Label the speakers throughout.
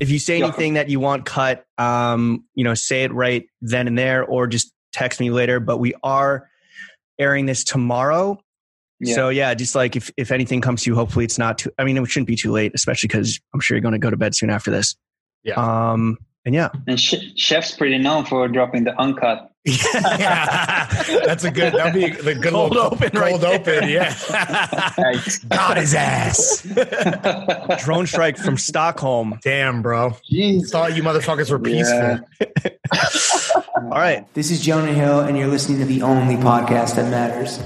Speaker 1: if you say anything that you want cut, um, you know, say it right then and there, or just text me later. But we are airing this tomorrow.
Speaker 2: Yeah.
Speaker 1: So yeah, just like if, if anything comes to you, hopefully it's not too. I mean, it shouldn't be too late, especially because I'm sure you're going to go to bed soon after this.
Speaker 3: Yeah.
Speaker 1: Um. And yeah.
Speaker 2: And Sh- Chef's pretty known for dropping the uncut.
Speaker 3: yeah, that's a good. That'd be the good
Speaker 1: Cold
Speaker 3: little
Speaker 1: open right
Speaker 3: Cold
Speaker 1: there.
Speaker 3: open, yeah.
Speaker 2: Yikes.
Speaker 3: Got his ass.
Speaker 1: Drone strike from Stockholm.
Speaker 3: Damn, bro.
Speaker 2: Jeez.
Speaker 3: Thought you motherfuckers were peaceful.
Speaker 1: All
Speaker 2: Yeah.
Speaker 1: right.
Speaker 4: This is Jonah Hill, and you're listening to the only podcast that matters.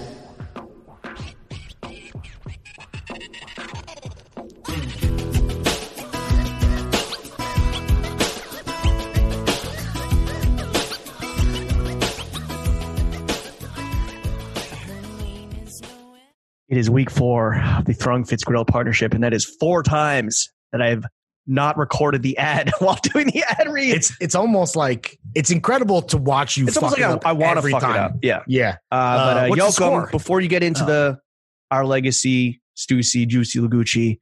Speaker 1: It is week four of the Thrung Fitzgerald partnership, and that is four times that I've not recorded the ad while doing the ad read.
Speaker 3: It's it's almost like it's incredible to watch you.
Speaker 1: It's almost
Speaker 3: fuck
Speaker 1: like
Speaker 3: it
Speaker 1: I,
Speaker 3: up
Speaker 1: I want to
Speaker 3: every
Speaker 1: fuck
Speaker 3: time.
Speaker 1: it up. Yeah.
Speaker 3: Yeah,
Speaker 1: Uh, but uh,
Speaker 3: what's the score?
Speaker 1: Yoakum, before you get into
Speaker 3: Oh.
Speaker 1: the our legacy, Stussy, Juicy Lagucci,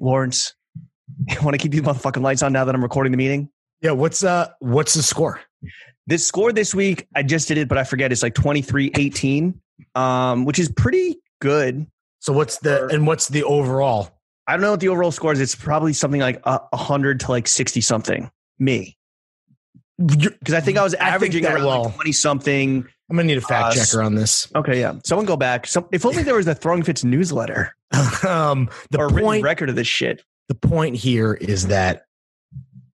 Speaker 1: Lawrence, you want to keep these motherfucking lights on now that I'm recording the meeting?
Speaker 3: yeah. What's uh what's the score?
Speaker 1: This score this week, I just did it, but I forget. It's like 23 18, um, which is pretty good.
Speaker 3: So what's the and what's the overall?
Speaker 1: I don't know what the overall score is. It's probably something like uh, a 100 to like 60 something. Me.
Speaker 3: You-
Speaker 1: Because I think I was
Speaker 3: Mm-hmm. think
Speaker 1: averaging
Speaker 3: that
Speaker 1: around
Speaker 3: will-
Speaker 1: like 20 something.
Speaker 3: I'm gonna need a fact
Speaker 1: Uh,
Speaker 3: checker on this.
Speaker 1: Okay, yeah. Someone go back. Some, if only there was a Throng Fits newsletter
Speaker 3: um, the
Speaker 1: or a written
Speaker 3: point
Speaker 1: record of this shit.
Speaker 3: the point here is that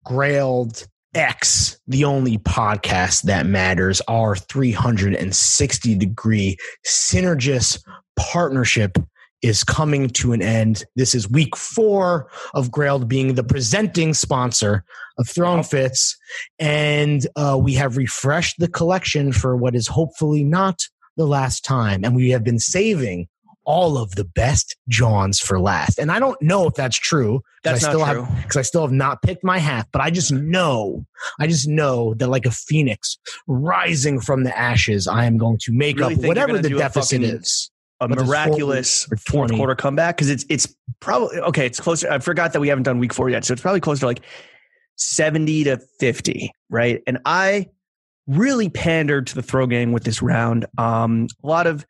Speaker 3: Grailed X, the only podcast that matters, our 360 degree synergist partnership is coming to an end. This is week four of Grailed being the presenting sponsor of Throne Fits. And uh, we have refreshed the collection for what is hopefully not the last time. And we have been saving all of the best Johns for last. And I don't know if that's true. 'cause
Speaker 1: That's
Speaker 3: I
Speaker 1: not
Speaker 3: still have
Speaker 1: true.
Speaker 3: because I still have not picked my half, but I just know, I just know that like a phoenix rising from the ashes, I am going to make
Speaker 1: Really
Speaker 3: up
Speaker 1: think you're
Speaker 3: whatever
Speaker 1: gonna
Speaker 3: the
Speaker 1: do a
Speaker 3: deficit
Speaker 1: fucking-
Speaker 3: is.
Speaker 1: a
Speaker 3: But there's four
Speaker 1: miraculous
Speaker 3: or
Speaker 1: fourth
Speaker 3: 20.
Speaker 1: quarter comeback because it's it's probably okay. It's closer. I forgot that we haven't done week four yet, so it's probably closer to like seventy to fifty, right? And I really pandered to the throw game with this round. Um, a lot of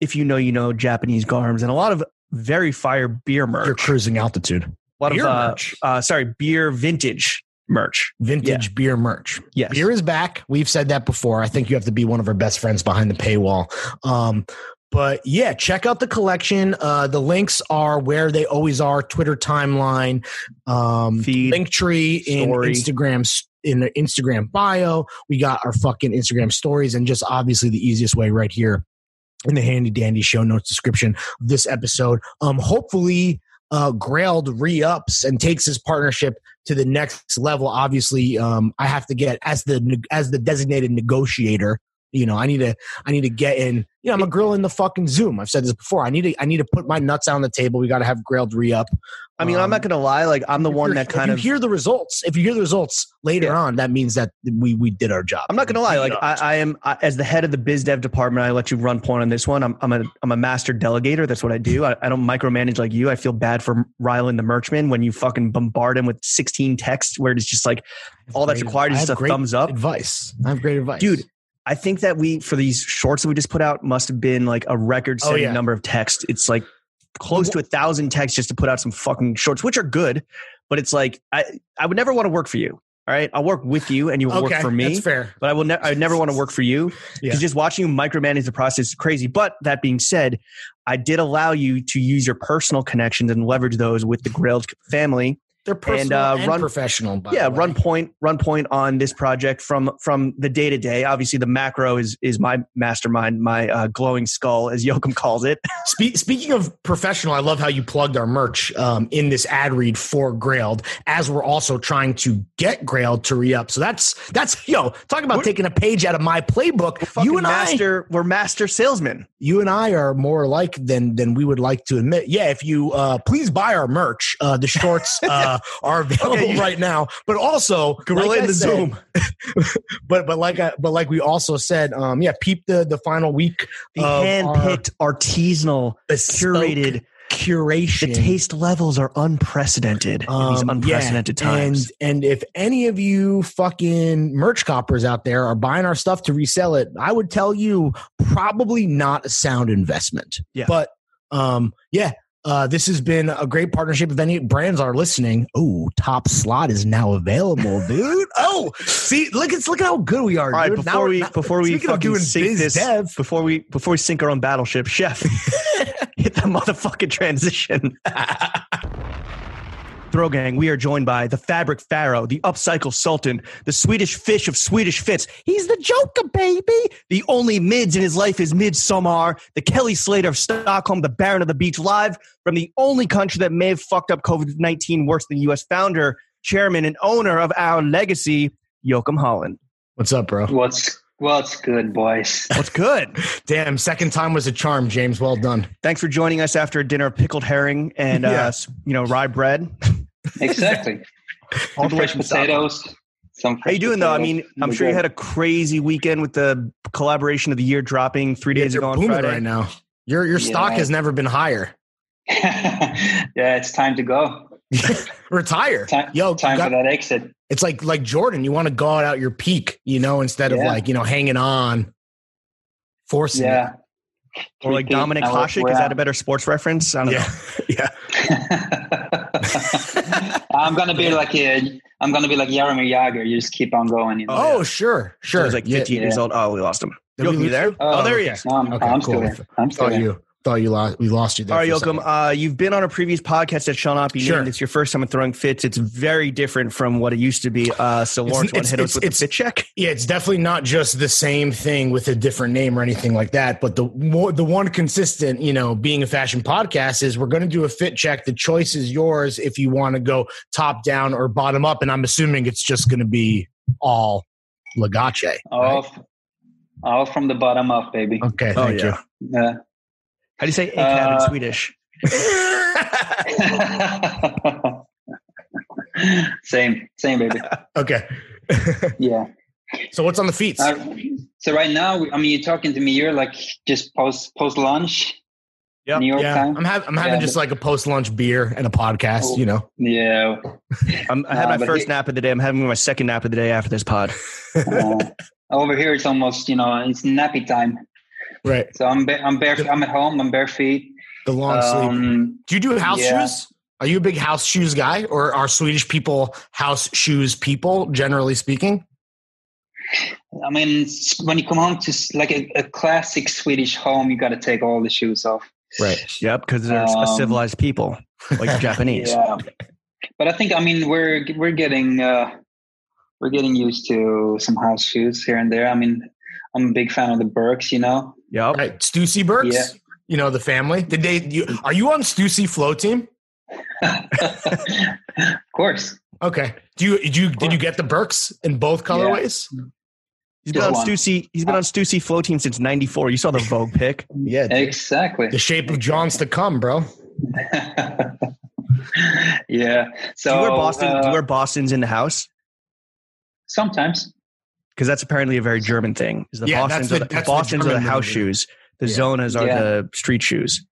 Speaker 1: if you know, you know, Japanese garms and a lot of very fire beer
Speaker 3: You're
Speaker 1: merch.
Speaker 3: cruising altitude.
Speaker 1: A lot
Speaker 3: beer
Speaker 1: of uh,
Speaker 3: merch.
Speaker 1: uh, sorry, beer vintage merch.
Speaker 3: Vintage beer merch.
Speaker 1: Yes,
Speaker 3: Beer is back. We've said that before. I think you have to be one of our best friends behind the paywall. Um, but yeah, check out the collection. Uh, the links are where they always are: Twitter timeline, um,
Speaker 1: Feed,
Speaker 3: link tree, in
Speaker 1: story.
Speaker 3: Instagram s- in the Instagram bio. We got our fucking Instagram stories, and just obviously the easiest way right here in the handy dandy show notes description of this episode. Um, hopefully, uh, Grailed re ups and takes his partnership to the next level. Obviously, um, I have to get as the ne- as the designated negotiator. You know, I need to I need to get in. You know, I'm a grill in the fucking Zoom. I've said this before. I need to I need to put my nuts on the table. We got to have Grailed re up.
Speaker 1: I mean, I'm not
Speaker 3: Um,
Speaker 1: gonna lie. Like I'm the
Speaker 3: If
Speaker 1: one
Speaker 3: you're-
Speaker 1: that kind
Speaker 3: if
Speaker 1: of.
Speaker 3: you hear the results. If you hear the results later
Speaker 1: Yeah.
Speaker 3: on, that means that we we did our job.
Speaker 1: I'm not gonna lie. Like I, I am I, as the head of the biz dev department, I let you run point on this one. I'm I'm a I'm a master delegator. That's what I do. I, I don't micromanage like you. I feel bad for Rylan the merchman when you fucking bombard him with 16 texts where it's just like all that's
Speaker 3: Great-
Speaker 1: required
Speaker 3: I
Speaker 1: is just a
Speaker 3: have great
Speaker 1: thumbs up.
Speaker 3: advice. I have great advice,
Speaker 1: Dude, I think that we for these shorts that we just put out must have been like a record setting
Speaker 3: Oh, yeah.
Speaker 1: number of texts. It's like close to a thousand texts just to put out some fucking shorts, which are good, but it's like I I would never want to work for you. All right, I'll work with you, and you will work for me
Speaker 3: That's fair.
Speaker 1: but I will. Ne- I would never want to work for you because
Speaker 3: Yeah.
Speaker 1: just watching you micromanage the process is crazy. But that being said, I did allow you to use your personal connections and leverage those with the Grailed family.
Speaker 3: They're personal and,
Speaker 1: uh, run-
Speaker 3: professional. by
Speaker 1: yeah,
Speaker 3: the way.
Speaker 1: run point, run point on this project from from the day to day. Obviously, the macro is is my mastermind, my uh, glowing skull, as Yoakum calls it.
Speaker 3: Spe- speaking of professional, I love how you plugged our merch um, in this ad read for Grailed, as we're also trying to get Grailed to re up. So that's that's yo talk about
Speaker 1: We're-
Speaker 3: taking a page out of my playbook. You
Speaker 1: Fucking
Speaker 3: and I,
Speaker 1: master, we're master salesmen.
Speaker 3: you and I are more alike than than we would like to admit. Yeah, if you uh, please buy our merch, uh, the shorts uh, are available
Speaker 1: Okay, you-
Speaker 3: right now. But also,
Speaker 1: Gorilla
Speaker 3: like
Speaker 1: in
Speaker 3: I
Speaker 1: the
Speaker 3: said-
Speaker 1: Zoom.
Speaker 3: But but like I, but like we also said, um, yeah, peep the the final week
Speaker 1: The
Speaker 3: of our
Speaker 1: handpicked, artisanal,
Speaker 3: bespoke
Speaker 1: curated The
Speaker 3: curation.
Speaker 1: taste levels are unprecedented in these
Speaker 3: Um, yeah,
Speaker 1: unprecedented times.
Speaker 3: And, and if any of you fucking merch coppers out there are buying our stuff to resell it, I would tell you probably not a sound investment.
Speaker 1: Yeah.
Speaker 3: But um, yeah, uh, this has been a great partnership. If any brands are listening, oh, top slot is now available, dude. oh, see, look, it's look at how good we are.
Speaker 1: All right,
Speaker 3: dude. Now
Speaker 1: before
Speaker 3: we're-
Speaker 1: we
Speaker 3: now-
Speaker 1: before we
Speaker 3: speaking of
Speaker 1: fucking
Speaker 3: doing
Speaker 1: sink
Speaker 3: biz
Speaker 1: this,
Speaker 3: dev.
Speaker 1: before we before we sink our own battleship, chef, hit the motherfucking transition. Throw gang, we are joined by the fabric pharaoh, the upcycle sultan, the Swedish fish of Swedish fits. He's the Joker, baby. The only mids in his life is midsummer. The Kelly Slater of Stockholm, the Baron of the Beach, live from the only country that may have fucked up COVID nineteen worse than the U.S. Founder, chairman, and owner of our legacy, Joachim Holland.
Speaker 3: what's up, bro?
Speaker 2: What's what's good, boys?
Speaker 1: What's good?
Speaker 3: Damn, second time was a charm, James. Well done.
Speaker 1: Thanks for joining us after a dinner of pickled herring and uh,
Speaker 3: Yeah.
Speaker 1: s- you know rye bread.
Speaker 2: Exactly.
Speaker 1: All
Speaker 2: Some
Speaker 1: the way
Speaker 2: fresh
Speaker 1: from Stockholm.
Speaker 2: potatoes. Some.
Speaker 1: How
Speaker 2: fresh
Speaker 1: you doing though? I
Speaker 2: potatoes.
Speaker 1: mean, I'm
Speaker 2: We're
Speaker 1: sure you
Speaker 2: good.
Speaker 1: had a crazy weekend with the collaboration of the year dropping three days
Speaker 3: You're
Speaker 1: ago on
Speaker 3: booming
Speaker 1: Friday.
Speaker 3: right now. Your your stock
Speaker 2: Yeah.
Speaker 3: has never been higher.
Speaker 2: yeah, it's time to go.
Speaker 3: retire.
Speaker 2: Time,
Speaker 3: Yo, you
Speaker 2: time
Speaker 3: got-
Speaker 2: for that exit.
Speaker 3: it's like like Jordan. You want to go out your peak, you know, instead of
Speaker 2: Yeah.
Speaker 3: like you know hanging on, forcing. it.
Speaker 2: Yeah.
Speaker 1: Or like
Speaker 2: 3K,
Speaker 1: Dominic
Speaker 2: now we're-
Speaker 1: Hasek,
Speaker 2: we're
Speaker 1: is that
Speaker 2: out.
Speaker 1: a better sports reference? I don't know.
Speaker 3: yeah, yeah.
Speaker 2: I'm gonna be like a, I'm gonna be like Jaromir Jagr. You just keep on going. You know?
Speaker 3: Oh, sure,
Speaker 1: Sure.
Speaker 3: sure.
Speaker 1: He was like
Speaker 3: Yeah.
Speaker 1: 15 years
Speaker 2: Yeah.
Speaker 1: old. Oh, we lost him.
Speaker 3: Did
Speaker 1: Joachim,
Speaker 3: we
Speaker 1: you
Speaker 3: lose
Speaker 1: there?
Speaker 3: you?
Speaker 1: Oh,
Speaker 2: Oh,
Speaker 1: there he
Speaker 3: okay.
Speaker 1: is.
Speaker 2: No, I'm,
Speaker 3: Okay,
Speaker 2: I'm
Speaker 3: cool.
Speaker 2: still here. I'm still
Speaker 3: Thought
Speaker 2: here.
Speaker 3: you thought you lost. We lost you. There
Speaker 1: All right,
Speaker 3: for a second.
Speaker 1: Joachim, uh, you've been on a previous podcast that shall not be
Speaker 3: Sure.
Speaker 1: named. It's your first time throwing fits. It's very different from what it used to be. Uh, so
Speaker 3: It's-
Speaker 1: Lawrence, want
Speaker 3: it's-
Speaker 1: to hit us
Speaker 3: it's-
Speaker 1: with a
Speaker 3: it's-
Speaker 1: fit check?
Speaker 3: Yeah, it's definitely not just the same thing with a different name or anything like that. But the more, the one consistent, you know, being a fashion podcast is we're going to do a fit check. The choice is yours if you want to go top down or bottom up. And I'm assuming it's just going to be all Legace.
Speaker 2: All, f- all from the bottom up, baby.
Speaker 3: Okay,
Speaker 1: Oh,
Speaker 3: thank
Speaker 1: yeah.
Speaker 3: you.
Speaker 2: Yeah.
Speaker 1: How do you say a in
Speaker 2: Uh,
Speaker 1: Swedish?
Speaker 2: same, same, baby.
Speaker 3: Okay.
Speaker 2: Yeah.
Speaker 3: so what's on the feet?
Speaker 2: Uh, so right now, I mean, you're talking to me. You're like just post post lunch.
Speaker 1: Yep.
Speaker 2: New York
Speaker 3: yeah,
Speaker 2: time.
Speaker 3: I'm, hav- I'm having
Speaker 2: Yeah,
Speaker 3: just like a post lunch beer and a podcast.
Speaker 2: Oh.
Speaker 3: You know,
Speaker 2: Yeah.
Speaker 1: I'm, I had
Speaker 2: Uh,
Speaker 1: my
Speaker 2: but
Speaker 1: first
Speaker 2: he-
Speaker 1: nap of the day. I'm having my second nap of the day after this pod.
Speaker 2: Uh, over here, it's almost you know it's nappy time.
Speaker 3: right?
Speaker 2: So I'm ba- I'm bare I'm at home. I'm bare feet.
Speaker 3: The long sleeve.
Speaker 2: Um,
Speaker 3: Do you do house
Speaker 2: yeah.
Speaker 3: shoes? Are you a big house shoes guy, or are Swedish people house shoes people? Generally speaking,
Speaker 2: I mean, s- when you come home to s- like a, a classic Swedish home, you got to take all the shoes off.
Speaker 3: right?
Speaker 1: Yep, because they're a
Speaker 2: Um,
Speaker 1: civilized people like the Japanese.
Speaker 2: Yeah, but I think I mean we're we're getting uh, we're getting used to some house shoes here and there. I mean, I'm a big fan of the Burks, you know.
Speaker 1: Yep.
Speaker 3: Right, Stussy Burks.
Speaker 2: Yeah.
Speaker 3: You know the family. Did they? You, are you on Stussy Flow Team?
Speaker 2: of course,
Speaker 3: Okay. Do you? Did you? Did you get the Burks in both
Speaker 2: Yeah.
Speaker 3: colorways?
Speaker 1: He's been
Speaker 2: Go
Speaker 1: on
Speaker 2: on.
Speaker 1: Stussy. He's been on Stussy Flow Team since '94. You saw the Vogue pick.
Speaker 3: Yeah.
Speaker 2: exactly.
Speaker 3: The shape of John's to come, bro.
Speaker 2: yeah. So
Speaker 1: do you wear Boston? do
Speaker 2: uh,
Speaker 1: you wear Boston's in the house?
Speaker 2: sometimes.
Speaker 1: Because that's apparently a very German thing. Is the
Speaker 3: Yeah,
Speaker 1: Boston's
Speaker 3: that's the-
Speaker 1: are the,
Speaker 3: that's the
Speaker 1: Boston's are the
Speaker 3: German
Speaker 1: house
Speaker 3: movie.
Speaker 1: shoes. The
Speaker 3: Yeah.
Speaker 1: Zonas are
Speaker 2: Yeah.
Speaker 1: the street shoes,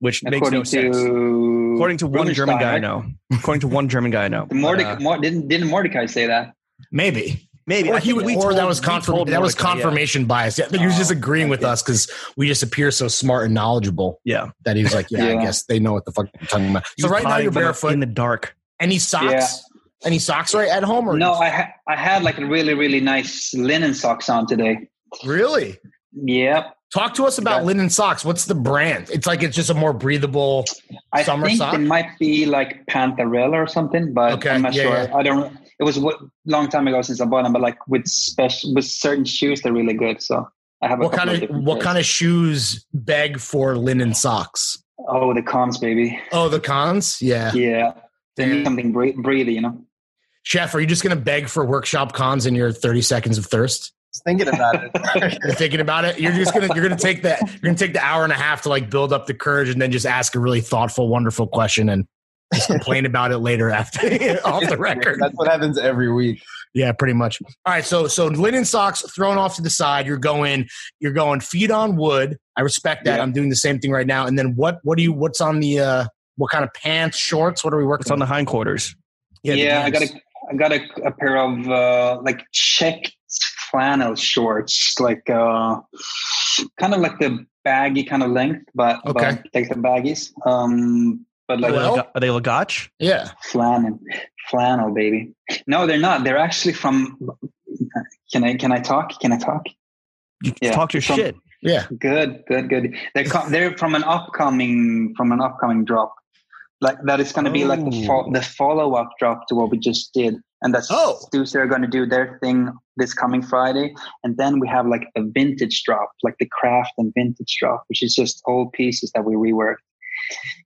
Speaker 1: which makes
Speaker 2: According
Speaker 1: no sense.
Speaker 2: to
Speaker 1: According to one German guy I
Speaker 2: Rubinstein, right?
Speaker 1: know. According to one German guy I know.
Speaker 2: Mordecai,
Speaker 1: But, uh,
Speaker 2: Mor- didn't didn't Mordecai say that?
Speaker 3: Maybe.
Speaker 1: maybe
Speaker 3: or,
Speaker 1: I
Speaker 3: he
Speaker 1: think
Speaker 3: would,
Speaker 1: we
Speaker 3: or that
Speaker 1: told-
Speaker 3: was
Speaker 1: we
Speaker 3: confirm,
Speaker 1: told
Speaker 3: that was
Speaker 1: Mordecai, yeah.
Speaker 3: confirmation bias. Yeah, he was
Speaker 2: Oh,
Speaker 3: just agreeing with
Speaker 2: okay.
Speaker 3: us because we just appear so smart and knowledgeable
Speaker 1: Yeah.
Speaker 3: that he was like, "Yeah,
Speaker 2: Yeah.
Speaker 3: I guess they know what the fuck you're talking about."
Speaker 1: He
Speaker 3: So
Speaker 1: was
Speaker 3: right now
Speaker 1: potting
Speaker 3: you're
Speaker 1: them
Speaker 3: barefoot.
Speaker 1: in the dark.
Speaker 3: Any socks?
Speaker 2: Yeah.
Speaker 3: Any socks right at home? Or
Speaker 2: No, I ha- I had like a really really nice linen socks on today.
Speaker 3: really.
Speaker 2: Yep.
Speaker 3: Talk to us about
Speaker 2: Yeah.
Speaker 3: linen socks. What's the brand? It's like it's just a more breathable.
Speaker 2: I
Speaker 3: Summer
Speaker 2: think
Speaker 3: sock?
Speaker 2: it might be like Pantherella or something, but
Speaker 3: Okay,
Speaker 2: I'm not
Speaker 3: yeah,
Speaker 2: sure.
Speaker 3: yeah.
Speaker 2: I don't. It was a long time ago since I bought them, but like with special with certain shoes, they're really good. So I have a
Speaker 3: What
Speaker 2: couple
Speaker 3: kind of
Speaker 2: different
Speaker 3: what
Speaker 2: pairs.
Speaker 3: kind of shoes beg for linen socks?
Speaker 2: Oh, the comms, baby.
Speaker 3: Oh, the cons. Yeah.
Speaker 2: Yeah, they
Speaker 3: Damn.
Speaker 2: need something bre- breathy, you know.
Speaker 3: Chef, are you just going to beg for workshop cons in your thirty seconds of thirst?
Speaker 5: was thinking about it.
Speaker 3: You're thinking about it. You're just gonna you're gonna take that you're gonna take the hour and a half to like build up the courage and then just ask a really thoughtful, wonderful question and just complain about it later after off the record.
Speaker 5: That's what happens every week.
Speaker 3: Yeah, pretty much. All right, so so linen socks thrown off to the side. You're going you're going feet on wood, I respect that.
Speaker 2: Yeah.
Speaker 3: I'm doing the same thing right now. And then what? What do you? What's on the? uh What kind of pants, shorts? What are we working
Speaker 1: It's on the hindquarters.
Speaker 2: Yeah,
Speaker 3: the
Speaker 2: I got
Speaker 3: pants.
Speaker 2: a I got a, a pair of uh, like checked flannel shorts, like uh, kind of like the baggy kind of length, but,
Speaker 3: Okay.
Speaker 2: but like the baggies. Um, but
Speaker 1: Are
Speaker 2: like
Speaker 1: they
Speaker 3: Well-
Speaker 1: Laga- are they Lagach?
Speaker 3: Yeah.
Speaker 2: flannel, flannel, baby. No, they're not. They're actually from. Can I can I talk? Can I talk?
Speaker 1: You can
Speaker 2: Yeah.
Speaker 1: talk your
Speaker 2: Some-
Speaker 1: shit.
Speaker 3: Yeah.
Speaker 2: Good, good, good. They're co- they're from an upcoming from an upcoming drop, like that is going to be like the fo-
Speaker 1: Oh.
Speaker 2: the follow up drop to what we just did, and that's
Speaker 3: Oh.
Speaker 2: Stu's are going to do their thing this coming Friday, and then we have like a vintage drop, like the craft and vintage drop, which is just old pieces that we reworked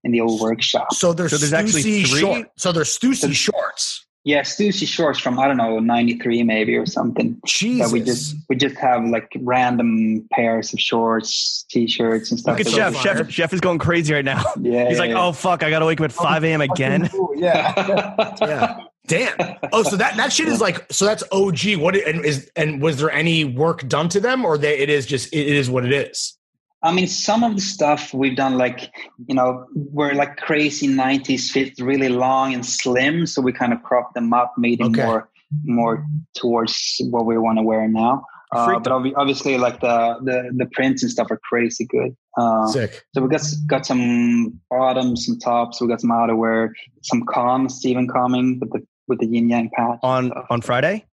Speaker 2: in the old workshop.
Speaker 3: So there's,
Speaker 1: So there's actually
Speaker 3: Stussy
Speaker 1: three?
Speaker 3: short- So there's Stussy
Speaker 2: The-
Speaker 3: shorts.
Speaker 2: Yeah, Stussy shorts from I don't know ninety three maybe or something.
Speaker 3: Jesus.
Speaker 2: That we just we just have like random pairs of shorts, t-shirts, and stuff.
Speaker 1: Look at
Speaker 3: so
Speaker 1: Jeff.
Speaker 3: fire.
Speaker 1: Jeff. Jeff is going crazy right now.
Speaker 2: Yeah,
Speaker 1: He's like,
Speaker 2: yeah,
Speaker 1: oh fuck, I gotta wake up at five a.m. again.
Speaker 5: Ooh, yeah.
Speaker 3: Yeah. Damn. Oh, so that that shit is like so that's OG. What it- and is and was there any work done to them or they it is just it is what it is.
Speaker 2: I mean, some of the stuff we've done, like, you know, we're like crazy 90s fits really long and slim. So we kind of crop them up, made them
Speaker 3: Okay.
Speaker 2: more, more towards what we want to wear now. Uh,
Speaker 1: Freaked
Speaker 2: but obvi- obviously, like the, the, the prints and stuff are crazy good. Uh,
Speaker 3: Sick.
Speaker 2: so we got s- got some bottoms, some tops. We got some outerwear, some com Stephen coming with the with the yin yang patch.
Speaker 1: on on Friday.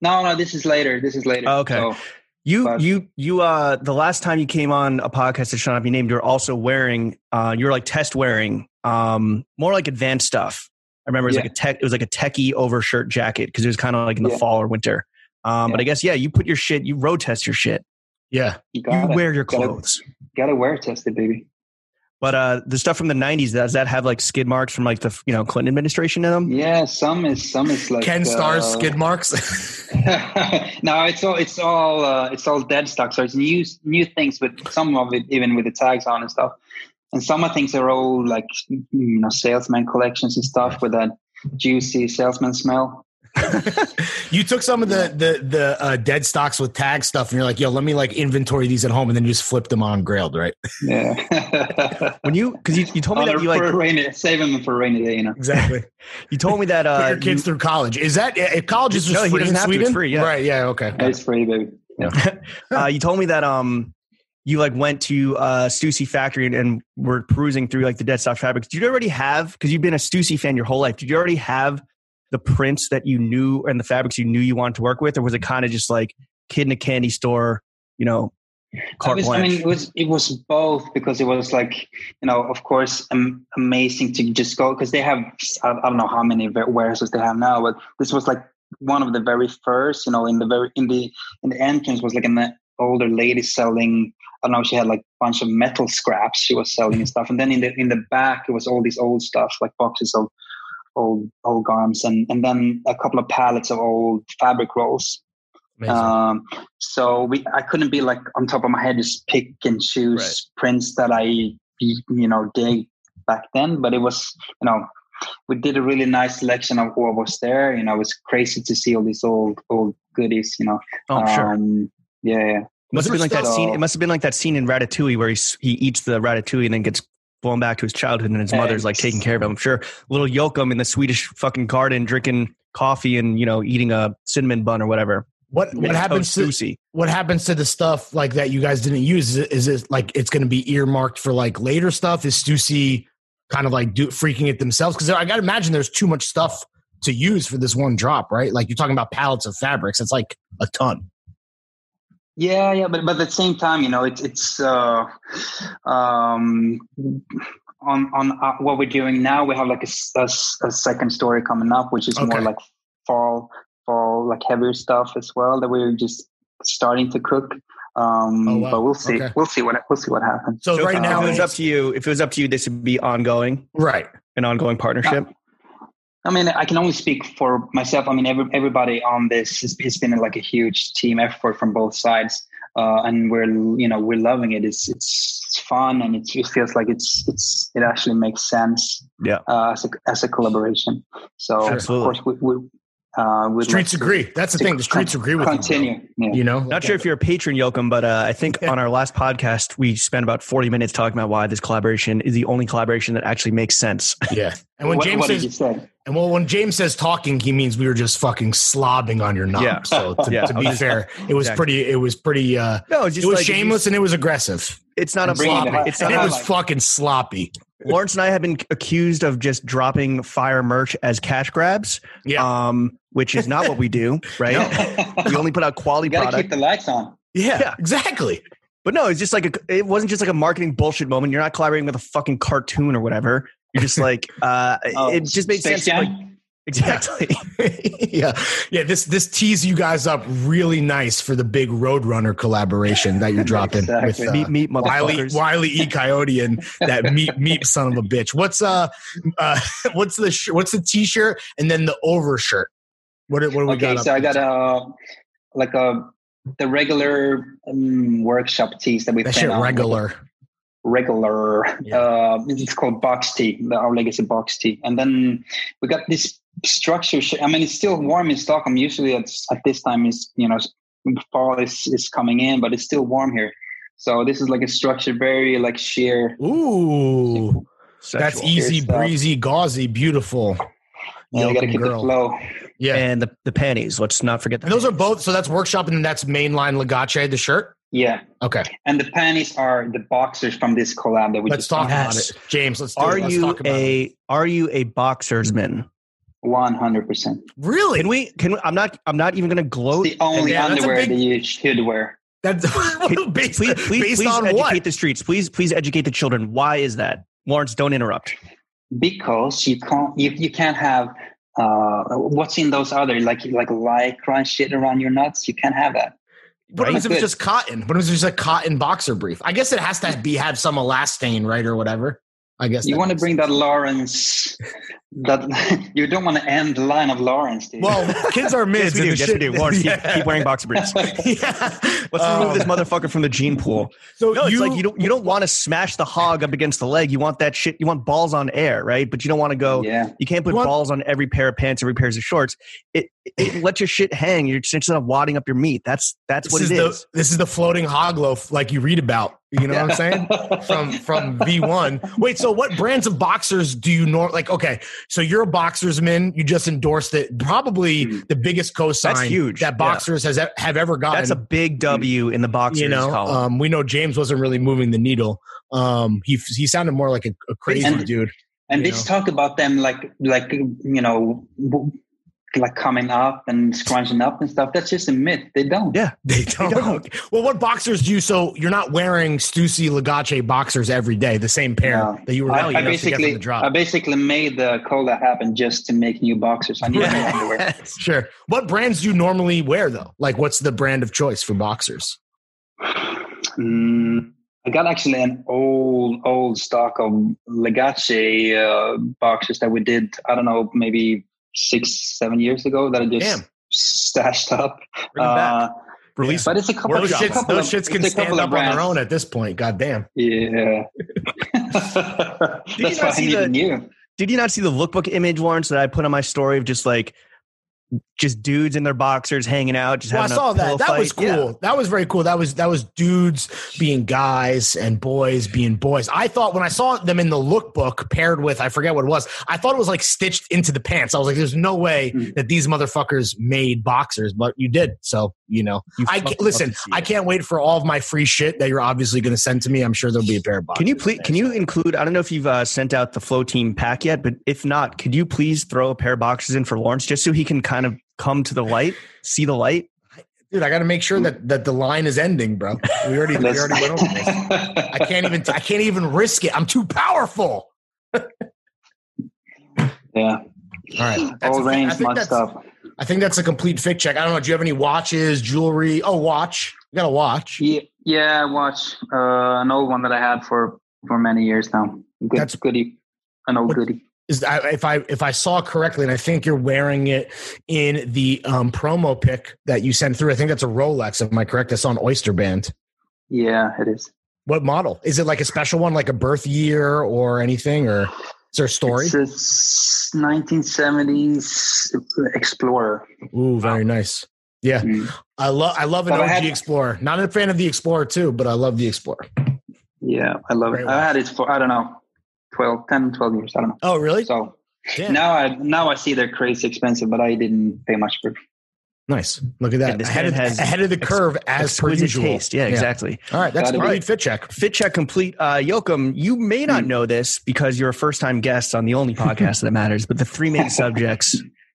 Speaker 2: No, no, this is later. This is later.
Speaker 1: Oh, Okay.
Speaker 2: So,
Speaker 1: You
Speaker 2: But-
Speaker 1: you you uh the last time you came on a podcast that shall not be named, you're also wearing uh you're like test wearing um more like advanced stuff. I remember it was
Speaker 2: Yeah.
Speaker 1: like a tech it was like a techie overshirt jacket because it was kind of like in the
Speaker 2: Yeah.
Speaker 1: fall or winter. Um but
Speaker 2: Yeah.
Speaker 1: I guess yeah, you put your shit, you road test your shit.
Speaker 3: Yeah.
Speaker 2: you
Speaker 1: You
Speaker 2: got to
Speaker 1: wear your
Speaker 2: Got it.
Speaker 1: clothes.
Speaker 2: gotta wear tested, baby.
Speaker 1: But uh the stuff from the 90s does that have like skid marks from like the you know Clinton administration in them?
Speaker 2: Yeah, some is some is like
Speaker 3: Ken Star's
Speaker 2: uh,
Speaker 3: skid marks.
Speaker 2: no, it's all it's all uh, it's all dead stock. So it's new new things, but some of it even with the tags on and stuff. And some of things are all like you know salesman collections and stuff with that juicy salesman smell.
Speaker 3: you took some of the the the uh, dead stocks with tag stuff and you're like, "Yo, let me like inventory these at home and then you just flip them on grailed, right?"
Speaker 2: Yeah.
Speaker 1: When you because you, you told me
Speaker 2: Oh,
Speaker 1: that you
Speaker 2: for a
Speaker 1: like
Speaker 2: rainy, save them for a rainy day, you know.
Speaker 3: Exactly.
Speaker 1: you told me that
Speaker 3: Put
Speaker 1: uh
Speaker 3: your kids through college. Is that eh, eh, college is just
Speaker 1: No, he
Speaker 3: free in
Speaker 1: doesn't have to. It's
Speaker 3: Sweden?
Speaker 1: free, yeah.
Speaker 3: Right, yeah, okay.
Speaker 2: It's free, baby.
Speaker 1: uh, you told me that um you like went to uh Stussy factory and, and were perusing through like the dead stock fabrics. Did you already have because you've been a Stussy fan your whole life? Did you already have the prints that you knew and the fabrics you knew you wanted to work with, or was it kind of just like kid in a candy store? You know,
Speaker 2: I,
Speaker 1: carte
Speaker 2: was, I
Speaker 1: blanche?
Speaker 2: mean, it was it was both because it was like you know, of course, um, amazing to just go because they have I, I don't know how many wa- warehouses they have now, but this was like one of the very first. You know, in the very in the in the entrance was like an uh, older lady selling. I don't know. She had like a bunch of metal scraps she was selling and stuff, and then in the in the back it was all these old stuff like boxes of old old garments and and then a couple of pallets of old fabric rolls
Speaker 3: Amazing.
Speaker 2: um, so we, I couldn't be like on top of my head just pick and choose prints that I you know dig back then. But it was you know we did a really nice selection of what was there. You know, it was crazy to see all these old old goodies. You know,
Speaker 1: oh, I'm sure.
Speaker 2: um, yeah, yeah.
Speaker 1: Must have been like that
Speaker 2: still-
Speaker 1: scene. It must have been like that scene in Ratatouille where he s- he eats the ratatouille and then gets blown back to his childhood and his mother's like taking care of him. I'm sure little Yoakum in the Swedish fucking garden drinking coffee and you know eating a cinnamon bun or whatever.
Speaker 3: what what happens to
Speaker 1: Susie?
Speaker 3: what happens to the stuff like that you guys didn't use? Is it, is it like it's going to be earmarked for like later stuff? Is Stussy kind of like do, freaking it themselves? Because I got to imagine there's too much stuff to use for this one drop, right? Like you're talking about pallets of fabrics. It's like a ton.
Speaker 2: Yeah, yeah, but but at the same time, you know, it's it's uh, um, on on uh, what we're doing now. We have like a, s- a s- a second story coming up, which is more
Speaker 3: Okay.
Speaker 2: like fall fall like heavier stuff as well that we're just starting to cook. Um,
Speaker 3: Oh, wow.
Speaker 2: But we'll see.
Speaker 3: Okay.
Speaker 2: We'll see what we'll see what happens.
Speaker 3: So,
Speaker 1: So
Speaker 3: right
Speaker 2: if
Speaker 3: now,
Speaker 1: If it
Speaker 3: it's
Speaker 1: was up to you, if it was up to you, this would be ongoing,
Speaker 3: right.
Speaker 1: an ongoing partnership.
Speaker 3: Ah,
Speaker 2: I mean, I can only speak for myself. I mean, every, everybody on this is, it's been like a huge team effort from both sides, uh, and we're you know we're loving it. It's it's, it's fun, and it's, it feels like it's it's it actually makes sense.
Speaker 1: Yeah.
Speaker 2: uh, as a as a collaboration. So
Speaker 1: Absolutely.
Speaker 2: of course we, we Uh, we'd
Speaker 3: Streets
Speaker 2: like to
Speaker 3: agree. That's the
Speaker 2: to
Speaker 3: thing. The streets agree with you, bro.
Speaker 2: Continue. Yeah.
Speaker 3: You know,
Speaker 1: Not sure if you're a patron, Yoakum, but uh, I think on our last podcast, we spent about 40 minutes talking about why this collaboration is the only collaboration that actually makes sense.
Speaker 3: Yeah. And when
Speaker 2: what,
Speaker 3: James
Speaker 2: what
Speaker 3: says
Speaker 2: did you say?
Speaker 3: And well, when James says talking, he means we were just fucking slobbing on your knob.
Speaker 1: Yeah.
Speaker 3: So to,
Speaker 1: Yeah.
Speaker 3: to be fair, it was
Speaker 1: Exactly.
Speaker 3: pretty. It was pretty. uh
Speaker 1: No, it's just
Speaker 3: It was
Speaker 1: like-
Speaker 3: shameless and it was aggressive.
Speaker 1: It's not a
Speaker 2: Bring it
Speaker 1: sloppy.
Speaker 2: back.
Speaker 1: It's
Speaker 3: And
Speaker 1: not
Speaker 3: it
Speaker 1: a
Speaker 3: was
Speaker 2: like-
Speaker 3: fucking sloppy.
Speaker 1: Lawrence and I have been accused of just dropping fire merch as cash grabs,
Speaker 3: Yeah.
Speaker 1: um, which is not what we do, right? we only put out quality
Speaker 2: you gotta
Speaker 1: product.
Speaker 2: keep the lights on.
Speaker 3: yeah.
Speaker 1: yeah.
Speaker 3: Exactly.
Speaker 1: but no, it's just like a, it wasn't just like a marketing bullshit moment. You're not collaborating with a fucking cartoon or whatever. You're just like uh,
Speaker 2: Oh,
Speaker 1: it just made
Speaker 2: Space
Speaker 1: sense. like-
Speaker 2: Jam?
Speaker 1: exactly.
Speaker 3: yeah. Yeah. This this tees you guys up really nice for the big Roadrunner collaboration that you're dropping
Speaker 2: Exactly.
Speaker 3: with
Speaker 1: meet
Speaker 3: uh,
Speaker 1: meet
Speaker 3: Wiley
Speaker 1: motherfuckers.
Speaker 3: Wiley E. Coyote and that meep meep son of a bitch. What's uh, uh what's the sh- what's the t-shirt and then the overshirt? What what do we
Speaker 2: okay,
Speaker 3: got?
Speaker 2: so
Speaker 3: up
Speaker 2: I
Speaker 3: there?
Speaker 2: got a like a the regular um, workshop teas that we
Speaker 3: that
Speaker 2: print
Speaker 3: shit
Speaker 2: out.
Speaker 3: regular.
Speaker 2: regular.
Speaker 3: Yeah.
Speaker 2: Uh, it's called box tea, the, our legacy box tea. And then we got this structure. sh- I mean, it's still warm in Stockholm. Usually at, at this time is, you know, fall is, is coming in, but it's still warm here. So this is like a structure, very like sheer.
Speaker 3: Ooh, that's E.
Speaker 1: Sexual.
Speaker 3: easy
Speaker 2: Here's the-
Speaker 3: breezy, gauzy, beautiful.
Speaker 2: Yeah, you got to
Speaker 3: Yokum
Speaker 2: keep
Speaker 3: girl.
Speaker 2: it flow.
Speaker 3: Yeah, and,
Speaker 1: And the, the panties. Let's not forget. The
Speaker 3: those are
Speaker 1: panties.
Speaker 3: both. So that's workshop, and then that's mainline Legace, the shirt.
Speaker 2: Yeah.
Speaker 3: Okay,
Speaker 2: And the panties are the boxers from this collab that we
Speaker 3: let's
Speaker 2: just
Speaker 3: talk
Speaker 1: Yes.
Speaker 3: about it, James. Let's. Do
Speaker 1: Are
Speaker 3: it. Let's
Speaker 1: you
Speaker 3: talk about it.
Speaker 1: a are you a boxer's man?
Speaker 2: 100%.
Speaker 3: really?
Speaker 1: Can we? Can we, I'm not. I'm not even going to gloat.
Speaker 2: It's the only
Speaker 3: Oh, Yeah, that's a
Speaker 2: underwear
Speaker 3: big-
Speaker 2: that you should wear.
Speaker 3: That's based,
Speaker 1: please, please,
Speaker 3: based
Speaker 1: please
Speaker 3: on
Speaker 1: educate
Speaker 3: what?
Speaker 1: the streets. Please, please educate the children. Why is that? Lawrence, don't interrupt.
Speaker 2: because you can't you, you can't have uh what's in those other like like lycra and shit around your nuts you can't have that
Speaker 3: What if
Speaker 2: Right?
Speaker 3: it was just cotton? What if it was just a cotton boxer brief? I guess it has to be have some elastane, right, or whatever. I guess
Speaker 2: you
Speaker 3: that
Speaker 2: want to
Speaker 3: makes
Speaker 2: bring
Speaker 3: sense.
Speaker 2: that lawrence that you don't want to end the line of lawrence dude.
Speaker 3: Well, kids are mids.
Speaker 1: Yes, we do. Yes, we do.
Speaker 3: and the shit-
Speaker 1: Lawrence, keep,
Speaker 3: Yeah.
Speaker 1: keep wearing boxer briefs.
Speaker 3: yeah.
Speaker 1: Let's remove this motherfucker from the gene pool.
Speaker 3: So
Speaker 1: No, it's
Speaker 3: you,
Speaker 1: like you don't you don't want to smash the hog up against the leg. You want that shit. You want balls on air, right? But you don't want to go.
Speaker 2: yeah
Speaker 1: You can't put
Speaker 3: You want-
Speaker 1: balls on every pair of pants, every pairs of shorts. It, it let your shit hang. You're just instead of wadding up your meat. That's that's
Speaker 3: this
Speaker 1: what
Speaker 3: is
Speaker 1: it
Speaker 3: the
Speaker 1: is.
Speaker 3: this is the floating hog loaf like you read about. You know what I'm saying? From from V1. Wait, so what brands of boxers do you nor like? Okay, so you're a boxers man. You just endorsed it. Probably
Speaker 2: Hmm.
Speaker 3: the biggest cosign
Speaker 1: That's huge,
Speaker 3: that
Speaker 1: yeah.
Speaker 3: boxers has e- have ever gotten.
Speaker 1: That's a big W in the boxers
Speaker 3: you know,
Speaker 1: column.
Speaker 3: um, we know James wasn't really moving the needle. Um, he he sounded more like a, a crazy
Speaker 2: And-
Speaker 3: dude.
Speaker 2: and
Speaker 3: you
Speaker 2: they
Speaker 3: know.
Speaker 2: just talk about them like like you know w- like coming up and scrunching up and stuff that's just a myth they don't
Speaker 1: Yeah.
Speaker 3: They don't. Well, what boxers do you? So you're not wearing Stussy Legace boxers every day, the same pair
Speaker 2: No.
Speaker 3: that you were
Speaker 2: I,
Speaker 3: lucky
Speaker 2: I
Speaker 3: enough to get from
Speaker 2: basically
Speaker 3: the drop.
Speaker 2: i basically made the collab happen just to make new boxers i need new underwear
Speaker 3: Sure. What brands do you normally wear though? Like, what's the brand of choice for boxers?
Speaker 2: Mm, I got actually an old, old stock of Legace uh, boxes that we did, I don't know, maybe six, seven years ago that I just
Speaker 3: Damn.
Speaker 2: stashed up.
Speaker 1: Bring 'em back.
Speaker 2: Uh,
Speaker 1: Release
Speaker 2: but it's a couple
Speaker 3: Those
Speaker 2: it's a
Speaker 3: shits,
Speaker 2: couple
Speaker 3: those
Speaker 2: of
Speaker 3: shits can
Speaker 2: it's a couple
Speaker 3: stand
Speaker 2: of
Speaker 3: up on their
Speaker 2: brands.
Speaker 3: own at this point. God damn.
Speaker 2: Yeah.
Speaker 1: you
Speaker 2: That's
Speaker 1: not
Speaker 2: why I
Speaker 1: see the-
Speaker 2: needed you.
Speaker 1: Did you not see the lookbook image, Lawrence, that I put on my story of just like just dudes in their boxers hanging out? Just
Speaker 3: Well, I
Speaker 1: having
Speaker 3: saw
Speaker 1: a
Speaker 3: that.
Speaker 1: pillow
Speaker 3: That
Speaker 1: fight?
Speaker 3: was cool.
Speaker 1: Yeah.
Speaker 3: That was very cool. That was that was dudes being guys and boys being boys. I thought when I saw them in the lookbook paired with I forget what it was, I thought it was like stitched into the pants. I was like, there's no way
Speaker 2: Mm.
Speaker 3: that these motherfuckers made boxers, but you did. So you know,
Speaker 1: You
Speaker 3: I
Speaker 1: fucking
Speaker 3: can't,
Speaker 1: love
Speaker 3: listen.
Speaker 1: to see
Speaker 3: I
Speaker 1: it.
Speaker 3: can't wait for all of my free shit that you're obviously going to send to me. I'm sure there'll be a pair of boxers.
Speaker 1: Can you please? Can you include? I don't know if you've uh, sent out the flow team pack yet, but if not, could you please throw a pair of boxes in for Lawrence just so he can kind of come to the light, see the light?
Speaker 3: dude? I got to make
Speaker 1: Hmm.
Speaker 3: sure that that the line is ending, bro. We already we
Speaker 2: That's-
Speaker 3: already went over this. I can't even I can't even risk it. I'm too powerful.
Speaker 2: yeah.
Speaker 3: All right, That's
Speaker 2: All
Speaker 3: a- I
Speaker 2: range,
Speaker 3: think
Speaker 2: my
Speaker 3: that's-
Speaker 2: stuff.
Speaker 3: I think that's a complete fit check. I don't know. Do you have any watches, jewelry? Oh, watch. You got a watch.
Speaker 2: Yeah, yeah. I Watch uh, an old one that I had for for many years now. Good
Speaker 3: That's-
Speaker 2: goodie, an old
Speaker 3: What-
Speaker 2: goodie.
Speaker 3: Is I, if I if I saw correctly, and I think you're wearing it in the um, promo pic that you sent through. I think that's a Rolex. Am I correct? That's on Oyster Band.
Speaker 2: Yeah, it is.
Speaker 3: What model? Is it like a special one, like a birth year or anything? Or Is there a story?
Speaker 2: It's a s- 1970s Explorer.
Speaker 3: Ooh, very nice. Yeah,
Speaker 2: Mm.
Speaker 3: I love I love an
Speaker 2: But I
Speaker 3: OG
Speaker 2: had-
Speaker 3: Explorer. Not a fan of the Explorer too, but I love the Explorer.
Speaker 2: Yeah, I love
Speaker 3: Great
Speaker 2: it.
Speaker 3: watch.
Speaker 2: I had it for I don't know, 12, 10, 12 years. I don't know.
Speaker 3: Oh, really?
Speaker 2: So
Speaker 3: Damn.
Speaker 2: now I now I see they're crazy expensive, but I didn't pay much for it.
Speaker 3: Nice. Look at that.
Speaker 1: Yeah, this
Speaker 3: ahead,
Speaker 1: man
Speaker 3: of,
Speaker 1: has
Speaker 3: ahead of the
Speaker 1: ex-
Speaker 3: curve as per
Speaker 1: Exquisite
Speaker 3: usual.
Speaker 1: taste. Yeah, exactly.
Speaker 3: All right, that's a
Speaker 2: Gotta be.
Speaker 3: complete fit check.
Speaker 1: Fit check complete. Uh, Yoakum, you may not
Speaker 2: Hmm.
Speaker 1: know this because you're a first time guest on the only podcast that matters, but the three main subjects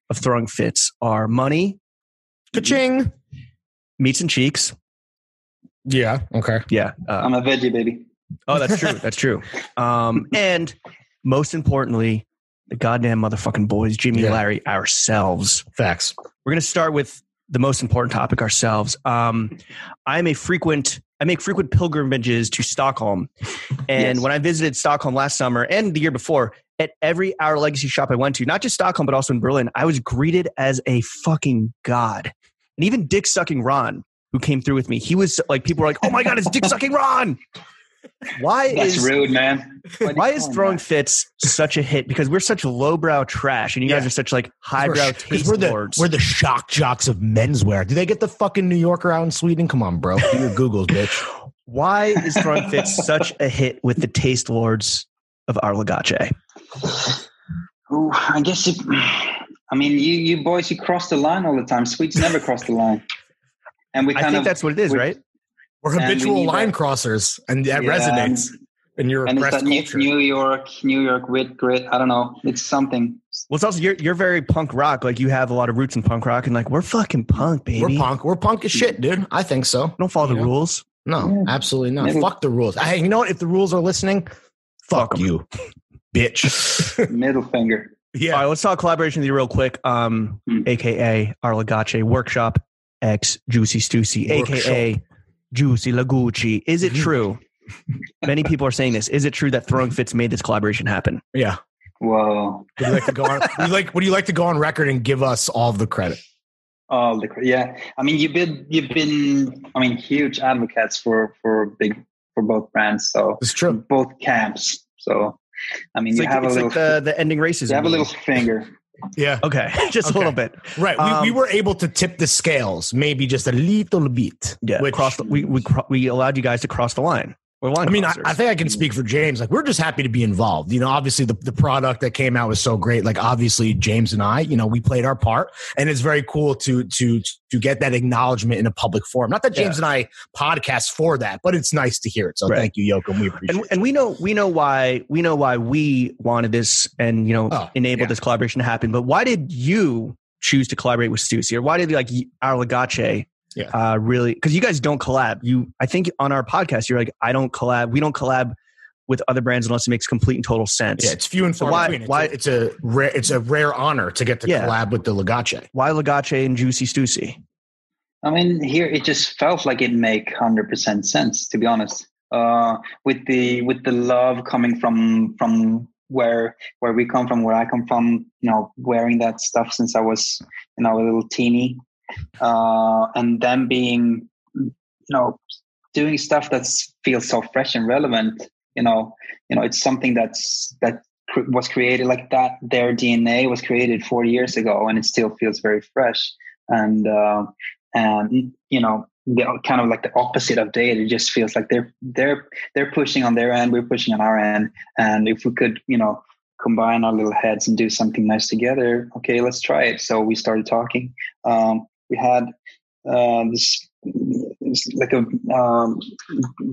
Speaker 1: of throwing fits are money,
Speaker 3: Ka-ching.
Speaker 1: meats and cheeks.
Speaker 3: Yeah. Okay.
Speaker 1: Yeah. Uh,
Speaker 2: I'm a veggie baby.
Speaker 1: oh, that's true. That's true. Um, and most importantly, the goddamn motherfucking boys, Jimmy,
Speaker 3: Yeah.
Speaker 1: Larry, ourselves.
Speaker 3: Facts.
Speaker 1: We're going to start with the most important topic ourselves. Um, I'm a frequent, I make frequent pilgrimages to Stockholm. And
Speaker 2: Yes.
Speaker 1: when I visited Stockholm last summer and the year before, at every Our Legacy shop I went to, not just Stockholm, but also in Berlin, I was greeted as a fucking god. And even dick sucking Ron, who came through with me, he was like, people were like, oh my God, it's dick sucking Ron. Why
Speaker 2: That's
Speaker 1: is
Speaker 2: rude, man. do you
Speaker 1: why is
Speaker 2: call him
Speaker 1: throwing
Speaker 2: that?
Speaker 1: fits such a hit? Because we're such lowbrow trash, and you guys
Speaker 3: Yeah.
Speaker 1: are such like
Speaker 3: 'Cause we're
Speaker 1: highbrow
Speaker 3: sh- 'cause
Speaker 1: taste
Speaker 3: we're the,
Speaker 1: lords.
Speaker 3: We're the shock jocks of menswear. Do they get the fucking New Yorker out in Sweden? Come on, bro. Do your Googles, bitch.
Speaker 1: Why is throwing fits such a hit with the taste lords of Arlagache?
Speaker 2: Ooh, I guess. It, I mean, you you boys, you cross the line all the time. Swedes never cross the line, and we
Speaker 1: I
Speaker 2: kind
Speaker 1: think
Speaker 2: of
Speaker 1: that's what it is,
Speaker 2: we-
Speaker 1: right?
Speaker 3: We're
Speaker 2: And we
Speaker 3: habitual
Speaker 2: need
Speaker 3: line
Speaker 2: that-
Speaker 3: crossers, and that
Speaker 2: Yeah,
Speaker 3: resonates in your
Speaker 2: and it's
Speaker 3: oppressed
Speaker 2: that New,
Speaker 3: culture.
Speaker 2: New York, New York wit grit. I don't know. It's something.
Speaker 1: Well, it's also you're you're very punk rock. Like you have a lot of roots in punk rock, and like we're fucking punk, baby.
Speaker 3: We're punk. We're punk as shit, dude. I think so.
Speaker 1: Don't follow the
Speaker 3: Yeah.
Speaker 1: rules.
Speaker 3: No, absolutely not.
Speaker 2: Maybe-
Speaker 3: Fuck the rules. Hey, you know what? If the rules are listening, fuck,
Speaker 1: Fuck 'em.
Speaker 3: you, bitch.
Speaker 2: Middle finger.
Speaker 1: All
Speaker 3: yeah.
Speaker 1: right, let's talk collaboration with you real quick. Um,
Speaker 2: Hmm.
Speaker 1: aka Arlagache Workshop X Juicy Stussy, aka Juicy Lagucci. Is it
Speaker 3: Mhm.
Speaker 1: true? Many people are saying this. Is it true that Throwing Fits made this collaboration happen?
Speaker 3: Yeah.
Speaker 2: Whoa.
Speaker 3: Would you like to go on? would you like? Would you like to go on record and give us all the credit?
Speaker 2: All the cra- yeah. I mean, you've been you've been I mean huge advocates for for big for both brands. So
Speaker 3: It's true.
Speaker 2: both camps. So I mean,
Speaker 1: It's
Speaker 2: you
Speaker 1: like,
Speaker 2: have a
Speaker 1: it's
Speaker 2: little
Speaker 1: like the, the ending racism.
Speaker 2: you have a little
Speaker 1: meme.
Speaker 2: finger.
Speaker 3: Yeah.
Speaker 1: Okay, just
Speaker 3: Okay.
Speaker 1: a little bit.
Speaker 3: Right. We, we
Speaker 1: Um,
Speaker 3: were able to tip the scales, maybe just a little bit.
Speaker 1: Yeah,
Speaker 3: Which,
Speaker 1: cross the, we we cro- we allowed you guys to cross the line. We're line
Speaker 3: I mean, I,
Speaker 1: crossers.
Speaker 3: I think I can speak for James. Like, we're just happy to be involved. You know, obviously the, the product that came out was so great. Like, obviously James and I, you know, we played our part, and it's very cool to to to get that acknowledgement in a public forum. Not that James and I podcast for that, but it's nice to hear it. So
Speaker 1: Right.
Speaker 3: thank you, Yoakum. We appreciate.
Speaker 1: and,
Speaker 3: it.
Speaker 1: and we know we know why we know why we wanted this and you know
Speaker 3: Oh,
Speaker 1: enabled
Speaker 3: yeah.
Speaker 1: this collaboration to happen. But why did you choose to collaborate with Stussy, or why did like our Legace
Speaker 3: Yeah.
Speaker 1: uh, really? Because you guys don't collab. You I think on our podcast you're like I don't collab. We don't collab with other brands unless it makes complete and total sense.
Speaker 3: Yeah, it's few and
Speaker 1: So
Speaker 3: far
Speaker 1: why-
Speaker 3: between. It's,
Speaker 1: why-
Speaker 3: a, it's a rare, it's a rare honor to get to
Speaker 1: Yeah.
Speaker 3: collab with the Legace.
Speaker 1: Why Legace and Juicy Stussy?
Speaker 2: I mean, here it just felt like it make hundred percent sense, to be honest. Uh, with the with the love coming from from where where we come from, where I come from, you know, wearing that stuff since I was you know a little teeny, uh, and them being you know doing stuff that feels so fresh and relevant. You know, you know, it's something that's that cr- was created like that. Their DNA was created forty years ago, and it still feels very fresh. And uh, and you know they're kind of like the opposite of data it just feels like they're they're they're pushing on their end we're pushing on our end and if we could you know combine our little heads and do something nice together okay let's try it so we started talking um, we had uh, this it's like a um,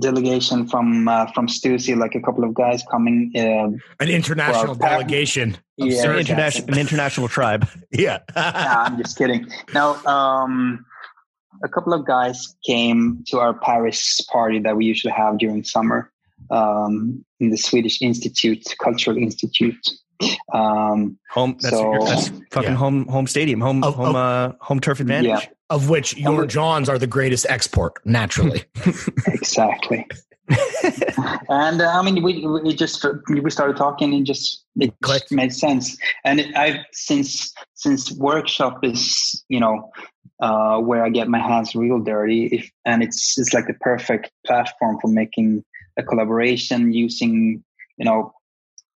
Speaker 2: delegation from uh, from Stussy, like a couple of guys coming. Uh,
Speaker 3: an international
Speaker 2: Well, that-
Speaker 3: delegation.
Speaker 2: yeah,
Speaker 1: An
Speaker 2: Exactly.
Speaker 1: international an international tribe.
Speaker 3: Yeah.
Speaker 2: nah, I'm just kidding. No, um, a couple of guys came to our Paris party that we usually have during summer um, in the Swedish Institute, Cultural Institute. Um,
Speaker 1: Home that's,
Speaker 2: So-
Speaker 1: your, that's fucking
Speaker 3: Yeah.
Speaker 1: home home stadium, home
Speaker 3: Oh,
Speaker 1: home
Speaker 3: oh.
Speaker 1: uh, home turf advantage.
Speaker 2: Yeah.
Speaker 3: of which your Johns are the greatest export, naturally.
Speaker 2: exactly. and uh, I mean, we we just we started talking and just it
Speaker 3: Clicked.
Speaker 2: just made sense. And it, I've since since workshop is you know uh, where I get my hands real dirty, if, and it's it's like the perfect platform for making a collaboration using you know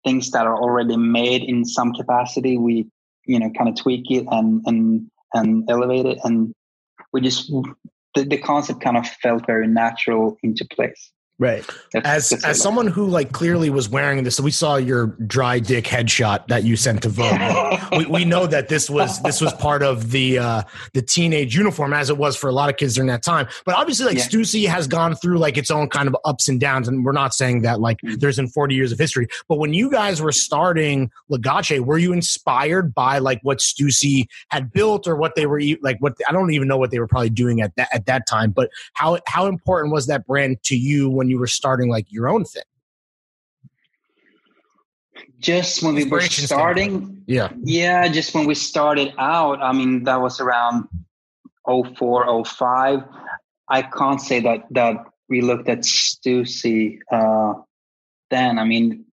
Speaker 2: things that are already made in some capacity. We you know kind of tweak it and and and elevate it, and we just the, the concept kind of felt very natural into place.
Speaker 1: Right.
Speaker 2: That's-
Speaker 3: As
Speaker 2: that's
Speaker 3: as
Speaker 2: it.
Speaker 3: someone who like clearly was wearing this, we saw your dry dick headshot that you sent to Vogue. we, we know that this was this was part of the uh, the teenage uniform as it was for a lot of kids during that time. But obviously, like
Speaker 2: Yeah.
Speaker 3: Stussy has gone through like its own kind of ups and downs, and we're not saying that like
Speaker 2: Mhm.
Speaker 3: there's in 40 years of history. But when you guys were starting Legace, were you inspired by like what Stussy had built or what they were e- like? What I don't even know what they were probably doing at that at that time. But how how important was that brand to you when you were starting like your own thing?
Speaker 2: just when we were
Speaker 3: Inspiration
Speaker 2: starting
Speaker 3: Yeah.
Speaker 2: yeah just when we started out i mean that was around 04 05 i can't say that that we looked at stussy uh then i mean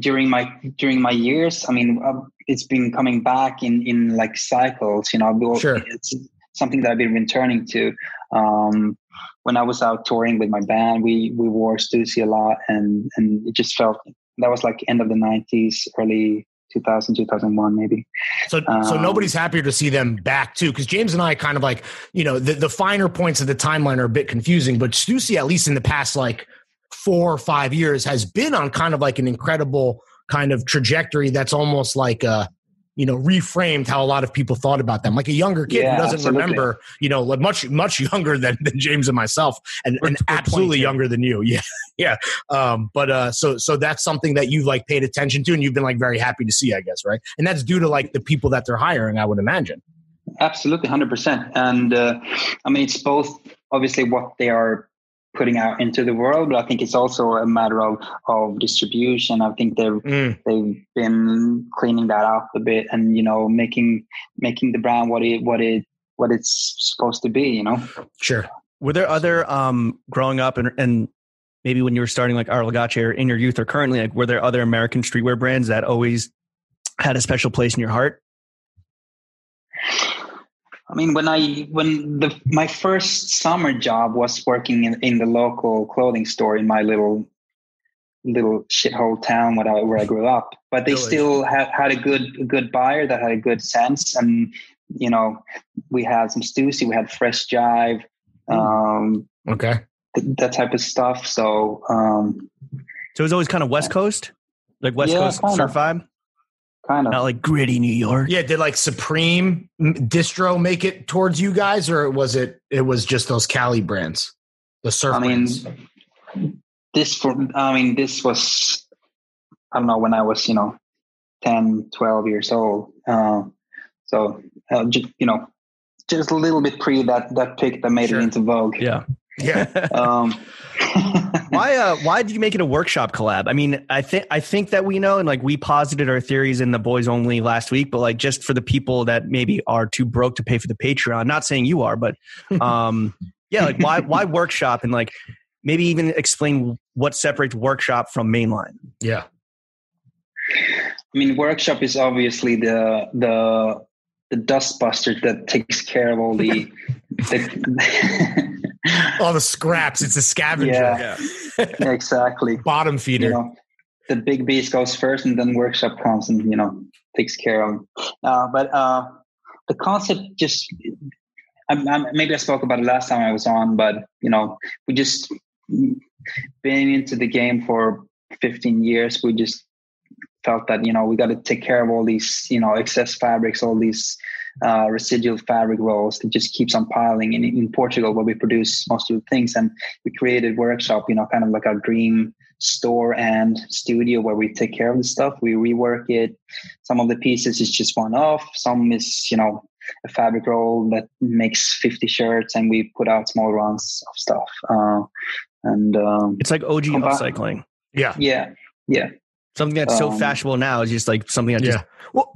Speaker 2: during my during my years i mean uh, it's been coming back in in like cycles you know we'll-
Speaker 3: Sure.
Speaker 2: it's something that i've been returning to um when i was out touring with my band we we wore stussy a lot and and it just felt that was like end of the 90s early 2000 2001 maybe
Speaker 3: So, so
Speaker 2: Um,
Speaker 3: nobody's happier to see them back too, because James and I kind of like you know the, the finer points of the timeline are a bit confusing, but Stussy at least in the past like four or five years has been on kind of like an incredible kind of trajectory that's almost like uh you know reframed how a lot of people thought about them, like a younger kid
Speaker 2: Yeah,
Speaker 3: who doesn't
Speaker 2: absolutely.
Speaker 3: remember you know like much much younger than, than James and myself, and,
Speaker 1: We're-
Speaker 3: and
Speaker 1: we're
Speaker 3: absolutely
Speaker 1: 22.
Speaker 3: younger than you, yeah. Yeah. Um, but uh so so that's something that you've like paid attention to and you've been like very happy to see, I guess, right? And that's due to like the people that they're hiring, I would imagine.
Speaker 2: absolutely 100% and uh, i mean it's both obviously what they are putting out into the world but i think it's also a matter of of distribution i think they've they've been cleaning that up a bit and you know making making the brand what it what it what it's supposed to be you know
Speaker 3: Sure.
Speaker 1: Were there other um, growing up and and maybe when you were starting like Arlegache or in your youth or currently like were there other American streetwear brands that always had a special place in your heart?
Speaker 2: I mean, when I when the my first summer job was working in, in the local clothing store in my little little shithole town where I where I grew up. But they
Speaker 3: Village.
Speaker 2: still had had a good a good buyer that had a good sense, and you know, we had some Stussy, we had Fresh Jive, um,
Speaker 3: Okay.
Speaker 2: th- that type of stuff. So um,
Speaker 1: So it was always kind of West Coast, like West
Speaker 2: Yeah,
Speaker 1: Coast
Speaker 2: kind
Speaker 1: surf
Speaker 2: of.
Speaker 1: vibe,
Speaker 2: kind of
Speaker 1: not like gritty New York.
Speaker 3: Yeah, did like Supreme m- distro make it towards you guys or was it it was just those Cali brands? The surf
Speaker 2: I mean,
Speaker 3: brands.
Speaker 2: this for I mean, this was I don't know when I was you know 10, 12 years old. Uh, so uh, ju- you know, just a little bit pre that that pick that made
Speaker 3: Sure.
Speaker 2: it into Vogue.
Speaker 1: Yeah.
Speaker 3: Yeah.
Speaker 2: Um,
Speaker 1: why uh why did you make it a workshop collab i mean i think i think that we know and like we posited our theories in the boys only last week but like just for the people that maybe are too broke to pay for the patreon not saying you are but um yeah like why why workshop and like maybe even explain what separates workshop from mainline
Speaker 3: Yeah.
Speaker 2: I mean, workshop is obviously the the the dustbuster that takes care of all the. the
Speaker 3: All the scraps. It's a scavenger.
Speaker 2: Yeah. exactly.
Speaker 3: Bottom feeder.
Speaker 2: you know, the big beast goes first and then workshop comes and you know takes care of him. uh, but uh, the concept just I'm, I'm, maybe i spoke about it last time i was on but you know we just being into the game for 15 years we just felt that you know we got to take care of all these you know excess fabrics all these uh, residual fabric rolls that just keeps on piling in, in portugal where we produce most of the things and we created workshop you know kind of like our dream store and studio where we take care of the stuff we rework it some of the pieces is just one off some is you know a fabric roll that makes 50 shirts and we put out small runs of stuff uh, and um,
Speaker 1: it's like og
Speaker 2: Combi-
Speaker 1: upcycling
Speaker 3: Yeah.
Speaker 2: yeah
Speaker 1: something that's so
Speaker 2: Um,
Speaker 1: fashionable now is just like something that just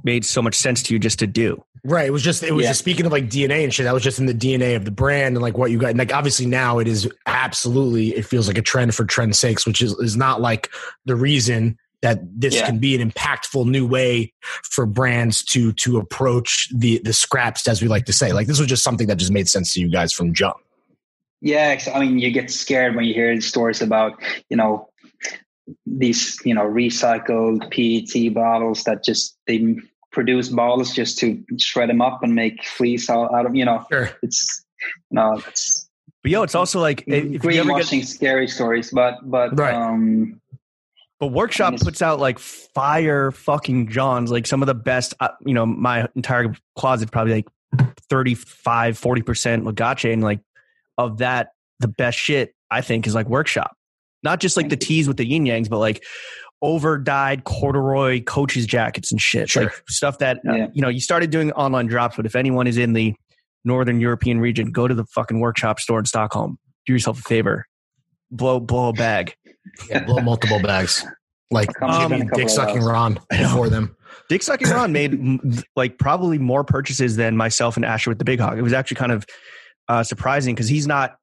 Speaker 1: made so much sense to you just to do
Speaker 3: Right. It was just it was
Speaker 2: Yeah.
Speaker 3: just speaking of like DNA and shit. That was just in the DNA of the brand and like what you got. And like obviously now it is absolutely it feels like a trend for trend's sakes, which is is not like the reason that this
Speaker 2: Yeah.
Speaker 3: can be an impactful new way for brands to to approach the the scraps as we like to say. Like this was just something that just made sense to you guys from jump.
Speaker 2: Yeah, ex- I mean, you get scared when you hear stories about, you know, these you know recycled PET bottles that just they produce bottles just to shred them up and make fleece out, out of you know
Speaker 3: Sure.
Speaker 2: it's you know it's
Speaker 1: But yo, it's also like if you ever get,
Speaker 2: Mm, greenwashing scary stories but but
Speaker 3: Right.
Speaker 2: um
Speaker 1: but workshop
Speaker 2: Yes.
Speaker 1: puts out like fire fucking johns, like some of the best. uh, You know, my entire closet probably like 35, 40 percent Lagache, and like of that, the best shit I think is like workshop. Not just like the tees with the yin yangs, but like over dyed corduroy coaches jackets and shit,
Speaker 3: Sure.
Speaker 1: like stuff that uh,
Speaker 2: Yeah.
Speaker 1: you know you started doing online drops. But if anyone is in the northern European region, go to the fucking workshop store in Stockholm. Do yourself a favor, blow blow a bag.
Speaker 3: Yeah, blow multiple bags. Like
Speaker 2: Come
Speaker 1: on,
Speaker 3: Jimmy
Speaker 2: a couple
Speaker 3: dick
Speaker 2: of
Speaker 3: sucking
Speaker 2: those.
Speaker 3: Ron before them.
Speaker 1: Dick Sucking Ron made m- like probably more purchases than myself and Asher with the Big Hog. It was actually kind of uh, surprising because he's not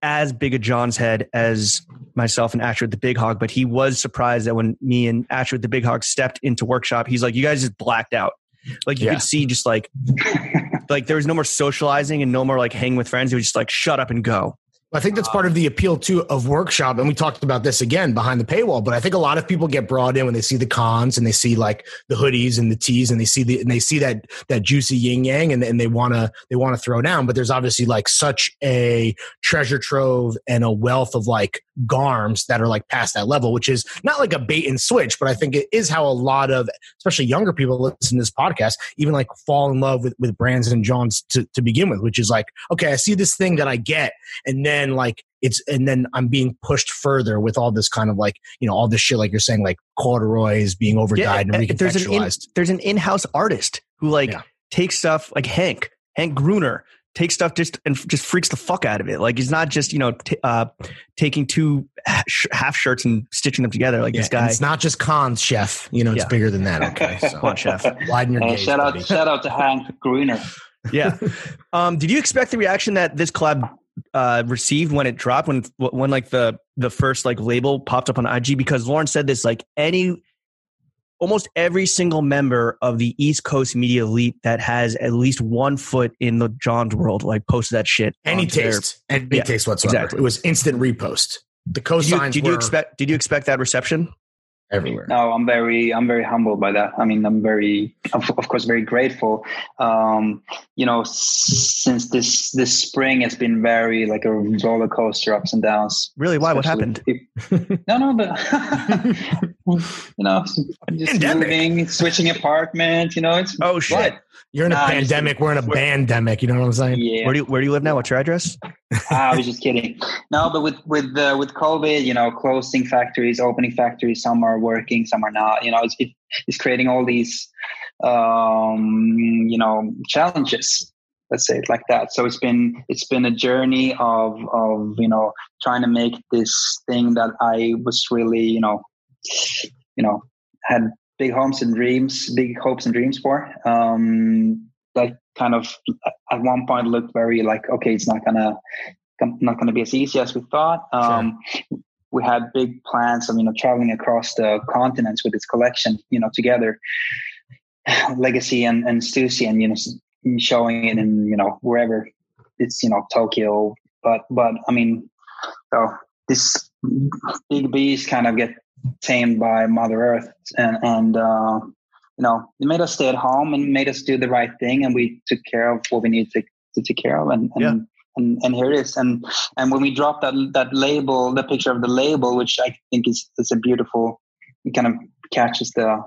Speaker 1: as big a John's head as myself and Asher with the Big Hog, but he was surprised that when me and Asher with the Big Hog stepped into workshop, he's like, "You guys just blacked out." Like you
Speaker 3: Yeah.
Speaker 1: could see, just like like there was no more socializing and no more like hanging with friends. It was just like shut up and go.
Speaker 3: I think that's part of the appeal too of workshop, and we talked about this again behind the paywall. But I think a lot of people get brought in when they see the cons and they see like the hoodies and the tees, and they see the and they see that that juicy yin yang, and, and they wanna they wanna throw down. But there's obviously like such a treasure trove and a wealth of like garms that are like past that level, which is not like a bait and switch, but I think it is how a lot of especially younger people listen to this podcast even like fall in love with with brands and Johns to to begin with, which is like okay, I see this thing that I get and then like it's and then I'm being pushed further with all this kind of like you know all this shit like you're saying like corduroys being overdyed and
Speaker 1: uh, there's an in,
Speaker 3: recontextualized.
Speaker 1: there's an in-house artist who like
Speaker 3: Yeah.
Speaker 1: takes stuff like Hank Hank Gruner takes stuff just and f- just freaks the fuck out of it. Like he's not just you know t- uh, taking two ha- sh- half shirts and stitching them together like
Speaker 3: Yeah,
Speaker 1: this
Speaker 3: and
Speaker 1: guy.
Speaker 3: It's not just cons, chef. You know, it's
Speaker 1: Yeah.
Speaker 3: bigger than that. Okay, so
Speaker 1: on, Chef.
Speaker 3: widen your
Speaker 2: Uh,
Speaker 3: gaze.
Speaker 2: shout out
Speaker 3: buddy.
Speaker 2: shout out to Hank Gruner
Speaker 1: yeah. Um, did you expect the reaction that this collab uh, received when it dropped when when like the the first like label popped up on IG? Because Lauren said this like any almost every single member of the East Coast media elite that has at least one foot in the John's world like posted that shit.
Speaker 3: Any
Speaker 1: onto their-
Speaker 3: taste, any
Speaker 1: Yeah,
Speaker 3: taste whatsoever.
Speaker 1: exactly.
Speaker 3: It was instant repost. The
Speaker 1: Did you,
Speaker 3: cosigns
Speaker 1: did you
Speaker 3: were
Speaker 1: expect? Did you expect that reception?
Speaker 3: everywhere.
Speaker 2: No, I'm very, I'm very humbled by that. I mean, I'm very, of, of course, very grateful. Um, you know, s- since this this spring has been very like a roller coaster, ups and downs.
Speaker 1: Really? Why? What happened?
Speaker 2: Especially if- no, no, but you know, just
Speaker 3: Pandemic.
Speaker 2: moving, switching apartment. You know, it's
Speaker 1: Oh shit!
Speaker 2: what?
Speaker 3: You're in a
Speaker 2: Nah, I just-
Speaker 3: pandemic. We're in a pandemic. You know what I'm saying?
Speaker 2: Yeah,
Speaker 1: Where do you Where do you live now? What's your address?
Speaker 2: Ah, I was just kidding. No, but with with uh, with COVID, you know, closing factories, opening factories, some are working, some are not. You know, it's it, it's creating all these, um, you know, challenges. Let's say it like that. So it's been it's been a journey of of you know trying to make this thing that I was really you know, you know, had big hopes and dreams, big hopes and dreams for. Um, that kind of at one point looked very like okay, it's not gonna com- not going to be as easy as we thought. Um, We had big plans of you know traveling across the continents with this collection, you know, together, Legacy and and Stussy, and you know, s- showing it in you know wherever it's you know Tokyo. But but I mean, so this big beast kind of get tamed by Mother Earth, and and uh, you know, it made us stay at home and made us do the right thing, and we took care of what we needed to, to take care of, and. and
Speaker 1: Yeah.
Speaker 2: and, and here it is. And and when we dropped that that label, the picture of the label, which I think is is a beautiful, it kind of catches the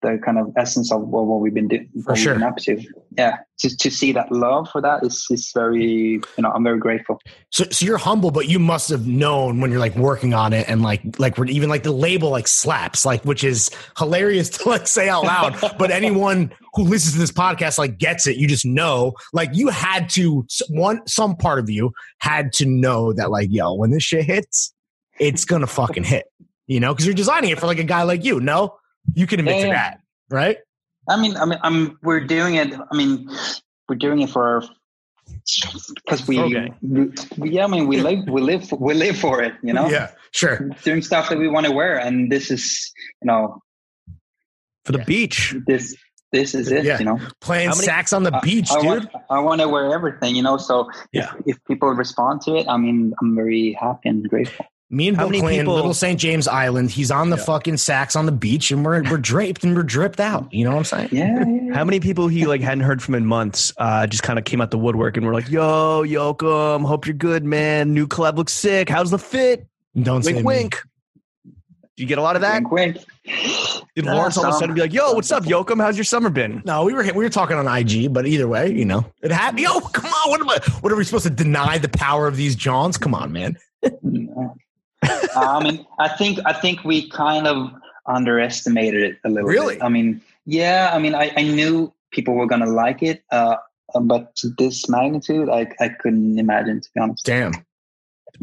Speaker 2: the kind of essence of what, what we've been doing,
Speaker 3: For
Speaker 2: what we've been
Speaker 3: sure.
Speaker 2: up to. Yeah, to to see that love for that is is very you know I'm very grateful.
Speaker 3: So, so you're humble, but you must have known when you're like working on it, and like, like we're even like the label like slaps, like which is hilarious to like say out loud. but anyone who listens to this podcast like gets it. You just know, like you had to s- one some part of you had to know that like, yo, when this shit hits, it's gonna fucking hit. You know, because you're designing it for like a guy like you. No, you can admit
Speaker 2: Yeah,
Speaker 3: to
Speaker 2: yeah.
Speaker 3: that, right?
Speaker 2: I mean, I mean, I'm we're doing it. I mean, we're doing it for because we,
Speaker 1: Okay.
Speaker 2: we yeah. I mean, we live we live we live for it. You know,
Speaker 3: Yeah, sure.
Speaker 2: doing stuff that we want to wear, and this is you know
Speaker 1: For the
Speaker 3: Yeah.
Speaker 1: beach.
Speaker 2: this this is it.
Speaker 3: Yeah.
Speaker 2: You know.
Speaker 3: Playing
Speaker 1: How many-
Speaker 3: sax on the
Speaker 2: I-
Speaker 3: beach,
Speaker 2: I,
Speaker 3: dude.
Speaker 2: Want, I want to wear everything, you know. So
Speaker 1: Yeah.
Speaker 2: if, if people respond to it, I mean, I'm very happy and grateful.
Speaker 3: Me and
Speaker 1: How
Speaker 3: Bill
Speaker 1: many
Speaker 3: Clinton,
Speaker 1: people-
Speaker 3: Little St. James Island. He's on the
Speaker 5: Yeah.
Speaker 3: fucking sacks on the beach, and we're we're draped and we're dripped out. You know what I'm saying?
Speaker 2: Yeah. yeah.
Speaker 1: How many people he like hadn't heard from in months uh, just kind of came out the woodwork and were like, "Yo, Yoakum, hope you're good, man. New collab looks sick. How's the fit?
Speaker 3: Don't say
Speaker 1: Wink,
Speaker 3: me.
Speaker 1: wink." Did you get a lot of that?
Speaker 2: Wink, wink.
Speaker 1: Did
Speaker 2: Yeah,
Speaker 1: Lawrence all of a
Speaker 2: some.
Speaker 1: sudden be like, "Yo, what's up, Yoakum? How's your summer been?"
Speaker 3: No, we were we were talking on IG, but either way, you know, it happened. Yo, come on, what am I? What are we supposed to deny the power of these Johns? Come on, man.
Speaker 2: No. I mean, Um, I think I think we kind of underestimated it a little.
Speaker 3: Really?
Speaker 2: Bit. I mean, yeah. I mean, I, I knew people were gonna like it, uh, uh, but to this magnitude, I I couldn't imagine to be honest.
Speaker 3: Damn,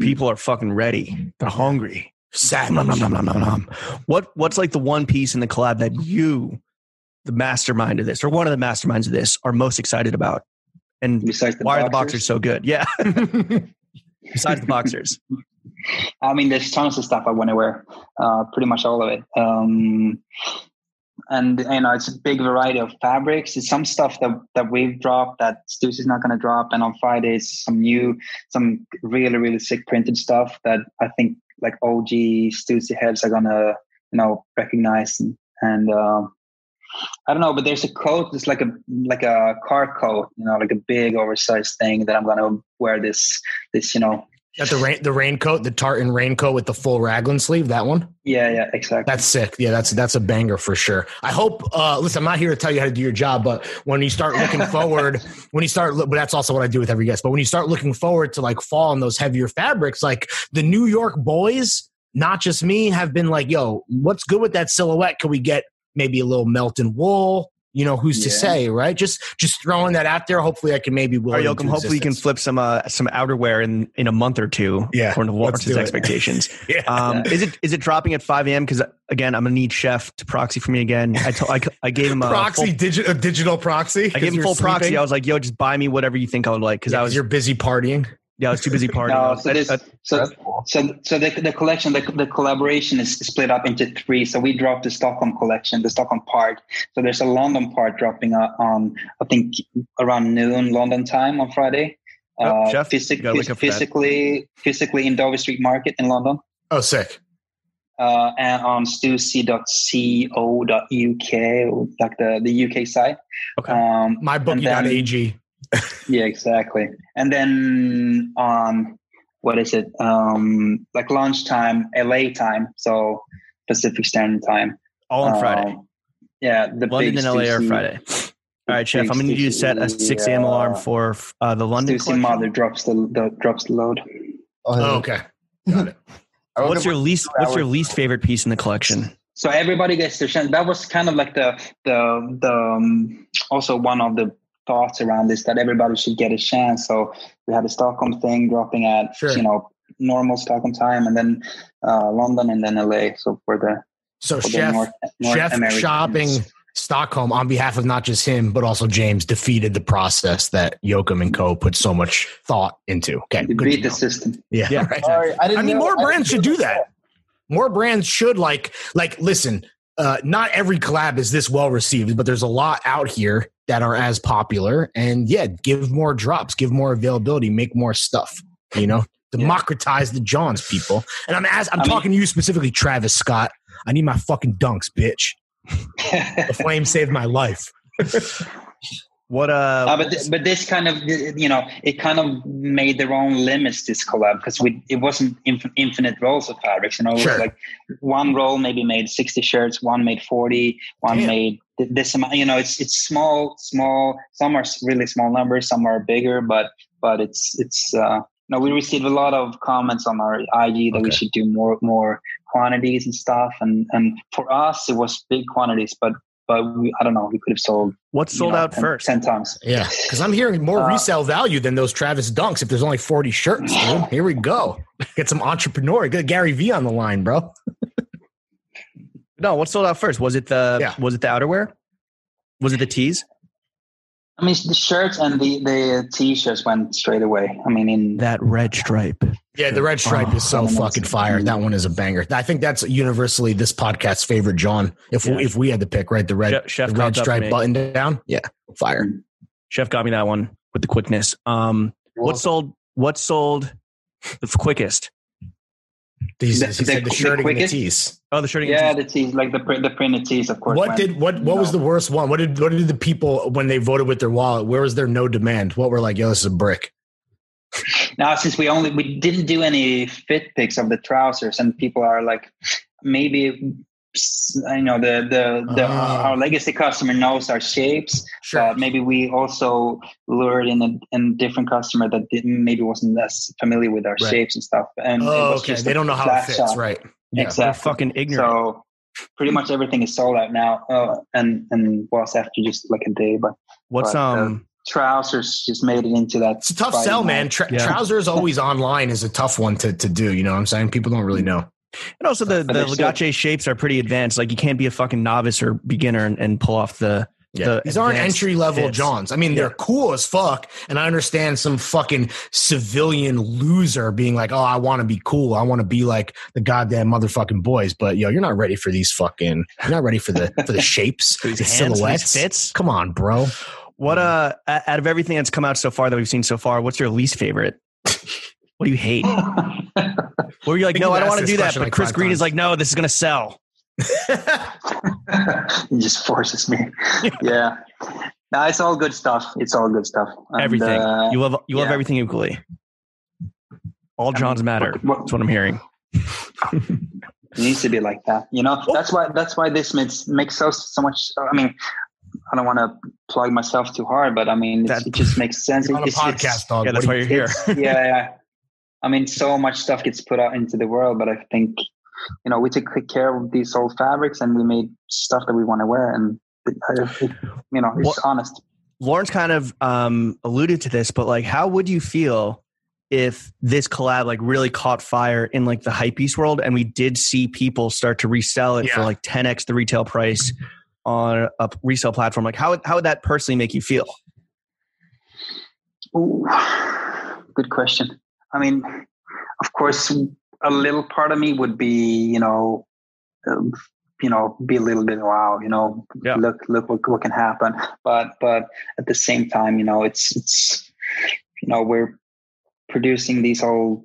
Speaker 1: People are fucking ready. They're hungry.
Speaker 3: sad.
Speaker 1: Nom, nom, nom, nom, nom, nom. What What's like the one piece in the collab that you, the mastermind of this, or one of the masterminds of this, are most excited about? And
Speaker 2: Besides the
Speaker 1: why are the boxers
Speaker 2: boxers,
Speaker 1: so good? Yeah, besides the boxers,
Speaker 2: I mean, there's tons of stuff I want to wear. Uh, pretty much all of it. Um, and you know, it's a big variety of fabrics. It's some stuff that that we've dropped that Stu's not going to drop, and on Fridays, some new, some really really sick printed stuff that I think like OG Stussy heads are gonna you know recognize and. and uh, I don't know, but there's a coat. It's like a like a car coat, you know, like a big oversized thing that I'm gonna wear this this you know
Speaker 3: Got the rain, the raincoat, the tartan raincoat with the full raglan sleeve. That one.
Speaker 2: yeah yeah exactly.
Speaker 3: That's sick. Yeah, that's that's a banger for sure. I hope. Uh, listen, I'm not here to tell you how to do your job, but when you start looking forward, when you start, look, but that's also what I do with every guest. But when you start looking forward to like fall in those heavier fabrics, like the New York boys, not just me, have been like, "Yo, what's good with that silhouette? Can we get maybe a little melt and wool?" You know, who's to
Speaker 2: Yeah.
Speaker 3: say, right? Just just throwing that out there. Hopefully, I can maybe. will
Speaker 1: all right,
Speaker 3: it into
Speaker 1: Yoakum. Hopefully, you can
Speaker 3: existence.
Speaker 1: flip some uh, some outerwear in in a month or two.
Speaker 3: Yeah,
Speaker 1: according to
Speaker 3: let's do
Speaker 1: Lawrence's
Speaker 3: it.
Speaker 1: expectations.
Speaker 3: Yeah.
Speaker 1: Um,
Speaker 2: Yeah.
Speaker 1: Is it is it dropping at 5 a.m.? Because again, I'm gonna need Chef to proxy for me again. I told I, I gave him a
Speaker 3: proxy,
Speaker 1: uh, Full,
Speaker 3: digi- a digital proxy.
Speaker 1: I gave him full proxy. I was like, "Yo, just buy me whatever you think I would like," because I was
Speaker 3: you're busy partying.
Speaker 1: yeah, I was too busy partying. I
Speaker 2: No,
Speaker 1: was-
Speaker 2: so this,
Speaker 1: I-
Speaker 2: so so so the, the collection, the, the collaboration is split up into three. So we dropped the Stockholm collection, the Stockholm part. So there's a London part dropping uh, on I think around noon London time on Friday. Uh,
Speaker 1: Oh, chef,
Speaker 2: physic-
Speaker 1: you gotta wake up for that.
Speaker 2: physically, physically in Dover Street Market in London,
Speaker 3: Oh, sick.
Speaker 2: uh, and on stuc.co.uk, like the the UK site.
Speaker 1: Okay.
Speaker 2: Um, and then-
Speaker 3: mybookie.ag.
Speaker 2: yeah, exactly. And then on what is it? Um, like lunchtime, LA time, so Pacific Standard Time.
Speaker 1: all on
Speaker 3: Oh,
Speaker 2: Um,
Speaker 1: Friday.
Speaker 2: Yeah, the
Speaker 1: London
Speaker 2: big
Speaker 1: and LA are
Speaker 2: Stussy-
Speaker 1: Friday. All right, Chef. I'm gonna need you to set a 6 a.m. alarm for uh, the London.
Speaker 2: Stussy
Speaker 1: collection.
Speaker 2: mother drops the, the drops the load. uh,
Speaker 3: Oh, okay. Got it.
Speaker 5: I woke
Speaker 1: What's
Speaker 5: up
Speaker 1: your
Speaker 5: with
Speaker 1: least
Speaker 5: two
Speaker 1: What's your
Speaker 5: hours.
Speaker 1: least favorite piece in the collection?
Speaker 2: So everybody gets their chance. That was kind of like the the the um, also one of the thoughts around this that everybody should get a chance. So we had the Stockholm thing dropping at
Speaker 3: Sure.
Speaker 2: you know normal Stockholm time, and then uh, London, and then LA. So for the
Speaker 3: So
Speaker 2: for the
Speaker 3: chef,
Speaker 2: North- North
Speaker 3: chef
Speaker 2: Americans.
Speaker 3: shopping Stockholm on behalf of not just him but also James defeated the process that Yoakum and Co put so much thought into. Okay,
Speaker 2: You
Speaker 3: good
Speaker 2: beat
Speaker 3: to
Speaker 2: the
Speaker 3: know.
Speaker 2: system.
Speaker 3: yeah,
Speaker 1: Yeah.
Speaker 3: right.
Speaker 5: Sorry, I didn't.
Speaker 3: I mean,
Speaker 5: know-
Speaker 3: more
Speaker 5: didn't
Speaker 3: brands should
Speaker 5: know
Speaker 3: do that. More brands should like like listen. Uh, not every collab is this well received, but there's a lot out here that are as popular. And yeah, give more drops, give more availability, make more stuff. You know, democratize the Johns, people. And I'm as I'm
Speaker 2: I mean-
Speaker 3: talking to you specifically, Travis Scott. I need my fucking dunks, bitch. The flame saved my life.
Speaker 1: What uh?
Speaker 2: Uh, but th- but this kind of you know it kind of made their own limits this collab because we it wasn't inf- infinite rolls of fabrics you know it
Speaker 3: Sure.
Speaker 2: was like one roll maybe made 60 shirts one made 40 one
Speaker 3: Damn.
Speaker 2: made th- this amount you know it's it's small small some are s- really small numbers some are bigger but but it's it's uh you know, we received a lot of comments on our IG that
Speaker 3: Okay.
Speaker 2: we should do more more quantities and stuff and and for us it was big quantities but but we, I don't know we could have sold
Speaker 1: what
Speaker 2: you
Speaker 1: sold
Speaker 2: know,
Speaker 1: out
Speaker 2: 10
Speaker 1: first?
Speaker 2: 10 times
Speaker 3: Yeah, because I'm hearing more
Speaker 2: Uh,
Speaker 3: resale value than those Travis dunks. If there's only 40 shirts, dude. here we go. Get some entrepreneur. Get Gary V on the line, bro.
Speaker 1: No, what sold out first? Was it the
Speaker 3: Yeah.
Speaker 1: was it the outerwear? Was it the tees?
Speaker 2: I mean, the shirts and the, the t-shirts went straight away. I mean, in
Speaker 1: That red stripe.
Speaker 3: Yeah, the red stripe is so
Speaker 2: Oh, that's-
Speaker 3: fucking fire. That one is a banger. I think that's universally this podcast's favorite, John. If
Speaker 1: Yeah.
Speaker 3: if we had to pick, right, the red
Speaker 1: Chef, chef
Speaker 3: the
Speaker 1: called
Speaker 3: red
Speaker 1: up to
Speaker 3: stripe
Speaker 1: me.
Speaker 3: button down. Yeah, fire.
Speaker 1: Chef got me that one with the quickness. Um,
Speaker 5: You're
Speaker 1: what
Speaker 5: welcome.
Speaker 1: sold? What sold the quickest?
Speaker 3: These,
Speaker 2: The-
Speaker 3: he
Speaker 2: the-
Speaker 3: said the
Speaker 2: the
Speaker 3: shirting and the
Speaker 2: quickest?
Speaker 3: tees.
Speaker 1: Oh, the shirting.
Speaker 2: Yeah, the tees, like the print- the printed tees, of course.
Speaker 3: What
Speaker 2: went,
Speaker 3: did what
Speaker 2: you
Speaker 3: what was
Speaker 2: know.
Speaker 3: the worst one? What did what did the people when they voted with their wallet? Where was there no demand? What were like, yo, this is a brick.
Speaker 2: now since we only we didn't do any fit pics of the trousers, and people are like, maybe I know the the, the
Speaker 3: Ah.
Speaker 2: our legacy customer knows our shapes, but Uh, maybe we also lured in a, in different customer that didn't maybe wasn't as familiar with our
Speaker 3: Right.
Speaker 2: shapes and stuff. And it
Speaker 3: oh,
Speaker 2: was
Speaker 3: okay.
Speaker 2: just
Speaker 3: They
Speaker 2: a
Speaker 3: don't know how it
Speaker 2: flash
Speaker 3: fits,
Speaker 2: shot.
Speaker 3: right?
Speaker 1: They're
Speaker 2: Exactly.
Speaker 1: fucking ignorant.
Speaker 2: So pretty much everything is sold out now, uh, and and was after just like a day. But
Speaker 1: What's
Speaker 2: but, uh,
Speaker 1: um?
Speaker 2: trousers just made it into that.
Speaker 3: It's a tough
Speaker 2: Friday
Speaker 3: sell,
Speaker 2: night.
Speaker 3: man. Tra-
Speaker 1: Yeah.
Speaker 3: Trousers always online is a tough one to, to do. You know what I'm saying? People don't really know.
Speaker 1: And also the
Speaker 2: But
Speaker 1: the
Speaker 2: they're still-
Speaker 1: legace shapes are pretty advanced. Like you can't be a fucking novice or beginner and, and pull off the The
Speaker 3: These aren't
Speaker 1: advanced
Speaker 3: entry level
Speaker 1: fits.
Speaker 3: Johns. I mean,
Speaker 1: Yeah.
Speaker 3: they're cool as fuck. And I understand some fucking civilian loser being like, oh, I want to be cool. I want to be like the goddamn motherfucking boys. But yo, you're not ready for these fucking, you're not ready for the, for the shapes,
Speaker 1: these
Speaker 3: the
Speaker 1: hands, these
Speaker 3: silhouettes.
Speaker 1: fits.
Speaker 3: Come on, bro. Hmm.
Speaker 1: What uh? o- Out of everything that's come out so far that we've seen so far, what's your least favorite? what do you hate? Where you're like,
Speaker 3: think
Speaker 1: no,
Speaker 3: you've
Speaker 1: I don't
Speaker 3: asked
Speaker 1: want to
Speaker 3: this
Speaker 1: do that.
Speaker 3: question
Speaker 1: But
Speaker 3: like
Speaker 1: Chris
Speaker 3: five
Speaker 1: Green
Speaker 3: times.
Speaker 1: is like, no, this is gonna sell.
Speaker 2: it just forces me. yeah. No, it's all good stuff. It's all good stuff. And,
Speaker 1: everything.
Speaker 2: uh,
Speaker 1: you love you love
Speaker 2: yeah.
Speaker 1: everything equally. All
Speaker 2: mean,
Speaker 1: Johns matter.
Speaker 2: what-
Speaker 1: That's what I'm hearing.
Speaker 2: It needs to be like that, you
Speaker 3: Oh.
Speaker 2: know. That's why. That's why this makes makes so so much. I mean, I don't want to plug myself too hard, but I mean, it's,
Speaker 1: That-
Speaker 2: it just makes sense.
Speaker 3: You're on a
Speaker 2: It's- it's-
Speaker 3: podcast, dog.
Speaker 1: Yeah, that's
Speaker 3: What
Speaker 1: why
Speaker 3: do
Speaker 1: you're here.
Speaker 2: it's- yeah, yeah. I mean, so much stuff gets put out into the world, but I think you know we take good care of these old fabrics, and we made stuff that we want to wear, and it, it, you know, it's
Speaker 1: What-
Speaker 2: honest.
Speaker 1: Lawrence kind of um, alluded to this, but like, how would you feel if this collab like really caught fire in like the hypebeast world, and we did see people start to resell it for
Speaker 3: Yeah.
Speaker 1: like 10x the retail price on a resale platform? Like, how would- how would that personally make you feel?
Speaker 2: Ooh, good question. I mean, of course, a little part of me would be, you know, um, you know, be a little bit wow, you know,
Speaker 1: Yeah.
Speaker 2: look, look what, what can happen. But but at the same time, you know, it's it's you know we're producing these old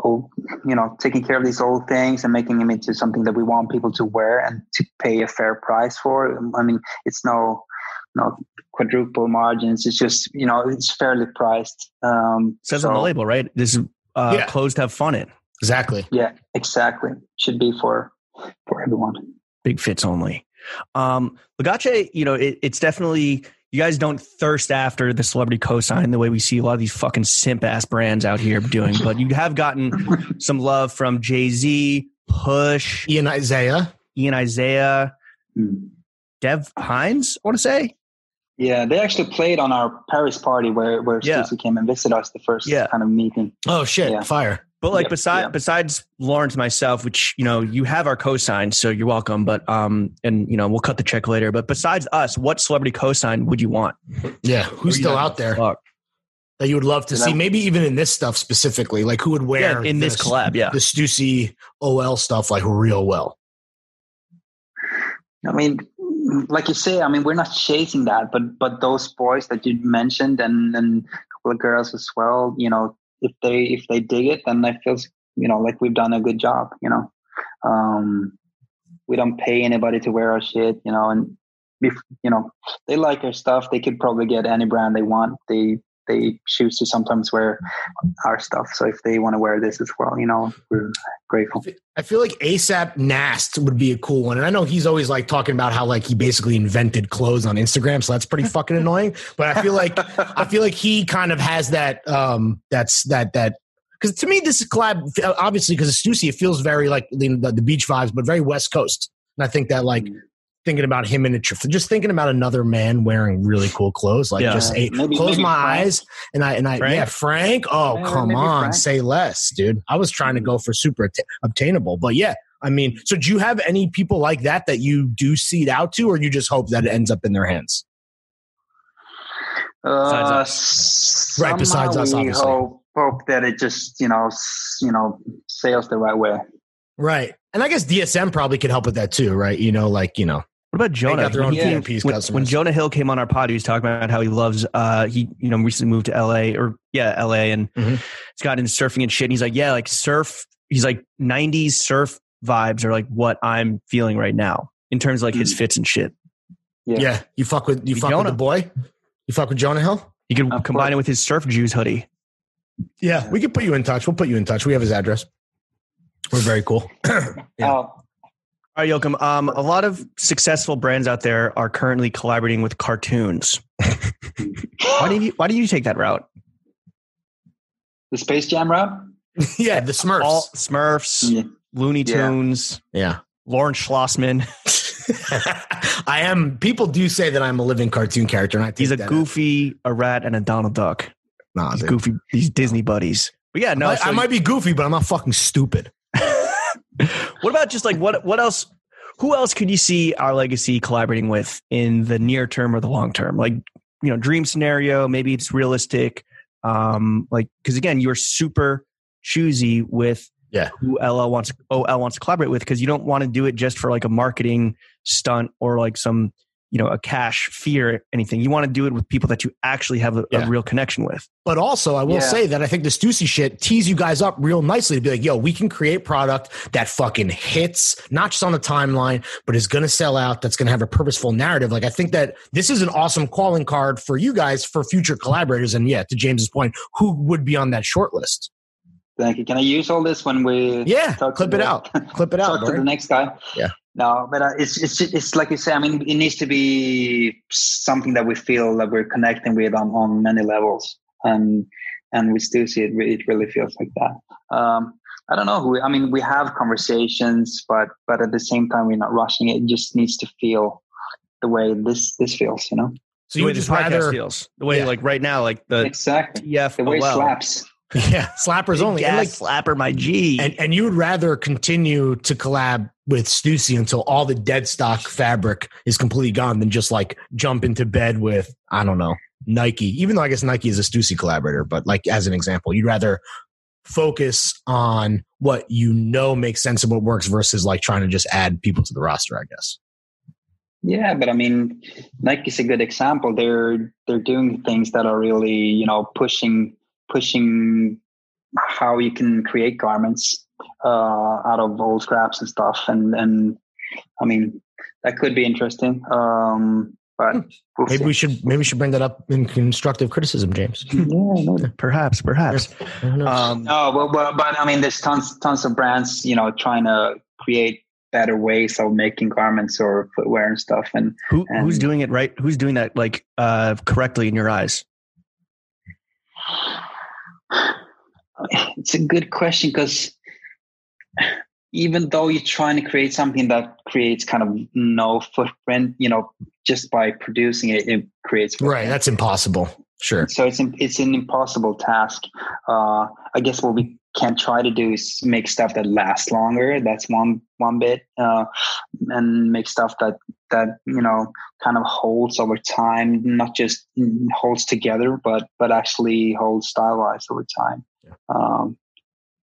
Speaker 2: old you know taking care of these old things and making them into something that we want people to wear and to pay a fair price for. I mean, it's no no quadruple margins. It's just you know it's fairly priced. Um,
Speaker 1: It says on the
Speaker 2: so-
Speaker 1: label, right? This is uh,
Speaker 3: Yeah.
Speaker 1: closed to have fun in.
Speaker 3: Exactly.
Speaker 2: yeah, exactly. Should be for for everyone.
Speaker 1: big fits only. Um, Legace, you know, it, it's definitely you guys don't thirst after the celebrity cosign the way we see a lot of these fucking simp ass brands out here doing, but you have gotten some love from Jay Z, Push,
Speaker 3: Ian Isaiah.
Speaker 1: Ian Isaiah, Hmm.
Speaker 2: Mm.
Speaker 1: Dev Hines. I want to say,
Speaker 2: Yeah, they actually played on our Paris party where where
Speaker 1: Yeah.
Speaker 2: Stussy came and visited us the first
Speaker 1: Yeah.
Speaker 2: kind of meeting.
Speaker 3: Oh, shit.
Speaker 2: Yeah.
Speaker 3: Fire.
Speaker 1: but like
Speaker 2: Yeah,
Speaker 1: besides
Speaker 2: yeah.
Speaker 1: besides Lawrence myself, which you know you have our cosign, so you're welcome. But um, and you know we'll cut the check later. But besides us, what celebrity cosign would you want?
Speaker 3: Yeah. Who's
Speaker 1: Or you
Speaker 3: still
Speaker 1: don't
Speaker 3: out there
Speaker 1: Fuck.
Speaker 3: that you would love to
Speaker 2: You know?
Speaker 3: see? Maybe even in this stuff specifically. Like, who would
Speaker 1: Yeah,
Speaker 3: wear
Speaker 1: in this collab, yeah.
Speaker 3: the Stussy OL stuff like real well?
Speaker 2: I mean, like you say, I mean we're not chasing that, but but those boys that you mentioned and and a couple of girls as well, you know, if they if they dig it, then I feel you know like we've done a good job. You know, um, we don't pay anybody to wear our shit. You know, and if you know they like our stuff, they could probably get any brand they want. They they choose to sometimes wear our stuff. So if they want to wear this as well, you know, we're grateful.
Speaker 3: I feel like ASAP Nast would be a cool one. And I know he's always like talking about how like he basically invented clothes on Instagram, so that's pretty fucking annoying. But I feel like I feel like he kind of has that um that's that that because to me this collab obviously because it's Stussy, it feels very like the, the, the beach vibes, but very West Coast. And I think that like
Speaker 2: Mm-hmm.
Speaker 3: thinking about him in a tr- just thinking about another man wearing really cool clothes, like
Speaker 1: Yeah.
Speaker 3: just a,
Speaker 2: Maybe-
Speaker 3: close
Speaker 2: maybe
Speaker 3: my
Speaker 2: Frank.
Speaker 3: eyes and I and I
Speaker 1: Frank?
Speaker 3: yeah Frank. Oh
Speaker 2: Maybe-
Speaker 3: come
Speaker 2: maybe Mm-hmm.
Speaker 3: on,
Speaker 2: Frank.
Speaker 3: say less, dude. I was trying to go for super obta- obtainable, but yeah. I mean, so do you have any people like that that you do seed out to, or you just hope that it ends up in their hands?
Speaker 1: Besides
Speaker 2: Uh,
Speaker 3: Right, besides us,
Speaker 2: somehow we
Speaker 3: obviously.
Speaker 2: Hope, hope that it just you know s- you know sails the right way.
Speaker 3: Right, and I guess DSM probably could help with that too, right? You know, like you know,
Speaker 1: What about Jonah?
Speaker 3: got their own
Speaker 1: He came-
Speaker 3: VIPs
Speaker 1: when,
Speaker 3: customers.
Speaker 1: when Jonah Hill came on our pod, he was talking about how he loves. Uh, he you know recently moved to LA or yeah LA and
Speaker 3: Mhm.
Speaker 1: Mm-hmm. he's got into surfing and shit. And he's like, yeah, like surf he's like 90s surf vibes are like what I'm feeling right now in terms of like his fits and shit.
Speaker 2: Yeah.
Speaker 3: Yeah. You fuck with you
Speaker 1: With
Speaker 3: fuck
Speaker 1: Jonah.
Speaker 3: with the boy? You fuck with Jonah Hill?
Speaker 1: You could
Speaker 2: Of
Speaker 1: combine
Speaker 2: course.
Speaker 1: it with his surf Jews hoodie.
Speaker 3: Yeah. We could put you in touch. We'll put you in touch. We have his address. We're very cool. Yeah.
Speaker 2: Oh,
Speaker 1: All right, Yoakum. Um, a lot of successful brands out there are currently collaborating with cartoons. Why do you Why do you take that route?
Speaker 2: the Space Jam route?
Speaker 3: yeah, the Smurfs.
Speaker 1: All Smurfs,
Speaker 2: Yeah.
Speaker 1: Looney
Speaker 2: Yeah.
Speaker 1: Tunes,
Speaker 3: yeah.
Speaker 1: Lawrence Schlossman.
Speaker 3: I am people do say that I'm a living cartoon character and I take
Speaker 1: He's a
Speaker 3: that-
Speaker 1: goofy, a rat, and a Donald Duck.
Speaker 3: Nah,
Speaker 1: These
Speaker 3: dude.
Speaker 1: goofy, these Disney buddies. But yeah, no.
Speaker 3: I,
Speaker 1: so
Speaker 3: I might be goofy, but I'm not fucking stupid.
Speaker 1: what about just like what what else? Who else could you see our legacy collaborating with in the near term or the long term? Like you know, dream scenario. Maybe it's realistic. Um, like because again, you're super choosy with
Speaker 3: Yeah.
Speaker 1: who LL wants OL wants to collaborate with because you don't want to do it just for like a marketing stunt or like some you know a cash fear or anything. You want to do it with people that you actually have a,
Speaker 3: Yeah.
Speaker 1: a real connection with.
Speaker 3: But also, I will
Speaker 2: Yeah.
Speaker 3: say that I think the Stussy shit tees you guys up real nicely to be like, yo, we can create product that fucking hits, not just on the timeline, but is going to sell out, that's going to have a purposeful narrative. Like, I think that this is an awesome calling card for you guys for future collaborators. And yeah, to James's point, who would be on that short list?
Speaker 2: Thank you. Can I use all this when we
Speaker 3: Yeah,
Speaker 2: Talk to
Speaker 3: clip it
Speaker 2: the-
Speaker 3: out. Clip it out.
Speaker 2: talk to the
Speaker 3: Lauren.
Speaker 2: next guy?
Speaker 3: Yeah.
Speaker 2: No, but uh, it's it's it's like you say. I mean, it needs to be something that we feel that we're connecting with on on many levels, and and we still see it. It really feels like that. Um, I don't know who. I mean, we have conversations, but but at the same time, we're not rushing it. It just needs to feel the way this this feels. You know,
Speaker 3: So you would just rather,
Speaker 1: feels, the way
Speaker 3: Yeah.
Speaker 1: like right now, like the
Speaker 2: exactly.
Speaker 1: TF
Speaker 2: The way it
Speaker 1: OL.
Speaker 2: slaps.
Speaker 3: yeah, slappers only. And like,
Speaker 1: slapper my G.
Speaker 3: and, and you would rather continue to collab with Stussy until all the dead stock fabric is completely gone than just like jump into bed with, I don't know, Nike, even though I guess Nike is a Stussy collaborator, but like as an example, you'd rather focus on what you know makes sense and what works versus like trying to just add people to the roster, I guess.
Speaker 2: Yeah, but I mean, Nike's a good example. They're they're doing things that are really you know pushing pushing how you can create garments uh, out of old scraps and stuff. And and I mean, that could be interesting. Um, but we'll
Speaker 3: Hmm. Maybe
Speaker 2: see.
Speaker 3: we should maybe we should bring that up in constructive criticism, James.
Speaker 2: yeah, no,
Speaker 1: perhaps, perhaps.
Speaker 3: I don't know.
Speaker 1: Um,
Speaker 2: No, well, but, but I mean, there's tons, tons of brands, you know, trying to create better ways of making garments or footwear and stuff. And
Speaker 1: Who, who's
Speaker 2: and-
Speaker 1: doing it right? Who's doing that like uh, correctly in your eyes?
Speaker 2: it's a good question because even though you're trying to create something that creates kind of no footprint, you know, just by producing it, it creates
Speaker 3: right,
Speaker 2: footprint.
Speaker 3: that's impossible. Sure.
Speaker 2: So it's an, it's an impossible task. Uh, I guess what we can try to do is make stuff that lasts longer. That's one one bit, uh, and make stuff that that you know kind of holds over time, not just mm, holds together, but but actually holds stylized over time. Um,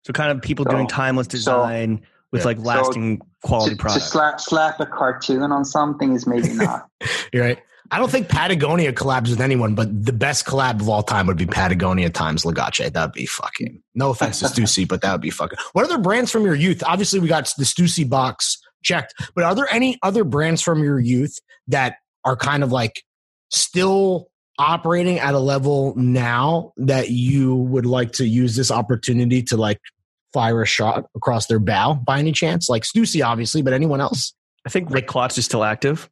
Speaker 1: So kind of people
Speaker 2: So-
Speaker 1: doing timeless design with
Speaker 3: Yeah.
Speaker 1: like lasting
Speaker 2: to,
Speaker 1: quality
Speaker 2: to
Speaker 1: products.
Speaker 2: slap slap a cartoon on something is maybe not.
Speaker 3: You're right. I don't think Patagonia collabs with anyone, but the best collab of all time would be Patagonia times Legace. That'd be fucking. No offense to Stussy, but that would be fucking. What other brands from your youth? Obviously, we got the Stussy box checked, but are there any other brands from your youth that are kind of like still operating at a level now that you would like to use this opportunity to like fire a shot across their bow by any chance? Like Stussy, obviously, but anyone else?
Speaker 1: I think Rick Klotz is still active.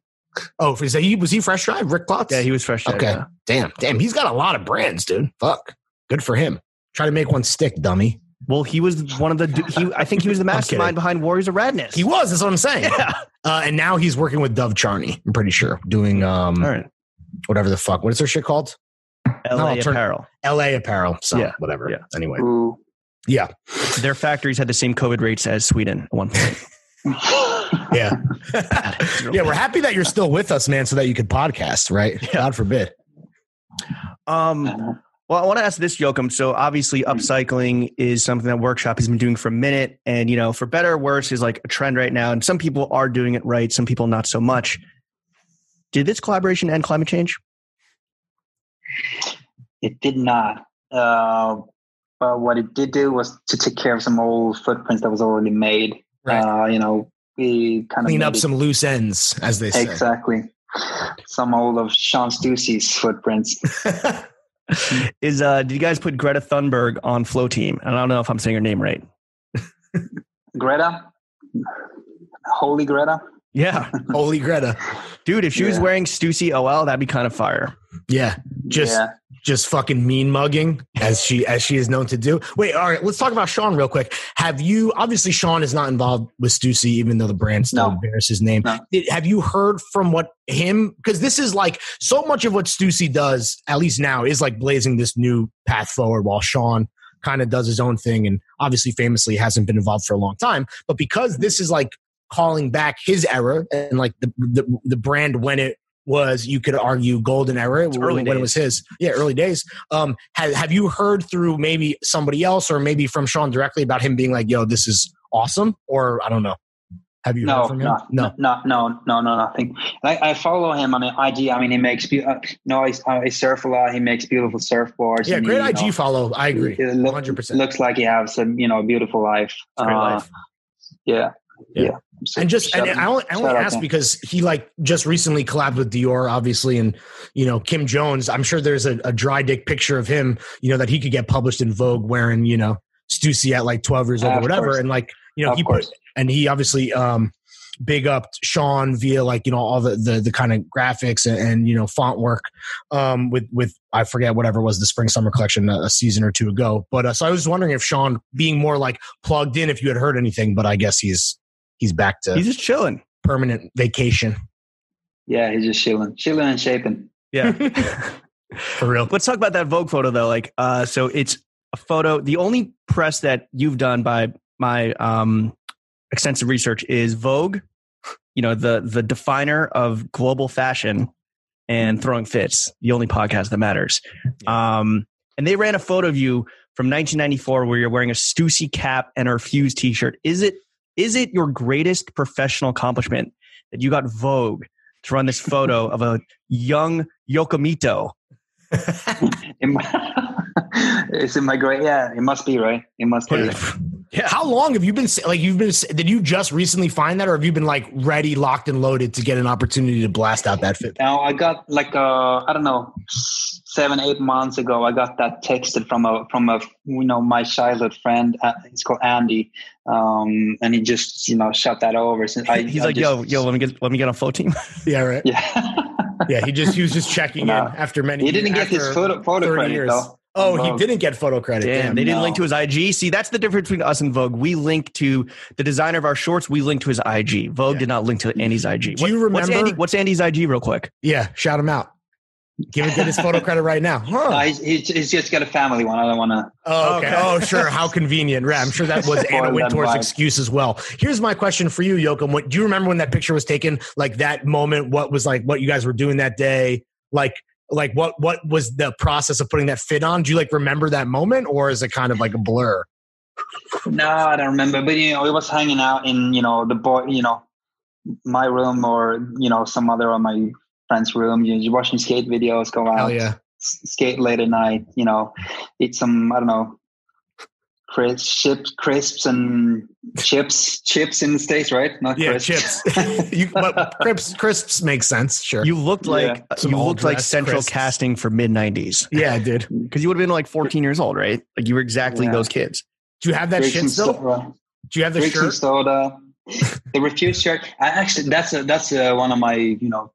Speaker 3: Oh, is he, was he Fresh Drive? Rick Klotz?
Speaker 1: Yeah, he was fresh. Out,
Speaker 3: Okay.
Speaker 1: yeah.
Speaker 3: Damn, damn, he's got a lot of brands, dude. Fuck. Good for him. Try to make one stick, dummy.
Speaker 1: Well, he was one of the. He, I think he was the
Speaker 3: kidding.
Speaker 1: mastermind behind Warriors of Radness.
Speaker 3: He was, that's what I'm saying.
Speaker 1: Yeah.
Speaker 3: Uh, and now he's working with Dove Charney, I'm pretty sure, doing um
Speaker 1: All right.
Speaker 3: whatever the fuck. What is their shit called?
Speaker 1: LA
Speaker 3: I'll turn-
Speaker 1: Apparel.
Speaker 3: LA apparel. So
Speaker 1: Yeah.
Speaker 3: whatever.
Speaker 1: Yeah.
Speaker 3: Anyway.
Speaker 2: Ooh.
Speaker 3: Yeah.
Speaker 1: Their factories had the same COVID rates as Sweden at one point.
Speaker 3: Yeah. yeah. We're happy that you're still with us, man, so that you could podcast, right? God forbid.
Speaker 1: Um. Well, I want to ask this, Joachim. So obviously, upcycling is something that Workshop has been doing for a minute, and you know, for better or worse, is like a trend right now. And some people are doing it right, some people not so much. Did this collaboration end climate change?
Speaker 2: It did not. Uh, But what it did do was to take care of some old footprints that was already made.
Speaker 3: Right.
Speaker 2: Uh, you know, we kind
Speaker 3: Clean
Speaker 2: of
Speaker 3: up
Speaker 2: made it-
Speaker 3: some loose ends, as they say.
Speaker 2: exactly some old of Sean Stussy's footprints.
Speaker 1: Is uh, did you guys put Greta Thunberg on Flow Team? And I don't know if I'm saying her name right.
Speaker 2: Greta, holy Greta.
Speaker 1: Yeah,
Speaker 3: Holy Greta.
Speaker 1: dude, if she was
Speaker 2: Yeah.
Speaker 1: wearing Stussy OL, that'd be kind of fire.
Speaker 3: Yeah. Just
Speaker 2: yeah.
Speaker 3: just fucking mean mugging as she as she is known to do. Wait, all right, let's talk about Sean real quick. Have you obviously Sean is not involved with Stussy, even though the brand still
Speaker 2: No.
Speaker 3: bears his name.
Speaker 2: No.
Speaker 3: Did- have you heard from what him? Because this is like so much of what Stussy does, at least now, is like blazing this new path forward while Sean kind of does his own thing and obviously famously hasn't been involved for a long time. But because this is like calling back his era and like the the, the brand when it was you could argue golden era
Speaker 1: It's
Speaker 3: when,
Speaker 1: early
Speaker 3: when it was his yeah early days um have, have you heard through maybe somebody else or maybe from sean directly about him being like yo this is awesome or i don't know have you heard
Speaker 2: No,
Speaker 3: from him
Speaker 2: no, no, no, no, no, no, nothing. And I, I follow him on IG. I mean, he makes be- uh, no. I, I surf a lot. He makes beautiful surfboards.
Speaker 3: yeah
Speaker 2: and he,
Speaker 3: great
Speaker 2: you
Speaker 3: ig
Speaker 2: know,
Speaker 3: follow i agree
Speaker 2: It look-
Speaker 3: 100%.
Speaker 2: Looks like he has a you know a beautiful life.
Speaker 1: Great
Speaker 2: Uh,
Speaker 1: life.
Speaker 2: Yeah,
Speaker 3: Yeah.
Speaker 2: yeah.
Speaker 3: and just and
Speaker 2: Shout-
Speaker 3: I only, I only
Speaker 2: shout out
Speaker 3: ask
Speaker 2: to him.
Speaker 3: because he like just recently collabed with Dior, obviously, and you know Kim Jones. I'm sure there's a, a dry dick picture of him, you know, that he could get published in Vogue wearing you know Stussy at like 12 years old or
Speaker 2: Ah, Of
Speaker 3: whatever,
Speaker 2: course.
Speaker 3: and like you know
Speaker 2: of
Speaker 3: he put
Speaker 2: course.
Speaker 3: and he obviously um big up Sean via like you know all the the, the kind of graphics and, and you know font work um with with I forget whatever was the spring summer collection a, a season or two ago but uh, so I was wondering if Sean being more like plugged in if you had heard anything but I guess he's he's back to
Speaker 1: He's just chilling.
Speaker 3: permanent vacation
Speaker 2: yeah, he's just chilling, chilling and shaping.
Speaker 1: Yeah.
Speaker 3: for real
Speaker 1: Let's talk about that Vogue photo though. Like, uh, so it's a photo. The only press that you've done by my um, extensive research is Vogue. You know, the the definer of global fashion and throwing fits. The only podcast that matters. Um, and they ran a photo of you from 1994 where you're wearing a Stussy cap and a Refuse T-shirt. Is it is it your greatest professional accomplishment that you got Vogue to run this photo of a young Yokomito?
Speaker 2: In my- it's in my great. Yeah, it must be right. It must be.
Speaker 1: Yeah.
Speaker 3: how long have you been sa- like you've been sa- did you just recently find that or have you been like ready locked and loaded to get an opportunity to blast out that fit
Speaker 2: Now I got like uh I don't know seven eight months ago I got that texted from a from a you know my childhood friend uh, he's called Andy um and he just you know shot that over since I
Speaker 1: He's
Speaker 2: I
Speaker 1: like,
Speaker 2: just-
Speaker 1: yo, yo, let me get let me get on flow team.
Speaker 3: yeah right
Speaker 2: yeah
Speaker 3: yeah he just he was just checking
Speaker 2: Nah.
Speaker 3: in after many
Speaker 2: he didn't get his
Speaker 3: after
Speaker 2: photo photo
Speaker 3: 30
Speaker 2: credit
Speaker 3: years.
Speaker 2: though
Speaker 3: oh
Speaker 2: on
Speaker 3: he
Speaker 2: Vogue.
Speaker 3: didn't get photo credit
Speaker 1: Damn,
Speaker 3: damn,
Speaker 1: they didn't
Speaker 2: no.
Speaker 1: link to his IG. See, that's the difference between us and Vogue. We link to the designer of our shorts. We link to his IG. Vogue
Speaker 3: Yeah.
Speaker 1: did not link to Andy's IG.
Speaker 3: Do you
Speaker 1: What's,
Speaker 3: remember-
Speaker 1: Andy, what's Andy's IG, real quick?
Speaker 3: yeah shout him out give him get his photo credit right now huh.
Speaker 2: Uh, he's, he's, he's just got a family one I don't want to
Speaker 3: Oh, okay.
Speaker 1: Okay.
Speaker 3: oh, sure. How convenient. Right. I'm sure that was Anna
Speaker 2: Spoil that
Speaker 3: Wintour's
Speaker 2: vibe.
Speaker 3: excuse as well. Here's my question for you, Yoakum. What do you remember when that picture was taken? Like that moment, what was like what you guys were doing that day? Like like what what was the process of putting that fit on? Do you like remember that moment or is it kind of like a blur?
Speaker 2: no I don't remember but you know it was hanging out in you know the boy you know my room or you know some other of my friend's room you you're watching skate videos go out
Speaker 3: Hell yeah.
Speaker 2: s- skate late at night, you know, eat some, I don't know, crisps, chips, crisps and chips, chips in the States, right? Not
Speaker 3: Yeah,
Speaker 2: crisps.
Speaker 3: chips. you, but crisps, crisps makes sense, sure.
Speaker 1: You looked like
Speaker 2: Yeah.
Speaker 1: uh,
Speaker 3: Some
Speaker 1: you
Speaker 3: old
Speaker 1: looked like
Speaker 3: dress
Speaker 1: central
Speaker 3: crisps.
Speaker 1: casting for mid '90s
Speaker 3: yeah, dude.
Speaker 1: because you would have been like 14 years old, right? Like you were exactly
Speaker 2: Yeah.
Speaker 1: those kids.
Speaker 3: Do you have that
Speaker 2: Drink
Speaker 3: shit
Speaker 2: some
Speaker 3: still?
Speaker 2: soda.
Speaker 3: Do you have the
Speaker 2: Drink some
Speaker 3: shirt?
Speaker 2: soda. The refuse shirt. I actually, that's a, that's a, one of my, you know,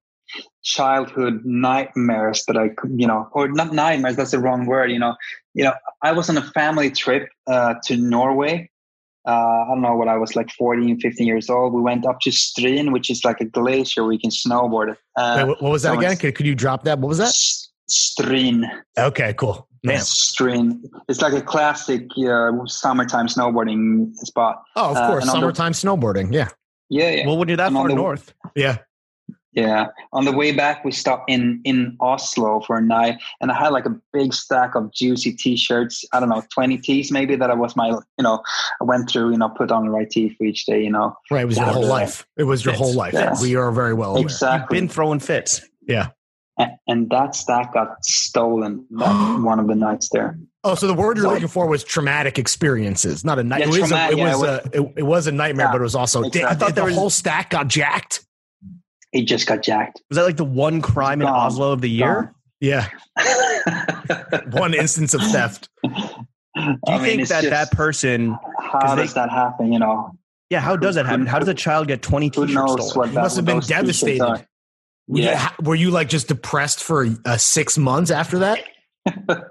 Speaker 2: childhood nightmares that I, could- you know, or not nightmares. That's the wrong word. You know, you know, I was on a family trip uh, to Norway. Uh, I don't know what I was like 14, 15 years old. We went up to Stryn, which is like a glacier where you can snowboard.
Speaker 3: Wait,
Speaker 2: Uh,
Speaker 3: what what was that
Speaker 2: that
Speaker 3: again?
Speaker 2: one's-
Speaker 3: Could, could you drop that? What was that?
Speaker 2: S- Stryn.
Speaker 3: Okay, cool. Nice.
Speaker 2: Stryn. It's like a classic uh, summertime snowboarding spot.
Speaker 3: Oh, of
Speaker 2: Uh,
Speaker 3: course.
Speaker 2: and on the-
Speaker 3: Summertime snowboarding. Yeah.
Speaker 2: Yeah, yeah.
Speaker 1: Well, when you're that
Speaker 2: I'm
Speaker 1: far
Speaker 2: on the-
Speaker 1: north,
Speaker 3: Yeah.
Speaker 2: Yeah. On the way back, we stopped in in Oslo for a night, and I had like a big stack of juicy T-shirts. I don't know, twenty tees maybe that I was my you know I went through you know put on the right tee for each day. You know
Speaker 3: Right, it was your
Speaker 2: Yeah.
Speaker 3: whole life. It was your
Speaker 1: Yes.
Speaker 3: whole life.
Speaker 2: Yes.
Speaker 3: We are very
Speaker 1: Oh,
Speaker 3: well aware.
Speaker 2: exactly.
Speaker 1: been throwing fits.
Speaker 2: A- and that stack got stolen that one of the nights there.
Speaker 3: Oh, so the word you're
Speaker 2: What?
Speaker 3: looking for was traumatic experiences, not a night.
Speaker 2: Yeah,
Speaker 3: it was,
Speaker 2: traumatic,
Speaker 3: a, it,
Speaker 2: yeah,
Speaker 3: was a, it, it was a nightmare,
Speaker 2: Yeah,
Speaker 3: but it was also.
Speaker 2: exactly.
Speaker 3: I thought the
Speaker 1: There was-
Speaker 3: whole stack got jacked.
Speaker 2: It just got jacked.
Speaker 1: Was that like the one crime in
Speaker 2: Gone.
Speaker 1: Oslo of the year?
Speaker 3: Yeah, one instance of theft.
Speaker 1: Do you think that that person?
Speaker 2: how
Speaker 1: 'cause they-
Speaker 2: does that happen? You know,
Speaker 1: Yeah, how does that happen? How does a child get twenty
Speaker 2: who
Speaker 1: t-shirts
Speaker 2: knows
Speaker 1: stolen?
Speaker 2: what
Speaker 3: You
Speaker 2: that
Speaker 3: must
Speaker 2: what
Speaker 3: have been
Speaker 2: those t-shirts
Speaker 3: devastated.
Speaker 2: are.
Speaker 3: Were you-
Speaker 2: Yeah.
Speaker 3: ha- Were you like just depressed for uh, six months after that?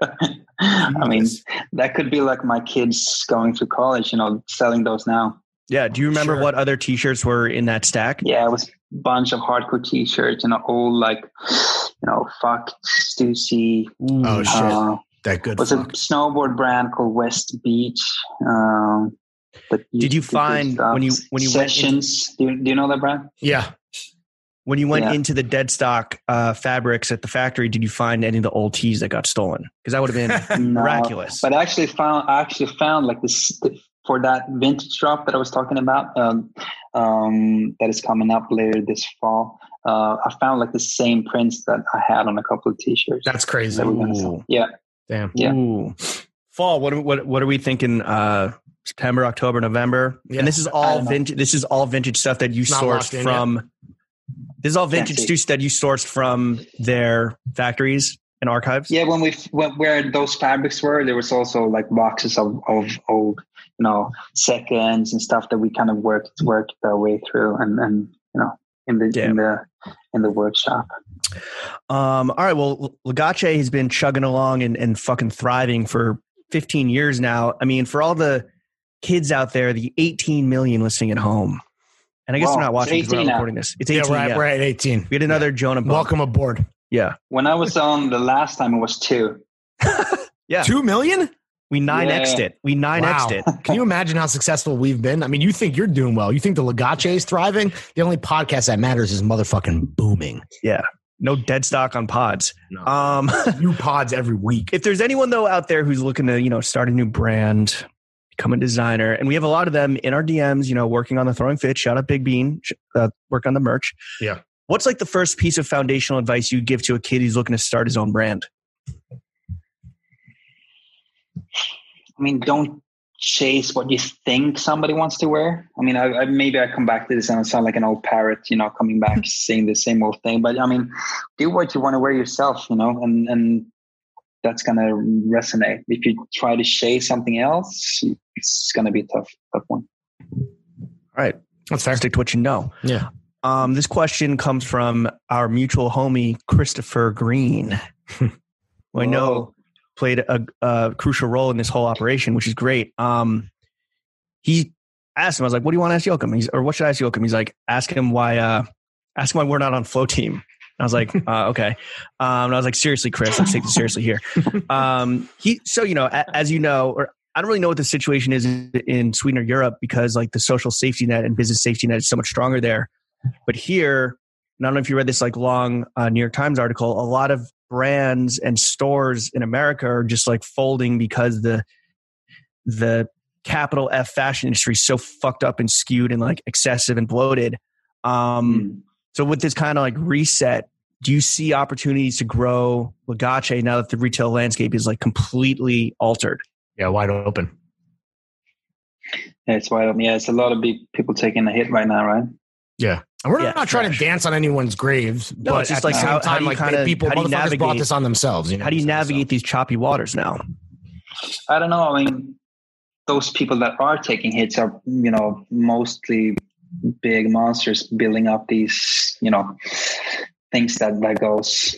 Speaker 2: I mean, that could be like my kids going through college. You know, selling those now.
Speaker 1: Yeah. Do you remember
Speaker 3: Sure.
Speaker 1: what other T-shirts were in that stack?
Speaker 2: Yeah, it was a bunch of hardcore T-shirts and all like, you know, fuck Stussy.
Speaker 1: Mm.
Speaker 3: Oh, shit.
Speaker 2: Uh,
Speaker 3: that good.
Speaker 2: was a
Speaker 3: Fuck.
Speaker 2: snowboard brand called West Beach. Um, but
Speaker 1: Did you
Speaker 2: did
Speaker 1: find
Speaker 2: this, uh,
Speaker 1: when you- when you went in-
Speaker 2: sessions? do, you, do you know that brand?
Speaker 3: yeah,
Speaker 1: When you went
Speaker 2: Yeah.
Speaker 1: into the dead stock uh, fabrics at the factory, did you find any of the old tees that got stolen? Because that would have been
Speaker 2: No.
Speaker 1: miraculous.
Speaker 2: But I actually found I actually found like this for that vintage drop that I was talking about um, um, that is coming up later this fall. Uh, I found like the same prints that I had on a couple of T-shirts.
Speaker 3: that's crazy.
Speaker 2: that we're gonna
Speaker 1: Ooh.
Speaker 2: sell. Yeah,
Speaker 3: Damn.
Speaker 2: Yeah.
Speaker 1: Ooh. Fall. What what what are we thinking? Uh, September, October, November,
Speaker 3: Yeah.
Speaker 1: and this is
Speaker 2: I
Speaker 1: all
Speaker 2: don't know.
Speaker 1: vintage. This is all vintage stuff that you
Speaker 3: Not locked
Speaker 1: sourced
Speaker 3: in
Speaker 1: from. This is all vintage
Speaker 2: see.
Speaker 1: stuff that you sourced from their factories and archives.
Speaker 2: Yeah, when we when, where those fabrics were, there was also like boxes of of old, you know, seconds and stuff that we kind of worked worked our way through, and and you know, in the
Speaker 1: Yeah.
Speaker 2: in the in the workshop.
Speaker 1: Um, all right. Well, Lagache has been chugging along and, and fucking thriving for 15 years now. I mean, for all the kids out there, the 18 million listening at home, and I guess
Speaker 2: Wow,
Speaker 1: they're not
Speaker 2: it's
Speaker 1: watching because we're
Speaker 2: 18
Speaker 1: not
Speaker 2: now.
Speaker 1: recording this. It's 18.
Speaker 3: Yeah,
Speaker 1: Yeah,
Speaker 3: we're at, we're at eighteen.
Speaker 1: We had another Jonah. Bump.
Speaker 3: Welcome aboard.
Speaker 1: Yeah.
Speaker 2: When I was on the last time, it was two.
Speaker 1: Yeah.
Speaker 3: Two million?
Speaker 1: We 9X'd
Speaker 2: Yeah.
Speaker 1: it. We 9X'd it.
Speaker 3: Can you imagine how successful we've been? I mean, you think you're doing well. You think the Legace is thriving? The only podcast that matters is motherfucking booming.
Speaker 1: No dead stock on pods.
Speaker 3: No.
Speaker 1: Um,
Speaker 3: New pods every week.
Speaker 1: if there's anyone though out there who's looking to you know start a new brand become a designer and we have a lot of them in our dms you know working on the throwing fit shout out big bean sh- uh, work on the merch
Speaker 3: Yeah.
Speaker 1: what's like the first piece of foundational advice you give to a kid who's looking to start his own brand
Speaker 2: I mean, don't chase what you think somebody wants to wear. I mean, I, I maybe I come back to this and I sound like an old parrot, you know, coming back saying the same old thing. But I mean, do what you want to wear yourself, you know, and and that's gonna resonate. If you try to chase something else, it's gonna be a tough, tough one.
Speaker 3: That's fair.
Speaker 1: stick to what you know
Speaker 3: Yeah.
Speaker 1: um, this question comes from our mutual homie christopher green who i know played a, a crucial role in this whole operation, which is great. Um, he asked him, I was like, "What do you want to ask Joachim?" He's, or what should I ask Joachim? He's like, "Ask him why. Uh, ask him why we're not on flow team." And I was like, uh, "Okay." Um, and I was like, "Seriously, Chris, let's take this seriously here." Um, he so you know, a, as you know, or I don't really know what the situation is in, in Sweden or Europe because like the social safety net and business safety net is so much stronger there, but here. And I don't know if you read this like long uh, New York Times article. A lot of brands and stores in America are just like folding because the the capital F fashion industry is so fucked up and skewed and like excessive and bloated. Um,
Speaker 2: Mm.
Speaker 1: So with this kind of like reset, do you see opportunities to grow Legace now that the retail landscape is like completely altered?
Speaker 3: Yeah, wide open.
Speaker 2: Yeah, it's wide open. Yeah, it's a lot of big people taking a hit right now, right?
Speaker 3: And we're
Speaker 1: Yeah,
Speaker 3: not trying to
Speaker 1: trash.
Speaker 3: dance on anyone's graves,
Speaker 1: No,
Speaker 3: but
Speaker 1: it's just
Speaker 3: at
Speaker 1: like
Speaker 3: the same
Speaker 1: how- how
Speaker 3: time,
Speaker 1: do you
Speaker 3: like
Speaker 1: kinda-
Speaker 3: people,
Speaker 1: how do you
Speaker 3: motherfuckers brought
Speaker 1: navigate-
Speaker 3: this on themselves. You know
Speaker 1: How do you
Speaker 3: what I'm saying?
Speaker 1: navigate these choppy waters now?
Speaker 2: I don't know. I mean, those people that are taking hits are, you know, mostly big monsters building up these, you know, things that that goes,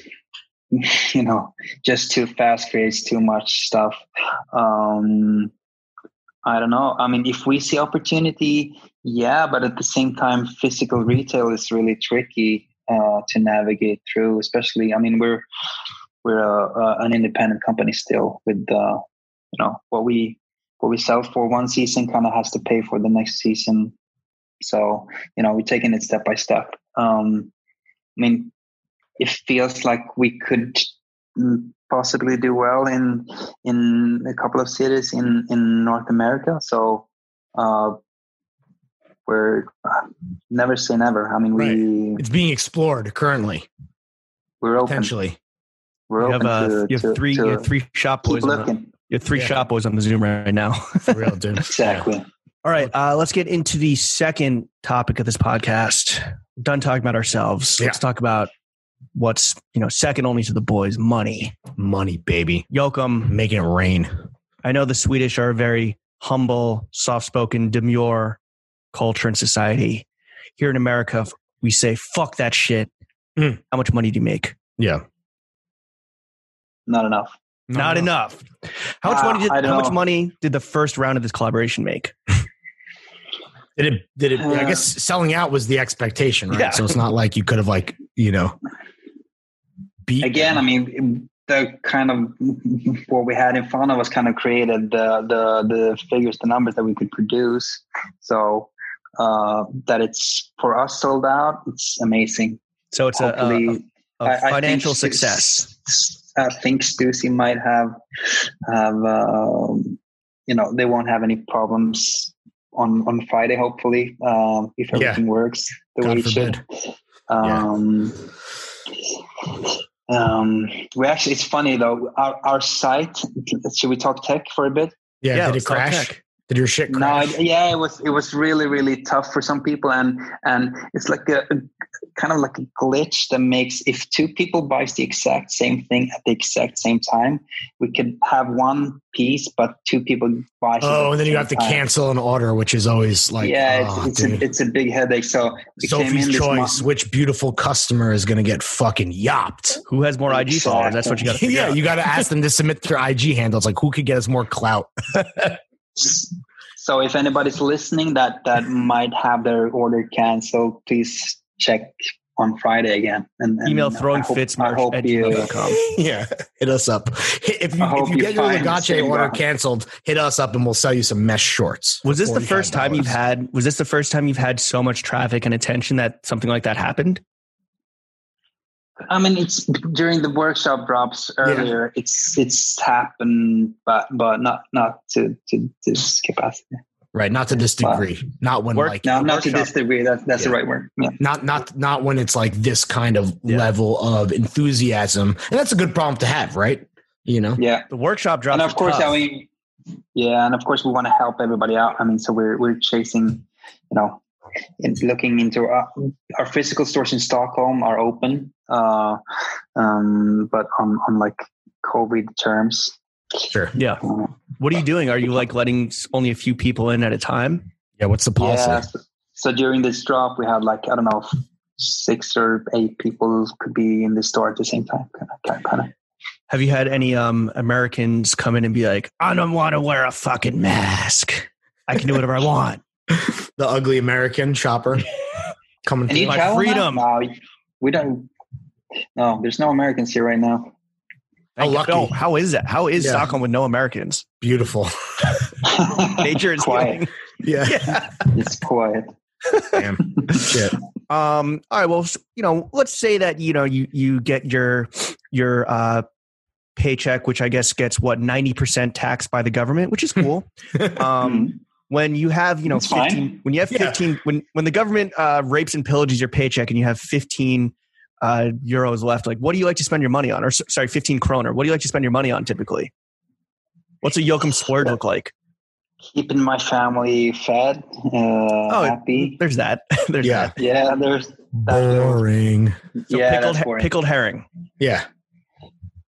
Speaker 2: you know, just too fast creates too much stuff. Um, I don't know. I mean, if we see opportunity, yeah, but at the same time, physical retail is really tricky uh, to navigate through. Especially, I mean, we're we're a, a, an independent company still with uh, you know what we what we sell for one season kind of has to pay for the next season so you know we're taking it step by step um i mean it feels like we could mm, possibly do well in in a couple of cities in in north america so uh we're uh, never say never i mean we
Speaker 3: It's being explored currently,
Speaker 2: we're open
Speaker 3: potentially.
Speaker 2: we're
Speaker 1: You
Speaker 2: open
Speaker 1: have, uh,
Speaker 2: to,
Speaker 1: you
Speaker 2: to-
Speaker 1: have three,
Speaker 2: to
Speaker 1: you have three shop
Speaker 2: keep
Speaker 1: boys. on the-
Speaker 2: looking
Speaker 1: You have three
Speaker 3: Yeah.
Speaker 1: shopos on the Zoom right now.
Speaker 3: For real, dude.
Speaker 2: Exactly.
Speaker 1: All right, uh, let's get into the second topic of this podcast. We're done talking about ourselves. Let's talk about what's you know second only to the boys, money.
Speaker 3: Yeah. Money, baby.
Speaker 1: Jokum,
Speaker 3: Making it rain.
Speaker 1: I know the Swedish are a very humble, soft-spoken, demure culture and society. Here in America, we say "fuck that shit."
Speaker 3: Mm.
Speaker 1: How much money do you make?
Speaker 3: Yeah.
Speaker 2: Not enough.
Speaker 1: Not enough. How much
Speaker 2: Ah,
Speaker 1: money? Did,
Speaker 2: I
Speaker 1: how
Speaker 2: don't
Speaker 1: much
Speaker 2: know.
Speaker 1: money did the first round of this collaboration make?
Speaker 3: Did it? Did it? I
Speaker 2: Uh,
Speaker 3: guess selling out was the expectation, right?
Speaker 1: Yeah.
Speaker 3: So it's not like you could have like you know beat
Speaker 2: Again, I
Speaker 3: them.
Speaker 2: mean, the kind of what we had in front of us kind of created the the the figures, the numbers that we could produce. So uh, that it's for us sold out. It's amazing.
Speaker 1: So uh, it's a, a- a, a
Speaker 2: I- I think
Speaker 1: financial
Speaker 2: Stu-
Speaker 1: success.
Speaker 2: I think Stussy might have have um, you know they won't have any problems on on Friday. Hopefully, um, if
Speaker 3: Yeah.
Speaker 2: everything works the
Speaker 3: God
Speaker 2: way it should.
Speaker 3: Yeah.
Speaker 2: Um, um, we actually it's funny though our our site. Should we talk tech for a bit?
Speaker 3: yeah.
Speaker 1: Yeah,
Speaker 3: Did it
Speaker 1: let's talk
Speaker 3: crash?
Speaker 1: tech.
Speaker 3: Did your shit
Speaker 2: No,
Speaker 3: crash?
Speaker 2: it- yeah, it was it was really really tough for some people, and and it's like a, a- kind of like a glitch that makes if two people buys the exact same thing at the exact same time, we could have one piece, but two people buy. it at
Speaker 3: oh,
Speaker 2: the
Speaker 3: and then you
Speaker 2: same
Speaker 3: have to
Speaker 2: time.
Speaker 3: cancel an order, which is always like
Speaker 2: yeah,
Speaker 3: oh,
Speaker 2: it's,
Speaker 3: dude.
Speaker 2: it's, a, it's a big headache. So it came
Speaker 3: Sophie's
Speaker 2: in this month.
Speaker 3: choice. Which beautiful customer is going to get fucking yopped?
Speaker 1: Who has more IG followers? That's what you got to figure
Speaker 3: yeah,
Speaker 1: out.
Speaker 3: you got to ask them to submit their IG handles. Like, who could get us more clout?
Speaker 2: So if anybody's listening that that might have their order canceled, please check on Friday again. And, and
Speaker 1: Email throwing
Speaker 2: I hope-
Speaker 1: fits
Speaker 2: I hope
Speaker 1: at
Speaker 2: you.
Speaker 1: gmail.com.
Speaker 3: yeah, hit us up. Hit- If you,
Speaker 2: I hope
Speaker 3: if you
Speaker 2: you
Speaker 3: get your
Speaker 2: find
Speaker 3: Legace
Speaker 2: Save
Speaker 3: order
Speaker 2: Rock.
Speaker 3: canceled, hit us up and we'll sell you some mesh shorts.
Speaker 1: Was this
Speaker 3: for
Speaker 1: the first time you've
Speaker 3: $45.
Speaker 1: had? Was this the first time you've had so much traffic and attention that something like that happened?
Speaker 2: I mean, it's during the workshop drops earlier. It's it's happened, but but not not to to this capacity.
Speaker 3: Right, not to this
Speaker 2: Wow.
Speaker 3: degree. Not when
Speaker 1: Work-
Speaker 3: like
Speaker 2: No, not to this
Speaker 1: workshop.
Speaker 2: degree. That's that's
Speaker 3: Yeah.
Speaker 2: the right word. Yeah.
Speaker 3: not not not when it's like this kind of
Speaker 1: Yeah.
Speaker 3: level of enthusiasm. And that's a good problem to have, right? You know?
Speaker 2: yeah.
Speaker 1: The workshop dropped.
Speaker 2: And of course, I mean, yeah, and of course, we want to help everybody out. I mean, so we're we're chasing, you know, and looking into our, our physical stores in Stockholm are open, uh, um, but on on like COVID terms.
Speaker 3: Sure.
Speaker 1: yeah.
Speaker 2: Uh,
Speaker 1: What are you doing? Are you like letting s- only a few people in at a time?
Speaker 3: Yeah, what's the policy?
Speaker 2: Yeah. So, so during this drop, we had like I don't know, six or eight people could be in the store at the same time. Kind of, kind of.
Speaker 1: Have you had any um, Americans come in and be like, "I don't want to wear a fucking mask. I can do whatever I want."
Speaker 3: The ugly American shopper coming
Speaker 2: And you
Speaker 1: My
Speaker 2: travel now?
Speaker 1: freedom.
Speaker 2: No, we don't. No, there's no Americans here right now.
Speaker 3: How
Speaker 1: Like,
Speaker 3: lucky.
Speaker 1: oh, how is that? How is
Speaker 3: Yeah.
Speaker 1: Stockholm with no Americans?
Speaker 3: beautiful.
Speaker 1: Nature is
Speaker 2: Quiet.
Speaker 1: healing.
Speaker 3: Yeah.
Speaker 1: Yeah.
Speaker 2: it's quiet.
Speaker 3: Damn. Shit.
Speaker 1: Um, all right. Well, s- you know, let's say that you know you you get your your uh, paycheck, which I guess gets what ninety percent taxed by the government, which is cool.
Speaker 2: Mm-hmm.
Speaker 1: um, when you have you know
Speaker 2: It's fine.
Speaker 1: fifteen, when you have
Speaker 3: Yeah.
Speaker 1: fifteen, when when the government uh, rapes and pillages your paycheck, and you have fifteen uh, euros left, like what do you like to spend your money on? Or s- sorry, fifteen kroner. What do you like to spend your money on typically? What's a Yoakum splurge look like?
Speaker 2: Keeping my family fed, uh,
Speaker 1: Oh,
Speaker 2: happy.
Speaker 1: There's that. There's
Speaker 3: Yeah.
Speaker 1: that.
Speaker 2: Yeah, there's
Speaker 3: Boring.
Speaker 1: So
Speaker 2: yeah,
Speaker 1: pickled,
Speaker 2: that's
Speaker 1: he-
Speaker 2: boring.
Speaker 1: pickled herring.
Speaker 3: Yeah.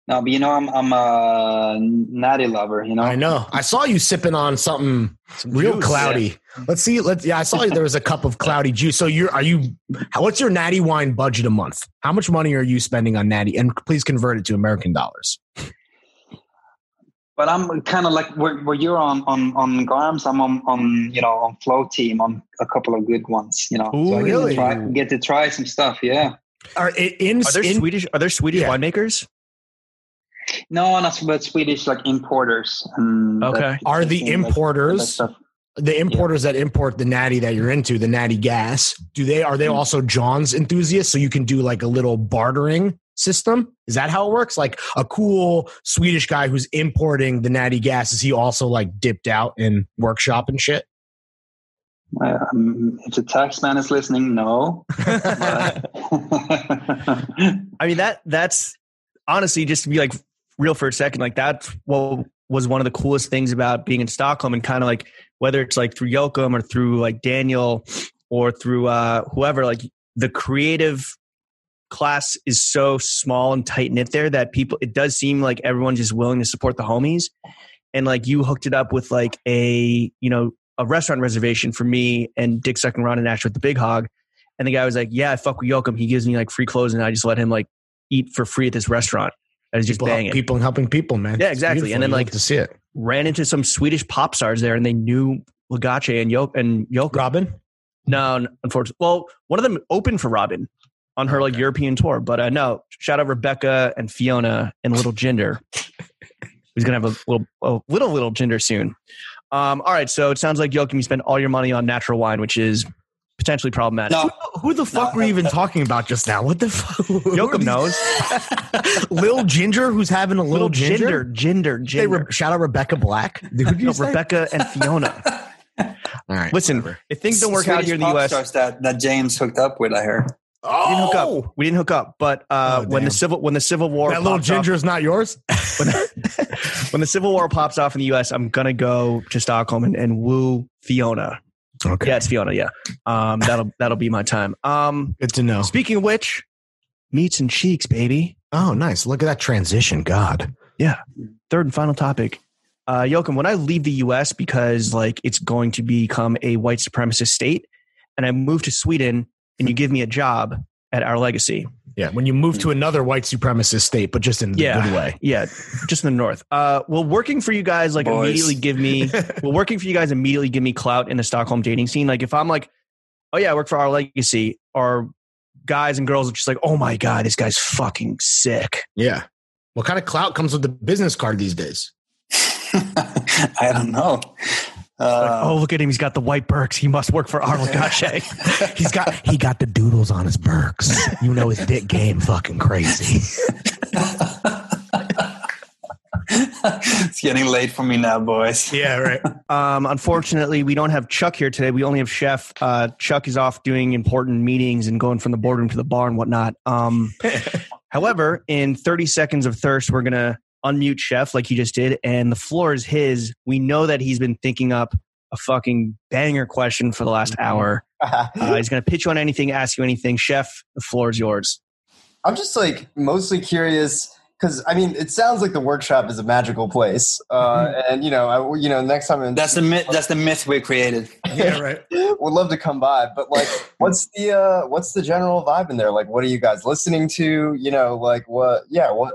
Speaker 2: No, but you know, I'm I'm a natty lover. You know,
Speaker 3: I know. I saw you sipping on something
Speaker 1: Some
Speaker 3: real
Speaker 1: juice.
Speaker 3: cloudy. Let's see. Let's. Yeah, I saw you, there was a cup of cloudy juice. So you're. Are you? how- What's your natty wine budget a month? How much money are you spending on natty? And please convert it to American dollars.
Speaker 2: but I'm kind of like where, where you're on on on Garms. I'm on on you know on Flow Team on a couple of good ones. You know,
Speaker 1: Ooh,
Speaker 2: I get
Speaker 1: really?
Speaker 2: to try, get to try some stuff. Yeah.
Speaker 3: Are i- in?
Speaker 1: Are there
Speaker 3: in-
Speaker 1: Swedish? Are there Swedish
Speaker 3: Yeah.
Speaker 1: winemakers?
Speaker 2: No, not but Swedish like importers. And
Speaker 1: Okay.
Speaker 2: that-
Speaker 3: Are the
Speaker 2: that- that
Speaker 3: importers
Speaker 2: stuff.
Speaker 3: the importers that import the natty that you're into, the natty gas? Do they? Are they
Speaker 2: Mm.
Speaker 3: also John's enthusiasts? So you can do like a little bartering system. Is that how it works? Like a cool Swedish guy who's importing the natty gas. Is he also like dipped out in workshop and shit?
Speaker 2: Um, if the tax man is listening, no. But-
Speaker 1: I mean that that's honestly just to be like real for a second, like that's well was one of the coolest things about being in Stockholm and kind of like whether it's like through Yoakum or through like Daniel or through uh, whoever, like the creative class is so small and tight knit there that people it does seem like everyone's just willing to support the homies. And like you hooked it up with like a you know a restaurant reservation for me and Dick Suck and Ron and Ash with the Big Hog. And the guy was like, "Yeah, I fuck with Yoakum. He gives me like free clothes, and I just let him like eat for free at this restaurant. I was just
Speaker 3: people,
Speaker 1: banging."
Speaker 3: people and helping people, man.
Speaker 1: Yeah,
Speaker 3: It's
Speaker 1: exactly.
Speaker 3: beautiful.
Speaker 1: And then,
Speaker 3: You
Speaker 1: like-
Speaker 3: love to see it,
Speaker 1: ran into some Swedish pop stars there, and they knew Lagache and Yo and Yoko.
Speaker 3: Robin.
Speaker 1: No, n- unfortunately, well, one of them opened for Robin on her like European tour, but uh, no. Shout out Rebecca and Fiona and Little Ginger. Who's gonna have a little, a little, little Ginger soon? Um, all right, so it sounds like Joachim, you spent all your money on natural wine, which is potentially problematic.
Speaker 2: No.
Speaker 3: Who the fuck
Speaker 2: No,
Speaker 3: were you even
Speaker 2: that-
Speaker 3: talking about just now? What the fuck?
Speaker 1: Yoakum knows.
Speaker 3: Lil Ginger, who's having a
Speaker 1: little
Speaker 3: little, ginger.
Speaker 1: Ginger, Ginger,
Speaker 3: They
Speaker 1: Ginger.
Speaker 3: re- shout out Rebecca Black. Who did you
Speaker 1: No,
Speaker 3: say?
Speaker 1: Rebecca and Fiona.
Speaker 3: All right.
Speaker 1: Listen, if things don't work out
Speaker 2: Swedish
Speaker 1: here in the
Speaker 2: pop
Speaker 1: U.S.,
Speaker 2: Stars that, that James hooked up with, I hear.
Speaker 1: We didn't hook
Speaker 3: Oh,
Speaker 1: up. We didn't hook up. But uh,
Speaker 3: Oh,
Speaker 1: when the
Speaker 3: damn.
Speaker 1: civil when the civil war
Speaker 3: that little
Speaker 1: pops off-
Speaker 3: ginger is not yours.
Speaker 1: when the civil war pops off in the U.S., I'm gonna go to Stockholm and, and woo Fiona.
Speaker 3: Okay,
Speaker 1: Yeah, it's Fiona. Yeah, um, that'll that'll be my time. Um,
Speaker 3: good to know.
Speaker 1: speaking of which, meats and cheeks, baby.
Speaker 3: Oh, nice. Look at that transition. God,
Speaker 1: Third and final topic. Uh, Joachim, when I leave the U.S. because like it's going to become a white supremacist state, and I move to Sweden, and you give me a job at Our Legacy,
Speaker 3: yeah. When you move to another white supremacist state, but just in the
Speaker 1: Yeah.
Speaker 3: good way.
Speaker 1: Yeah, just in the north. Uh, well, working for you guys like
Speaker 2: Boys.
Speaker 1: immediately give me. well, working for you guys immediately give me clout in the Stockholm dating scene. Like if I'm like, oh yeah, I work for our legacy, or guys and girls are just like, oh my god, this guy's fucking sick.
Speaker 3: Yeah. What kind of clout comes with the business card these days?
Speaker 2: I don't know.
Speaker 1: Like,
Speaker 2: Uh,
Speaker 1: oh look at him, he's got the white perks. He must work for our legacy.
Speaker 3: He's got he got the doodles on his Burks. You know his dick game fucking crazy.
Speaker 2: it's getting late for me now, boys.
Speaker 3: Yeah, right.
Speaker 1: Um, unfortunately, we don't have Chuck here today. We only have Chef. Uh, Chuck is off doing important meetings and going from the boardroom to the bar and whatnot. Um, however, in 30 seconds of thirst, we're going to unmute Chef like he just did, and the floor is his. We know that he's been thinking up a fucking banger question for the last hour. Uh, he's going to pitch you on anything, ask you anything. Chef, the floor is yours.
Speaker 5: I'm just like mostly curious because I mean, it sounds like the workshop is a magical place, uh,
Speaker 3: Mm-hmm.
Speaker 5: and you know, I, you know, next time in-
Speaker 2: That's the myth. That's the myth we created.
Speaker 3: Yeah, right.
Speaker 5: would love to come by. But like, what's the uh, what's the general vibe in there? Like, what are you guys listening to? You know, like what? Yeah, what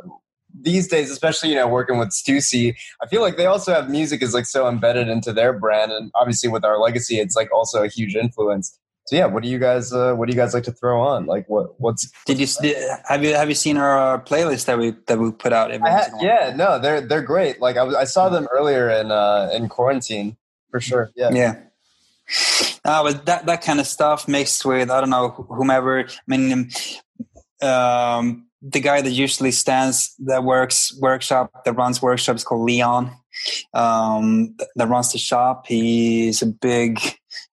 Speaker 5: these days, especially you know, working with Stussy, I feel like they also have music is like so embedded into their brand, and obviously with our legacy, it's like also a huge influence. So yeah, what do you guys uh, what do you guys like to throw on? Like, what what's
Speaker 2: Did you did, have you have you seen our uh, playlist that we that we put out? Every
Speaker 5: I had,
Speaker 2: single one?
Speaker 5: yeah, no, they're they're great. Like I, was- I saw them earlier in uh, in quarantine for sure. Yeah,
Speaker 2: yeah. Uh, but that that kind of stuff mixed with I don't know wh- whomever. I mean, um, the guy that usually stands that works workshop that runs workshops called Leon. Um, th- that runs the shop. He's a big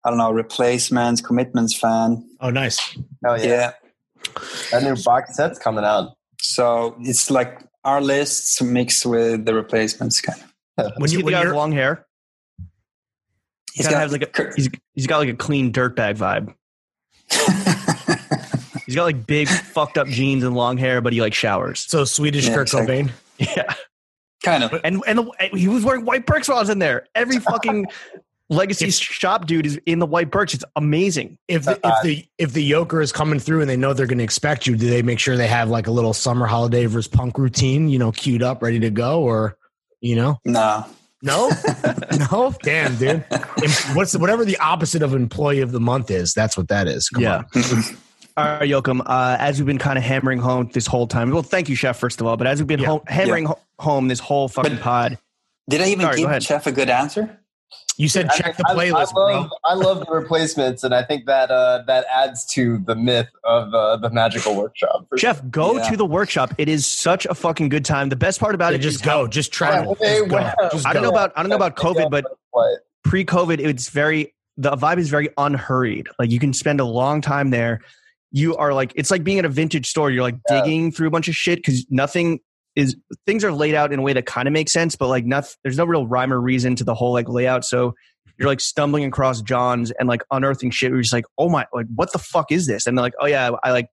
Speaker 2: I don't know replacements commitments fan.
Speaker 3: Oh, nice.
Speaker 5: hell yeah.
Speaker 2: yeah.
Speaker 5: That new box set's coming out.
Speaker 2: So it's like our lists mixed with the replacements kind of.
Speaker 1: When you
Speaker 3: when
Speaker 1: guys
Speaker 3: you're-
Speaker 1: long hair, he
Speaker 2: He's
Speaker 1: kind of
Speaker 2: got-
Speaker 1: has like a he's, he's got like a clean dirtbag vibe. He's got like big fucked up jeans and long hair, but he like showers.
Speaker 3: So Swedish
Speaker 2: Yeah,
Speaker 3: Kirk
Speaker 2: exactly.
Speaker 3: Cobain.
Speaker 1: Yeah,
Speaker 2: kind of.
Speaker 1: and and the, and he was wearing white Birks while I was in there. Every fucking legacy shop dude is in the white Birks. It's amazing.
Speaker 3: If the, if the if the yoker is coming through and they know they're going to expect you, do they make sure they have like a little summer holiday versus punk routine, you know, queued up, ready to go, or you know,
Speaker 2: No.
Speaker 3: no, no, damn, dude, Em- what's whatever the opposite of employee of the month is, that's what that is. Come on.
Speaker 1: All right, Yoakum. Uh, as we've been kind of hammering home this whole time. Well, thank you, Chef, first of all. But as we've been
Speaker 3: Yeah.
Speaker 1: ho- hammering ho- home this whole fucking
Speaker 2: But-
Speaker 1: pod,
Speaker 2: Did I even
Speaker 1: Sorry, go ahead.
Speaker 2: give Chef a good answer?
Speaker 3: you said
Speaker 5: I
Speaker 3: check
Speaker 5: mean,
Speaker 3: the
Speaker 5: I-
Speaker 3: playlist,
Speaker 5: I, love
Speaker 3: bro.
Speaker 5: I love the replacements, and I think that uh, that adds to the myth of uh, the magical workshop. For
Speaker 1: Chef, go
Speaker 2: Yeah.
Speaker 1: to the workshop. It is such a fucking good time. The best part about
Speaker 3: Yeah,
Speaker 1: it
Speaker 3: just
Speaker 1: is
Speaker 3: go, just travel.
Speaker 5: Yeah,
Speaker 3: Just go.
Speaker 5: well,
Speaker 3: Just
Speaker 1: I don't
Speaker 3: go.
Speaker 1: know about I don't know about COVID, but
Speaker 5: What?
Speaker 1: pre-COVID, it's very the vibe is very unhurried. Like you can spend a long time there. You are like it's like being at a vintage store. You're like
Speaker 5: Yeah.
Speaker 1: digging through a bunch of shit because nothing is things are laid out in a way that kind of makes sense, but like nothing. There's no real rhyme or reason to the whole like layout. So you're like stumbling across John's and like unearthing shit. Where you're just like, oh my, like what the fuck is this? And they're like, oh yeah, I like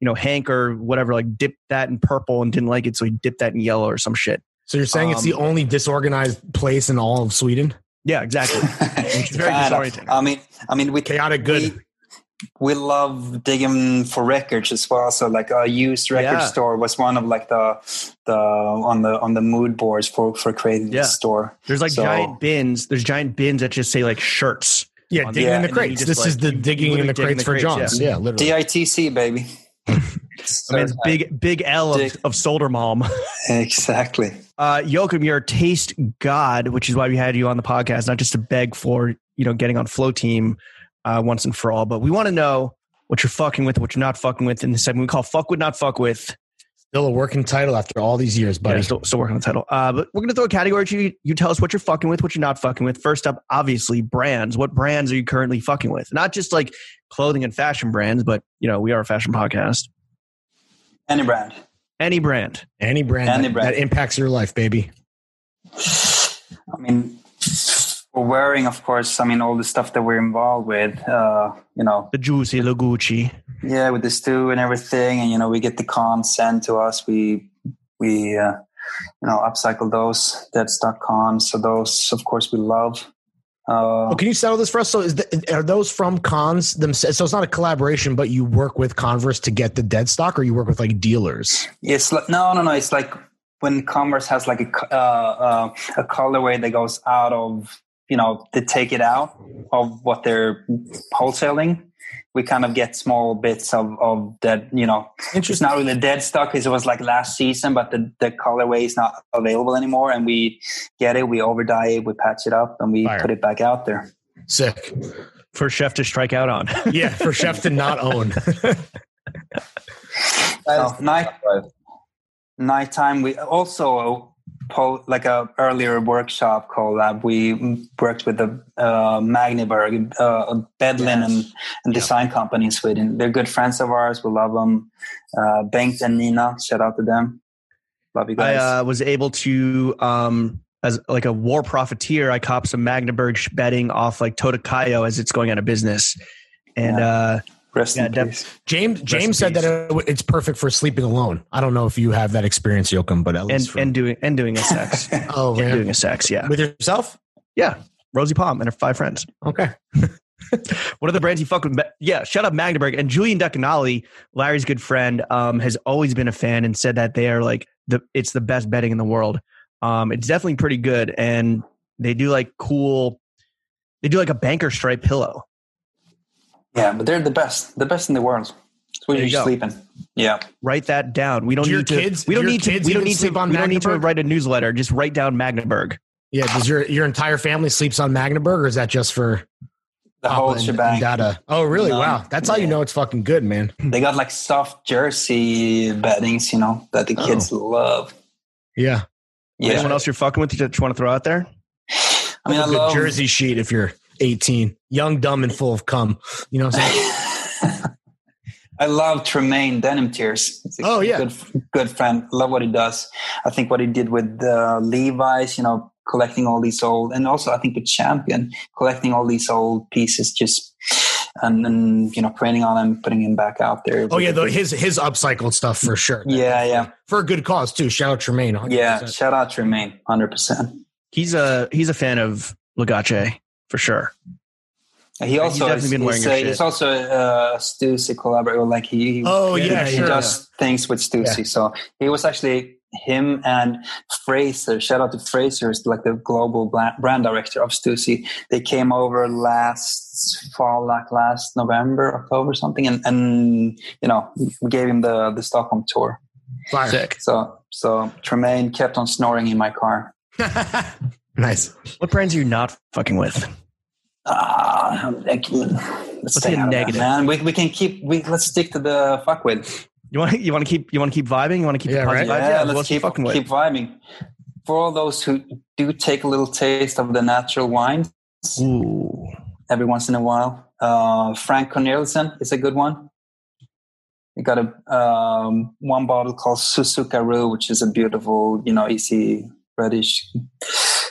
Speaker 1: you know Hank or whatever like dipped that in purple and didn't like it, so he dipped that in yellow or some shit.
Speaker 3: So you're saying it's the
Speaker 1: Um,
Speaker 3: only disorganized place in all of Sweden?
Speaker 1: Yeah, exactly.
Speaker 2: it's
Speaker 1: very disorienting.
Speaker 2: I mean, I mean, we
Speaker 3: Chaotic good.
Speaker 2: We, we love digging for records as well. So like a used record
Speaker 1: Yeah.
Speaker 2: store was one of like the the on the on the mood boards for for creating
Speaker 1: Yeah.
Speaker 2: this store.
Speaker 1: There's like
Speaker 2: So-
Speaker 1: giant bins. There's giant bins that just say like shirts.
Speaker 3: Yeah,
Speaker 1: on
Speaker 3: digging
Speaker 2: the-
Speaker 3: in
Speaker 1: Um,
Speaker 3: the
Speaker 1: and then you
Speaker 3: crates.
Speaker 1: just,
Speaker 3: This
Speaker 1: like,
Speaker 3: is the digging in
Speaker 1: literally
Speaker 3: the
Speaker 1: dig in
Speaker 3: crates
Speaker 1: the
Speaker 3: for
Speaker 1: crates,
Speaker 3: Johns. Yeah, literally.
Speaker 2: DITC baby.
Speaker 1: I mean, it's big, big L of,
Speaker 2: Dick.
Speaker 1: of Soldermalm.
Speaker 2: Exactly.
Speaker 1: Uh, Joachim, you're a taste god, which is why we had you on the podcast, not just to beg for you know getting on Flow Team uh, once and for all, but we want to know what you're fucking with, what you're not fucking with in the segment we call "Fuck with Not Fuck with."
Speaker 3: Still a working title after all these years,
Speaker 1: But
Speaker 3: buddy.
Speaker 1: yeah, still, still working on the title. Uh, but we're gonna throw a category at you. You tell us what you're fucking with, what you're not fucking with. First up, obviously, brands. What brands are you currently fucking with? Not just like clothing and fashion brands, but you know we are a fashion podcast.
Speaker 2: Any brand.
Speaker 1: Any brand.
Speaker 3: Any brand,
Speaker 2: Any
Speaker 3: that-
Speaker 2: brand.
Speaker 3: that impacts your life, baby.
Speaker 2: I mean, for wearing, of course. I mean, all the stuff that we're involved with. Uh, you know,
Speaker 1: The Juicy, La Gucci.
Speaker 2: yeah, with the stew and everything, and you know, we get the cons sent to us. We we uh, you know upcycle those. That's dot com. So those, of course, we love. Uh,
Speaker 3: Oh, can you settle this for us? So, is the, are those from cons themselves? So it's not a collaboration, but you work with Converse to get the dead stock, or you work with like dealers.
Speaker 2: It's like, no, no, no. It's like when Converse has like a co- uh, uh, a colorway that goes out of you know they take it out of what they're wholesaling. We kind of get small bits of of that. You know, it's not really dead stock because it was like last season, but the the colorway is not available anymore, and we get it. We overdye it, we patch it up, and we
Speaker 3: Fire.
Speaker 2: put it back out there.
Speaker 3: Sick.
Speaker 1: For Chef to strike out on.
Speaker 3: Yeah, for chef to not own.
Speaker 2: So, Nike,
Speaker 5: Right.
Speaker 2: nighttime we also po- like a earlier workshop collab we worked with the uh, magniberg uh, a bed linen and design company in sweden they're good friends of ours we love them uh, bengt and nina shout out to them love you
Speaker 1: I
Speaker 2: guys
Speaker 1: uh, was able to, um, as like a war profiteer, I copped some Magdeburg sh- betting off like Totokayo as it's going out of business. And
Speaker 2: Yeah.
Speaker 1: uh,
Speaker 2: rest
Speaker 1: yeah,
Speaker 2: in
Speaker 1: def-
Speaker 2: peace
Speaker 3: James
Speaker 1: in
Speaker 3: James said that
Speaker 1: peace.
Speaker 3: it, w- it's perfect for sleeping alone. I don't know if you have that experience, Joachim, but at
Speaker 1: and
Speaker 3: least for-
Speaker 1: and doing and doing a sex,
Speaker 3: oh
Speaker 1: and
Speaker 3: man,
Speaker 1: doing a sex, yeah.
Speaker 3: with yourself.
Speaker 1: Rosie Palm and her five friends.
Speaker 3: Okay,
Speaker 1: What are the brands you fuck with? But Yeah, shout out Magdeburg and Julian Decanali, Larry's good friend, um, has always been a fan and said that they are like the it's the best betting in the world. Um, it's definitely pretty good, and they do like cool. They do like a banker stripe pillow.
Speaker 2: yeah but they're the best the best in the world it's where
Speaker 1: There
Speaker 2: you're
Speaker 1: you go.
Speaker 2: sleeping yeah
Speaker 1: Write that down. We don't
Speaker 3: Do your
Speaker 1: need to.
Speaker 3: kids-
Speaker 1: we don't
Speaker 3: do your
Speaker 1: need to.
Speaker 3: kids
Speaker 1: We don't
Speaker 3: even
Speaker 1: need to.
Speaker 3: sleep on
Speaker 1: We don't need to
Speaker 3: Magdeburg?
Speaker 1: write a newsletter. Just write down Magdeburg.
Speaker 3: yeah. Does your your entire family sleeps on Magnaburg, or is that just for
Speaker 2: the whole
Speaker 3: Papa and- and
Speaker 2: shebang
Speaker 3: Dada? Oh, really?
Speaker 2: No.
Speaker 3: Wow, that's how you
Speaker 2: Yeah.
Speaker 3: know it's fucking good, man.
Speaker 2: they got like soft jersey beddings you know that the
Speaker 3: Oh.
Speaker 2: kids love
Speaker 3: Yeah,
Speaker 2: yeah
Speaker 1: Anyone else you're fucking with that you want to throw out there?
Speaker 2: i mean i
Speaker 3: a good
Speaker 2: love
Speaker 3: jersey sheet if you're 18, young, dumb, and full of cum. You know what I'm saying?
Speaker 2: I love Tremaine Denim Tears. It's a
Speaker 3: Oh, yeah.
Speaker 2: good, good friend. Love what he does. I think what he did with uh, Levi's, you know, collecting all these old, and also I think with Champion, collecting all these old pieces, just and then you know, printing on them, putting them back out there.
Speaker 3: Oh yeah, the, his his upcycled stuff for sure.
Speaker 2: yeah, yeah,
Speaker 3: for a good cause too. Shout out Tremaine. 100%.
Speaker 2: yeah. Shout out Tremaine, hundred percent.
Speaker 1: He's a he's a fan of Legace for sure.
Speaker 2: He
Speaker 1: Yeah,
Speaker 2: also
Speaker 1: he's definitely
Speaker 2: is,
Speaker 1: been wearing
Speaker 2: he's,
Speaker 1: your
Speaker 2: uh,
Speaker 1: shit.
Speaker 2: he's also uh, a Stussy collaborator. Like he, he-
Speaker 3: Oh, yeah,
Speaker 2: he
Speaker 3: sure.
Speaker 2: does things with Stussy. So he was actually him and Fraser. Shout out to Fraser, who's like the global bla- brand director of Stussy. They came over last fall, like last November, October, something, and and you know gave him the the Stockholm tour.
Speaker 3: Fire.
Speaker 1: Sick.
Speaker 2: So so Tremaine kept on snoring in my car.
Speaker 3: nice.
Speaker 1: What brands are you not fucking with?
Speaker 2: Ah, like, let's
Speaker 1: Let's
Speaker 2: stay
Speaker 1: get
Speaker 2: out of that,
Speaker 1: negative.
Speaker 2: man. We, we can keep. We let's stick to the fuck with.
Speaker 1: You want you want to keep you want to keep vibing. You want to keep
Speaker 3: Yeah,
Speaker 1: the positive
Speaker 2: Yeah,
Speaker 1: vibes. Yeah,
Speaker 2: let's
Speaker 1: what's
Speaker 2: keep,
Speaker 1: fucking with?
Speaker 2: keep vibing. For all those who do take a little taste of the natural wines
Speaker 1: Ooh.
Speaker 2: every once in a while, uh, Frank Cornelissen is a good one. I got a um, one bottle called Susukaru, which is a beautiful, you know, easy reddish.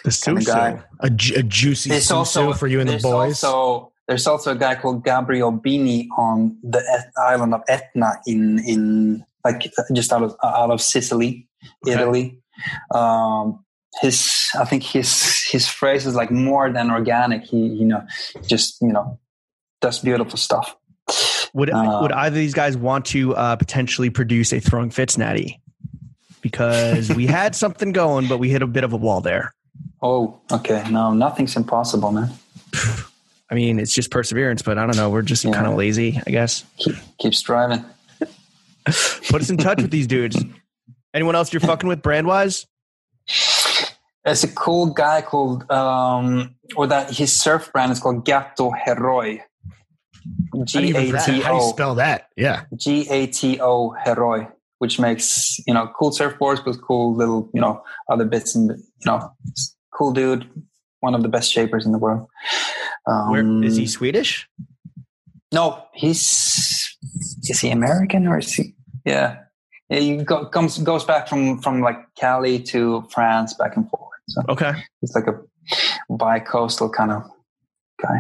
Speaker 1: The
Speaker 2: Kinda guy.
Speaker 1: susu.
Speaker 3: A, ju- a juicy
Speaker 2: There's also
Speaker 3: susu for you and the
Speaker 2: there's
Speaker 3: boys.
Speaker 2: Also, there's also a guy called Gabriel Bini on the Et- island of Etna in in like just out of out of Sicily,
Speaker 1: Okay.
Speaker 2: Italy. Um, his I think his his phrase is like more than organic. He you know just you know does beautiful stuff.
Speaker 1: Would
Speaker 2: Uh,
Speaker 1: would either of these guys want to uh, potentially produce a throwing fits natty? Because we had something going, but we hit a bit of a wall there.
Speaker 2: Oh, okay. No, nothing's impossible, man.
Speaker 1: I mean, it's just perseverance, but I don't know. We're just
Speaker 2: Yeah.
Speaker 1: kind of lazy, I guess.
Speaker 2: Keep keep striving.
Speaker 1: Put us in touch with these dudes. Anyone else you're fucking with brand wise?
Speaker 2: There's a cool guy called, um, or that his surf brand is called Gato Heroi.
Speaker 3: How do
Speaker 2: G
Speaker 3: you even-
Speaker 2: A T
Speaker 3: how do you
Speaker 2: O
Speaker 3: spell that? Yeah.
Speaker 2: G A T O Heroi, which makes you know cool surfboards with cool little you know other bits and you know cool dude, one of the best shapers in the world. Um,
Speaker 1: Where is he Swedish?
Speaker 2: No, he's is he American or is he? Yeah, Yeah, he go, comes goes back from from like Cali to France back and forth. So
Speaker 1: Okay.
Speaker 2: it's like a bi-coastal kind of guy.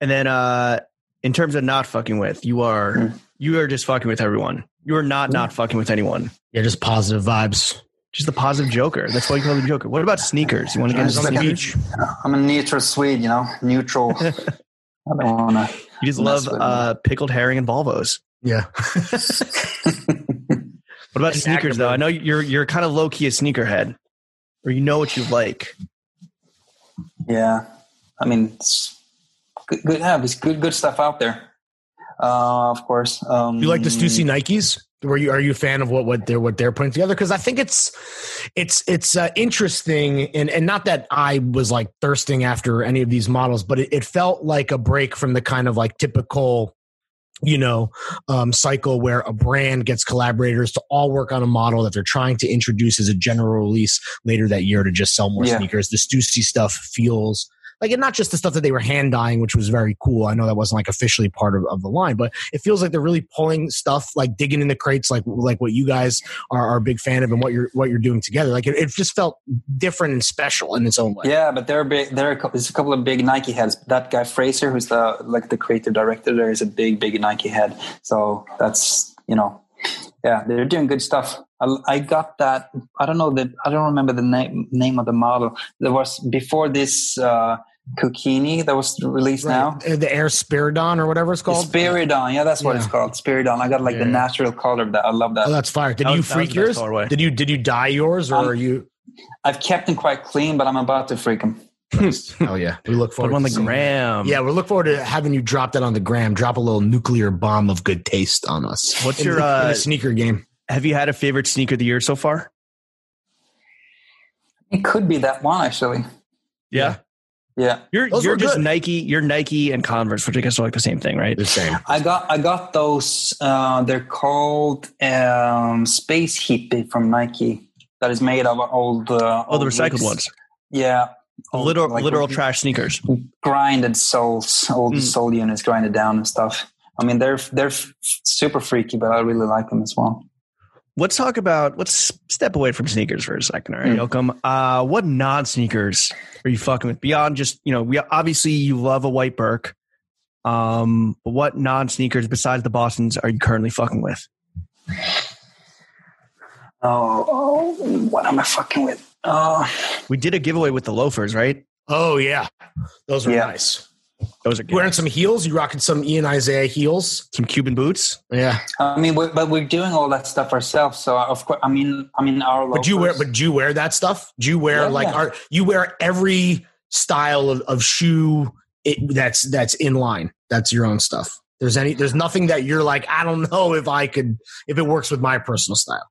Speaker 1: And then uh in terms of not fucking with, you are
Speaker 2: Hmm.
Speaker 1: you are just fucking with everyone. You are not not fucking with anyone.
Speaker 3: Yeah, just positive vibes.
Speaker 1: Just the positive joker. That's why you call him Joker. What about sneakers? You want to get
Speaker 3: Guys
Speaker 1: into
Speaker 3: on the
Speaker 1: sneakers?
Speaker 3: beach.
Speaker 2: I'm a neutral Swede, you know, neutral. I don't wanna.
Speaker 1: You just
Speaker 2: Mess
Speaker 1: love
Speaker 2: with
Speaker 1: uh, pickled herring and Volvos.
Speaker 3: Yeah.
Speaker 1: What about
Speaker 3: And
Speaker 1: sneakers though?
Speaker 3: Ackerman.
Speaker 1: I know you're you're kind of low key a sneakerhead, or you know what you like.
Speaker 2: Yeah, I mean, it's good. Good, yeah, it's good, good stuff out there. Uh, of course. Um,
Speaker 3: You like the Stussy Nikes? Were you are you a fan of what what they're what they're putting together? Because I think it's it's it's uh, interesting and and not that I was like thirsting after any of these models, but it, it felt like a break from the kind of like typical you know um, cycle where a brand gets collaborators to all work on a model that they're trying to introduce as a general release later that year to just sell more
Speaker 2: Yeah.
Speaker 3: sneakers. The Stussy stuff feels like and not just the stuff that they were hand dyeing, which was very cool. I know that wasn't like officially part of, of the line, but it feels like they're really pulling stuff, like digging in the crates, like like what you guys are, are a big fan of and what you're what you're doing together. Like it, it just felt different and special in its own way.
Speaker 2: Yeah, but there are big, there are a cou- there's a couple of big Nike heads. That guy Fraser, who's the like the creative director, there is a big big Nike head. So that's you know, yeah, they're doing good stuff. I, I got that. I don't know that. I don't remember the name name of the model. There was before this uh, Kukini that was released now.
Speaker 3: Right. Uh, The Air Spiridon or whatever it's called.
Speaker 2: Spiridon, yeah, that's what
Speaker 3: Yeah.
Speaker 2: it's called. Spiridon. I got like the
Speaker 3: Yeah.
Speaker 2: natural color of that. I love that.
Speaker 3: Oh, that's fire! Did
Speaker 1: That
Speaker 3: you
Speaker 1: was- that was
Speaker 3: freak
Speaker 1: the best
Speaker 3: yours?
Speaker 1: colorway.
Speaker 3: Did you did you dye yours or
Speaker 2: Um,
Speaker 3: are you?
Speaker 2: I've kept them quite clean, but I'm about to freak them.
Speaker 3: Oh yeah, we look
Speaker 1: Put
Speaker 3: forward
Speaker 1: them on
Speaker 3: to
Speaker 1: the
Speaker 3: seeing that.
Speaker 1: gram.
Speaker 3: Yeah, we look forward to having you drop that on the gram. Drop a little nuclear bomb of good taste on us.
Speaker 1: What's
Speaker 3: In
Speaker 1: your,
Speaker 3: the- in
Speaker 1: uh,
Speaker 3: the sneaker game?
Speaker 1: Have you had a favorite sneaker of the year so far?
Speaker 2: It could be that one actually.
Speaker 1: Yeah.
Speaker 2: Yeah.
Speaker 1: You're
Speaker 3: Those
Speaker 1: you're
Speaker 3: were
Speaker 1: just
Speaker 3: good.
Speaker 1: Nike. You're Nike and Converse, which I guess are like the same thing, right?
Speaker 3: The same.
Speaker 2: I got I got those. Uh, they're called um, Space Hippie from Nike. That is made of old. Uh,
Speaker 1: Oh, the
Speaker 2: old
Speaker 1: recycled
Speaker 2: rigs.
Speaker 1: ones.
Speaker 2: Yeah, Old,
Speaker 1: Literal
Speaker 2: like,
Speaker 1: literal
Speaker 2: old-
Speaker 1: trash sneakers.
Speaker 2: grinded soles, old
Speaker 1: Mm.
Speaker 2: sole units grinded down and stuff. I mean, they're they're f- super freaky, but I really like them as well.
Speaker 1: Let's talk about. Let's step away from sneakers for a second, all right,
Speaker 2: Mm.
Speaker 1: Yoakum? Uh, what non sneakers are you fucking with beyond just you know? We obviously you love a white Burke. Um, but what non sneakers besides the Boston's are you currently fucking with?
Speaker 2: Oh, oh what am I fucking with? Oh,
Speaker 1: We did a giveaway with the loafers, right?
Speaker 3: Oh yeah, those are
Speaker 2: Yeah.
Speaker 3: nice.
Speaker 1: Those are
Speaker 3: You
Speaker 1: good.
Speaker 3: wearing some heels? You rocking some Ian Isaiah heels?
Speaker 1: some Cuban boots.
Speaker 3: Yeah.
Speaker 2: I mean, we but we're doing all that stuff ourselves. So of course, I mean, I mean, our
Speaker 3: But do you wear?
Speaker 2: loafers-
Speaker 3: But do you wear that stuff? Do you wear
Speaker 2: Yeah.
Speaker 3: like? Are you wear every style of, of shoe it, that's that's in line? That's your own stuff. There's any. There's nothing that you're like. I don't know if I could if it works with my personal style.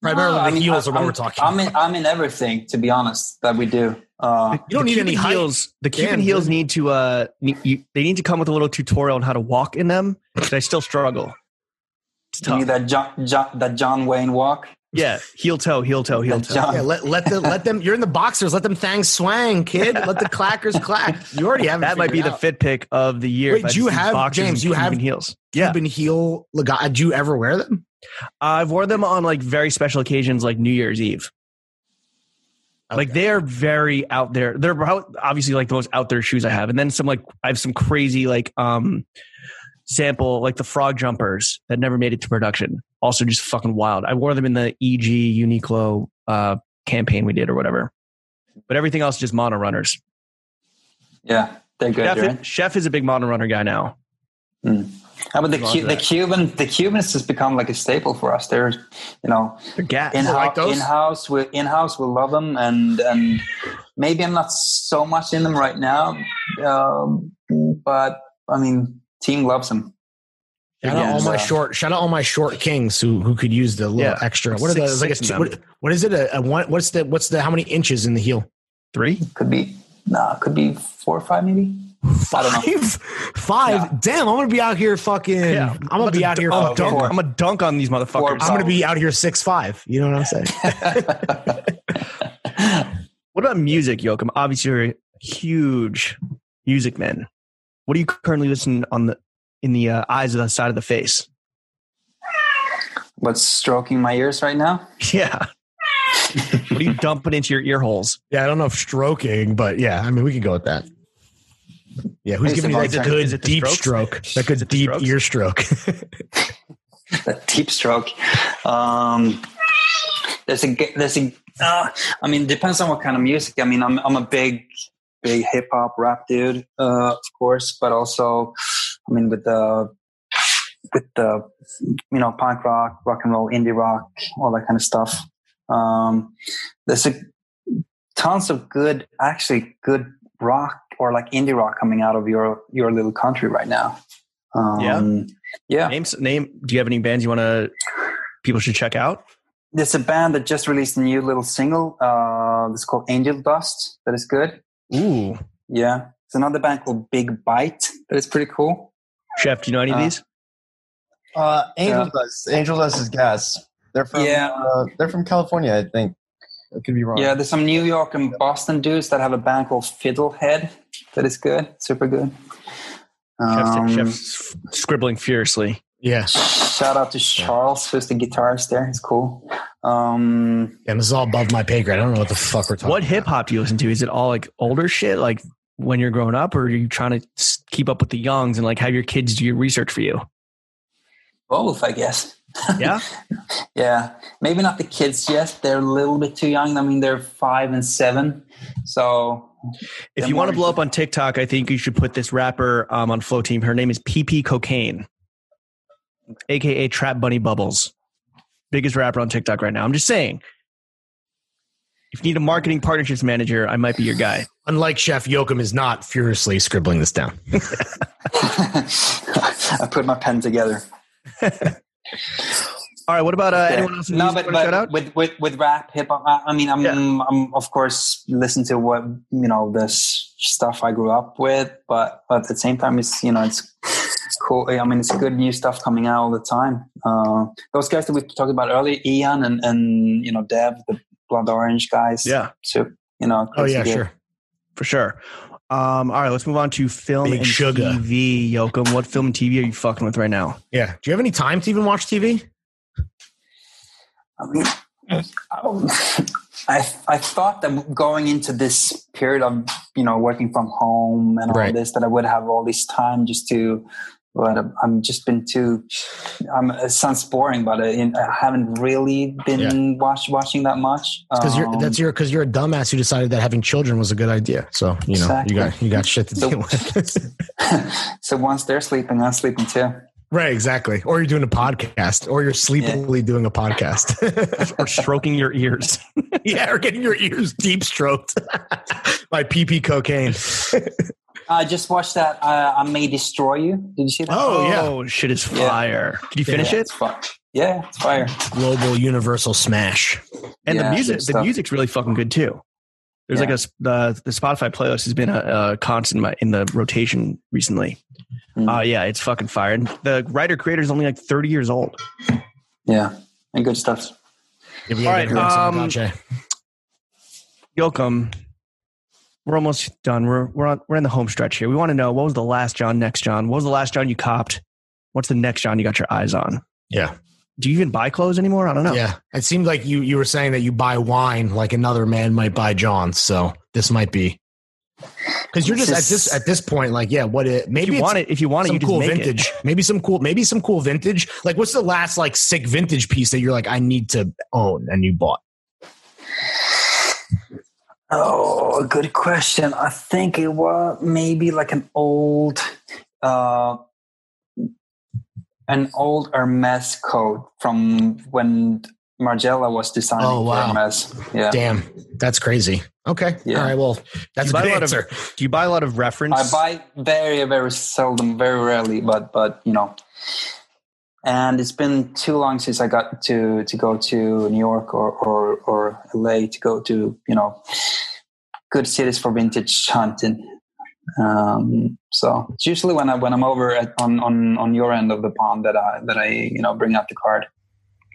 Speaker 3: Primarily,
Speaker 2: No, I
Speaker 3: the
Speaker 2: mean,
Speaker 3: heels
Speaker 2: I-
Speaker 3: are what
Speaker 2: I'm-
Speaker 3: we're talking.
Speaker 2: I'm in, I'm in everything, to be honest, that we do. Uh,
Speaker 3: you don't
Speaker 1: the
Speaker 3: need
Speaker 1: Cuban
Speaker 3: any height.
Speaker 1: heels. The Cuban
Speaker 3: Damn,
Speaker 1: heels
Speaker 3: dude.
Speaker 1: need to uh, ne- you, they need to come with a little tutorial on how to walk in them. But I still struggle. It's
Speaker 2: you
Speaker 1: tough.
Speaker 2: need that John, John, that John Wayne walk.
Speaker 1: Yeah, heel toe, heel toe, heel toe.
Speaker 2: John,
Speaker 3: Yeah, let, let the let them. You're in the boxers. Let them thang swang, kid. Let the clackers clack. You already have. it
Speaker 1: That might be
Speaker 3: figured
Speaker 1: the
Speaker 3: out.
Speaker 1: fit pick of the year.
Speaker 3: Wait,
Speaker 1: if I
Speaker 3: do
Speaker 1: just
Speaker 3: you
Speaker 1: use
Speaker 3: have-
Speaker 1: boxers
Speaker 3: James,
Speaker 1: and
Speaker 3: you
Speaker 1: Cuban
Speaker 3: have-
Speaker 1: heels? Yeah,
Speaker 3: Cuban heel. Legato. Do you ever wear them?
Speaker 1: I've worn them on like very special occasions, like New Year's Eve. Like
Speaker 3: Okay.
Speaker 1: they are very out there. They're prob- obviously like the most out there shoes I have, and then some like I have some crazy like um sample like the frog jumpers that never made it to production. Also, just fucking wild. I wore them in the EG Uniqlo uh, campaign we did or whatever. But everything else just mono runners.
Speaker 2: yeah, they're good,
Speaker 1: Chef,
Speaker 2: right?
Speaker 1: Chef is a big mono runner guy now.
Speaker 2: How about the
Speaker 1: Love
Speaker 2: Cu- the
Speaker 1: that.
Speaker 2: Cuban the Cubans has become like a staple for us. They're you know
Speaker 1: They're gas.
Speaker 2: in house
Speaker 3: like those?
Speaker 2: in house we in house we love them and and maybe I'm not so much in them right now, um, but I mean team loves them.
Speaker 3: Shout out
Speaker 2: Yeah,
Speaker 3: all my
Speaker 2: uh,
Speaker 3: short. Shout out all my short kings who who could use the little
Speaker 1: Yeah.
Speaker 3: extra. What are
Speaker 1: Six-
Speaker 3: those? Like a
Speaker 1: six of
Speaker 3: two,
Speaker 1: them.
Speaker 3: what, what is it? A, a one? What's the what's the how many inches in the heel?
Speaker 1: Three?
Speaker 2: Could be nah, could be four or five maybe. I don't know.
Speaker 3: Five, five. Damn, I'm gonna be out here fucking.
Speaker 1: Yeah.
Speaker 3: I'm gonna be out here.
Speaker 1: I'm,
Speaker 2: oh,
Speaker 1: a dunk,
Speaker 3: fucking,
Speaker 2: four.
Speaker 1: I'm a dunk on these
Speaker 2: Four
Speaker 1: motherfuckers.
Speaker 3: I'm gonna be out here six five. You know what I'm saying?
Speaker 1: What about music, Joachim? Obviously, you're a huge music man. What do you currently listen on the in the uh, eyes of the side of the face?
Speaker 2: What's stroking my ears right now?
Speaker 1: Yeah. what are you dumping into your ear holes?
Speaker 3: Yeah, I don't know if stroking, but yeah, I mean, we could go with that. Yeah, who's
Speaker 2: Hey,
Speaker 3: giving you
Speaker 2: Simone,
Speaker 3: that
Speaker 2: is it-
Speaker 1: is
Speaker 3: good
Speaker 1: it the
Speaker 3: deep stroke?
Speaker 1: strokes?
Speaker 3: That
Speaker 1: Is
Speaker 3: good
Speaker 1: it the
Speaker 3: deep
Speaker 1: strokes?
Speaker 3: ear stroke.
Speaker 2: a deep stroke. Um, there's a g- there's a. Uh, I mean, depends on what kind of music. I mean, I'm I'm a big big hip hop rap dude, uh, of course, but also, I mean, with the with the you know punk rock, rock and roll, indie rock, all that kind of stuff. Um, there's a tons of good, actually good rock or like indie rock coming out of your your little country right now. Um,
Speaker 1: Yeah.
Speaker 2: Yeah.
Speaker 1: Name name. Do you have any bands you want to people should check out?
Speaker 2: there's a band that just released a new little single. Uh, it's called Angel Dust. That is good.
Speaker 1: Ooh,
Speaker 2: Yeah. There's another band called Big Bite. That is pretty cool.
Speaker 1: Chef, do you know any of
Speaker 2: Uh,
Speaker 1: these?
Speaker 5: Uh, Angel
Speaker 2: Yeah.
Speaker 5: Dust. Angel Dust is gas. They're from
Speaker 2: Yeah.
Speaker 5: uh, they're from California, I think. I could be wrong.
Speaker 2: Yeah. There's some New York and Boston dudes that have a band called Fiddlehead. That is good. Super good. Um,
Speaker 1: Chef's, Chef's scribbling furiously.
Speaker 3: yeah,
Speaker 2: Shout out to Charles, who's the guitarist there. It's cool. Um,
Speaker 3: and this is all above my pay grade. I don't know what the fuck we're talking.
Speaker 1: What hip hop do you listen to? Is it all like older shit, like when you're growing up, or are you trying to s- keep up with the youngs and like have your kids do your research for you?
Speaker 2: both, I guess.
Speaker 1: Yeah,
Speaker 2: Yeah, maybe not the kids yet. They're a little bit too young. I mean, they're five and seven. So
Speaker 1: If
Speaker 2: They're
Speaker 1: you
Speaker 2: more
Speaker 1: want to blow up on TikTok, I think you should put this rapper um, on Flow Team. Her name is PP Cocaine, aka Trap Bunny Bubbles, biggest rapper on TikTok right now. I'm just saying, if you need a marketing partnerships manager, I might be your guy.
Speaker 3: About. Unlike Chef Yoakum is not furiously scribbling this down.
Speaker 2: I put my pen together.
Speaker 1: All right, what about uh, anyone else? in
Speaker 2: no,
Speaker 1: music
Speaker 2: but,
Speaker 1: you wanna shout
Speaker 2: but
Speaker 1: out?
Speaker 2: with, with with rap, hip hop. I, I mean, I'm I'm of course listen to what you know this stuff I grew up with, but, but at the same time, it's you know it's it's cool. I mean, it's good new stuff coming out all the time. Uh, those guys that we talked about earlier, Ian and and you know Dev, the blonde orange guys.
Speaker 1: yeah,
Speaker 2: so you know.
Speaker 3: Oh
Speaker 2: crazy
Speaker 3: yeah,
Speaker 2: good.
Speaker 3: sure.
Speaker 1: for sure. Um, all right, let's move on to film
Speaker 3: Big
Speaker 1: and
Speaker 3: Sugar.
Speaker 1: TV. Yoakum, what film and TV are you fucking with right now?
Speaker 3: Yeah. Do you have any time to even watch TV?
Speaker 2: I mean, I, I thought that going into this period of you know working from home and all
Speaker 3: Right.
Speaker 2: this that I would have all this time just to, but I'm- I'm just been too. I'm, it sounds boring, but I, I haven't really been watch, watching that much.
Speaker 3: Because you're
Speaker 2: Um,
Speaker 3: that's your because you're a dumbass who decided that having children was a good idea. So you know
Speaker 2: Exactly.
Speaker 3: you got you got shit to
Speaker 2: So-
Speaker 3: deal with.
Speaker 2: so once they're sleeping, I'm sleeping too.
Speaker 3: right. Exactly. Or you're doing a podcast, or you're sleepily doing a podcast.
Speaker 1: Or stroking your ears?
Speaker 3: yeah, or getting your ears deep stroked by PP cocaine.
Speaker 2: I just watched that. Uh, I may destroy you. Did you see that?
Speaker 3: Oh, yeah.
Speaker 1: shit is
Speaker 2: Yeah.
Speaker 1: fire. Did you
Speaker 3: Yeah.
Speaker 1: finish it?
Speaker 2: It's fire. Yeah, it's fire.
Speaker 3: Global universal smash.
Speaker 1: and
Speaker 2: Yeah,
Speaker 1: the music
Speaker 2: good
Speaker 1: the
Speaker 2: stuff.
Speaker 1: music's really fucking good too there's
Speaker 2: Yeah.
Speaker 1: like a s- the, the spotify playlist has been a, a constant in, my, in the rotation recently
Speaker 2: Mm.
Speaker 1: uh yeah it's fucking fire and the writer creator is only like 30 years old
Speaker 2: Yeah, and good stuff.
Speaker 3: Give the
Speaker 1: All
Speaker 3: other
Speaker 1: right,
Speaker 3: girls some
Speaker 1: um,
Speaker 3: gotcha.
Speaker 1: Yoakum, we're almost done. We're we're on, we're in the home stretch here. We want to know what was the last John, next John. What was the last John you copped? What's the next John you got your eyes on?
Speaker 3: Yeah.
Speaker 1: Do you even buy clothes anymore? I don't know.
Speaker 3: Yeah. It seemed like you you were saying that you buy wine like another man might buy John. So this might be because you're just at this at this point, like, yeah, what it
Speaker 1: If you
Speaker 3: maybe it's
Speaker 1: want it, if you want it,
Speaker 3: some
Speaker 1: you just
Speaker 3: cool
Speaker 1: make
Speaker 3: vintage.
Speaker 1: it.
Speaker 3: Maybe some cool maybe some cool vintage. Like what's the last like sick vintage piece that you're like, I need to own and you bought?
Speaker 2: Oh, good question. I think it was maybe like an old, uh, an old Hermes coat from when Margiela was designing
Speaker 3: Oh, wow.
Speaker 2: for Hermes. Yeah,
Speaker 3: Damn. That's crazy. Okay.
Speaker 2: Yeah.
Speaker 3: All right. Well, that's
Speaker 1: You
Speaker 3: a
Speaker 1: buy
Speaker 3: good
Speaker 1: a lot of-
Speaker 3: answer.
Speaker 1: Do you buy a lot of reference?
Speaker 2: I buy very, very seldom, very rarely, but but you know. And it's been too long since I got to to go to New York or or, or LA to go to you know good cities for vintage hunting. Um, so it's usually when I when I'm over at, on on on your end of the pond that I that I you know bring out the card.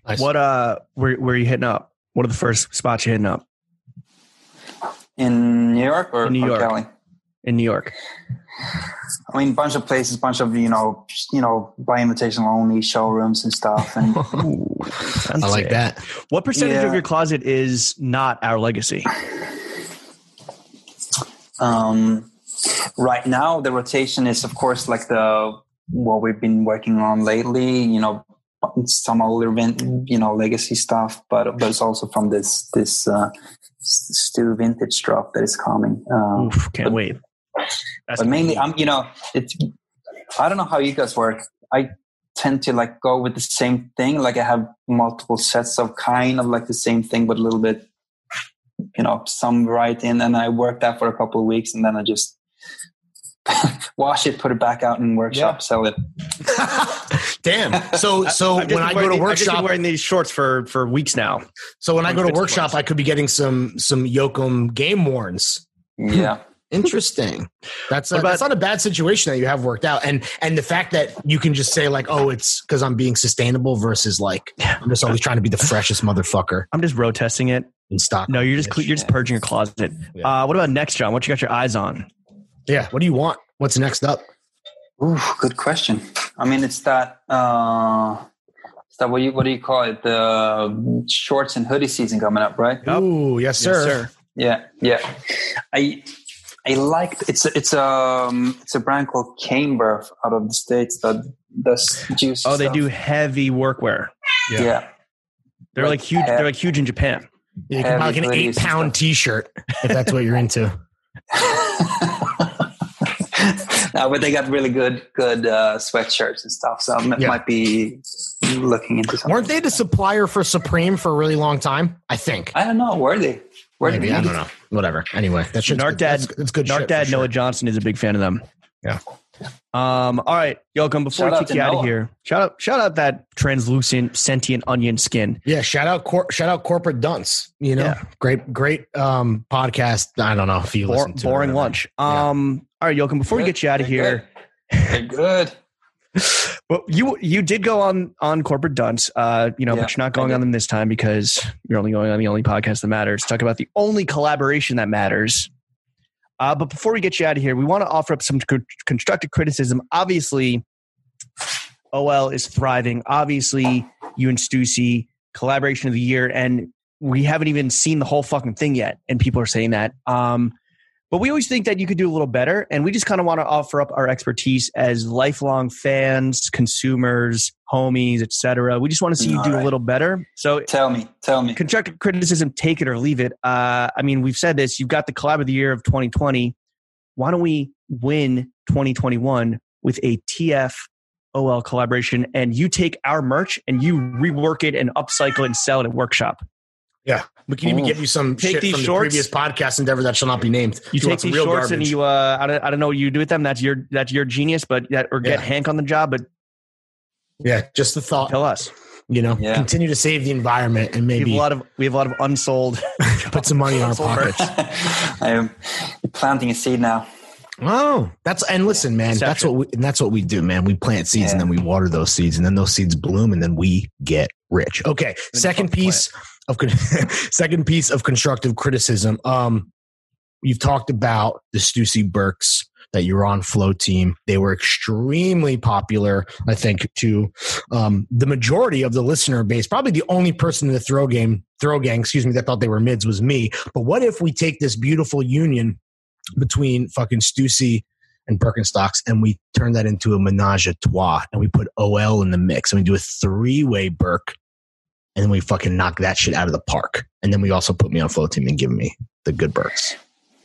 Speaker 3: Nice.
Speaker 1: what uh, where where are you hitting up? What are the first spots you're hitting up
Speaker 2: In New York or,
Speaker 1: In New
Speaker 2: or
Speaker 1: York.
Speaker 2: Cali?
Speaker 1: in New York?
Speaker 2: I mean, bunch of places, bunch of you know, you know, by invitation only showrooms and stuff, and
Speaker 3: I like that.
Speaker 1: What percentage
Speaker 2: Yeah.
Speaker 1: of your closet is not our legacy?
Speaker 2: um, right now the rotation is of course like the what we've been working on lately you know some older vin- you know legacy stuff but but it's also from this this uh s- stew vintage drop that is coming um
Speaker 1: Oof, can't wait. That's
Speaker 2: but mainly i'm you know it's i don't know how you guys work i tend to like go with the same thing like i have multiple sets of kind of like the same thing but a little bit you know some right in and i work that for a couple of weeks and then i just wash it put it back out in workshop
Speaker 5: Yeah.
Speaker 2: sell it
Speaker 3: Damn. So so
Speaker 1: I've just been
Speaker 3: when I
Speaker 1: wearing
Speaker 3: go to
Speaker 1: the- I've just been
Speaker 3: workshop,
Speaker 1: wearing these shorts for for weeks now.
Speaker 3: so when I go to
Speaker 1: Fixed ones.
Speaker 3: workshop, I could be getting some some Yokum game warns.
Speaker 2: yeah
Speaker 3: Interesting. That's
Speaker 1: What
Speaker 3: uh, that's
Speaker 1: about-
Speaker 3: not a bad situation that you have worked out, and and the fact that you can just say like, oh, it's because I'm being sustainable versus like I'm just always trying to be the freshest motherfucker
Speaker 1: I'm just road testing it.
Speaker 3: in stock.
Speaker 1: No, you're just cle-
Speaker 3: Bitch.
Speaker 1: you're just purging your closet.
Speaker 3: Yeah.
Speaker 1: Uh, what about next, John? What you got your eyes on?
Speaker 3: Yeah. What do you want? What's next up?
Speaker 2: Ooh, good question. I mean, it's that. Uh, it's that what you what do you call it? The shorts and hoodie season coming up, right?
Speaker 1: Yep.
Speaker 3: Ooh, yes, sir.
Speaker 2: Yeah, yeah. I I liked it's a- it's a um, it's a brand called Camber out of the states that does juice.
Speaker 1: Oh, they
Speaker 2: stuff.
Speaker 1: do heavy workwear.
Speaker 2: Yeah.
Speaker 1: They're like huge. They're like huge in Japan.
Speaker 3: You can buy like an
Speaker 2: Heavy
Speaker 3: eight
Speaker 2: hoodies and
Speaker 3: pound t shirt if that's what you're into.
Speaker 2: no, but they got really good good uh, sweatshirts and stuff. So I m-
Speaker 3: Yeah.
Speaker 2: might be looking into something.
Speaker 3: Weren't they the supplier for Supreme for a really long time? I think.
Speaker 2: I don't know. Were they? Were
Speaker 3: Maybe
Speaker 2: they?
Speaker 3: I don't know. Whatever. Anyway, that's
Speaker 1: Narc
Speaker 3: good.
Speaker 1: Dad-
Speaker 3: That's, that's good.
Speaker 1: Narc
Speaker 3: shit
Speaker 1: Dad
Speaker 3: for
Speaker 1: Noah
Speaker 3: sure.
Speaker 1: Johnson is a big fan of them.
Speaker 3: Yeah.
Speaker 1: Um. All right, Yoakum. Before
Speaker 2: Shout
Speaker 1: I
Speaker 2: out
Speaker 1: kick
Speaker 2: to
Speaker 1: you out
Speaker 2: Noah.
Speaker 1: of here, shout out shout out that translucent sentient onion skin.
Speaker 3: Yeah, shout out cor- shout out corporate dunce. You know,
Speaker 1: Yeah.
Speaker 3: great great um podcast. I don't know if you
Speaker 1: Bor-
Speaker 3: listen to it or
Speaker 1: boring
Speaker 3: whatever.
Speaker 1: lunch. Um. All right, Yoakum. Before we
Speaker 2: Good,
Speaker 1: get you out of
Speaker 2: good,
Speaker 1: here,
Speaker 2: good. They're good.
Speaker 1: But you you did go on on corporate dunce, uh, you know,
Speaker 2: Yeah,
Speaker 1: but you're not
Speaker 2: I
Speaker 1: going
Speaker 2: did.
Speaker 1: on them this time because you're only going on the only podcast that matters. Talk about the only collaboration that matters. Uh, but before we get you out of here, we want to offer up some co- constructive criticism. Obviously, OL is thriving. Obviously, you and Stussy collaboration of the year, and we haven't even seen the whole fucking thing yet, and people are saying that. Um, but we always think that you could do a little better, and we just kind of want to offer up our expertise as lifelong fans, consumers, homies, etc. We just want to see you do
Speaker 2: All right.
Speaker 1: a little better. So
Speaker 2: Tell me, tell me.
Speaker 1: constructive criticism, take it or leave it. Uh, I mean, we've said this. You've got the collab of the year of 2020. Why don't we win 2021 with a TF OL collaboration, and you take our merch and you rework it and upcycle and sell it at workshop.
Speaker 3: We can even
Speaker 2: Ooh.
Speaker 3: give you some
Speaker 1: Take
Speaker 3: shit
Speaker 1: these
Speaker 3: from
Speaker 1: shorts.
Speaker 3: the previous podcast endeavor that shall not be named.
Speaker 1: You,
Speaker 3: If want
Speaker 1: take
Speaker 3: some
Speaker 1: these shorts and you. Uh, I don't, I don't know what you do with them. That's your that's your genius, but that or get
Speaker 3: Yeah.
Speaker 1: Hank on the job. But
Speaker 3: yeah, just the thought.
Speaker 1: tell us,
Speaker 3: You know,
Speaker 2: Yeah.
Speaker 3: continue to save the environment and
Speaker 1: we have a
Speaker 3: maybe
Speaker 1: lot of we have a lot of unsold.
Speaker 3: put some money in our
Speaker 1: Sold merch.
Speaker 3: pockets.
Speaker 2: I am planting a seed now.
Speaker 3: Oh, that's and listen, man, that's
Speaker 1: Inception.
Speaker 3: what we and that's what we do, man. We plant seeds and
Speaker 2: Yeah.
Speaker 3: then we water those seeds, and then those seeds bloom, and then we get rich. Okay,
Speaker 1: then
Speaker 3: second
Speaker 1: fuck the
Speaker 3: piece. of con- second piece of constructive criticism. Um, you've talked about the Stussy Burks that you're on Flow Team. They were extremely popular, I think, to um, the majority of the listener base. Probably the only person in the throw game, throw gang, excuse me, that thought they were mids was me. But what if we take this beautiful union between fucking Stussy and Birkenstocks and we turn that into a menage a trois and we put OL in the mix and we do a three way Burke and then we fucking knock that shit out of the park. And then we also put me on Flow Team and give me the good Burks.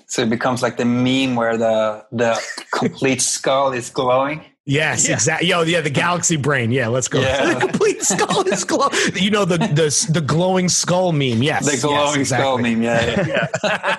Speaker 2: So it becomes like the meme where the the complete skull is glowing.
Speaker 3: Yes,
Speaker 1: Yeah.
Speaker 3: exactly. Yo, yeah, the galaxy brain. Yeah, let's go.
Speaker 2: Yeah.
Speaker 3: the complete skull is glow. You know the the the glowing skull meme. Yes,
Speaker 2: The glowing skull meme. Yeah. yeah.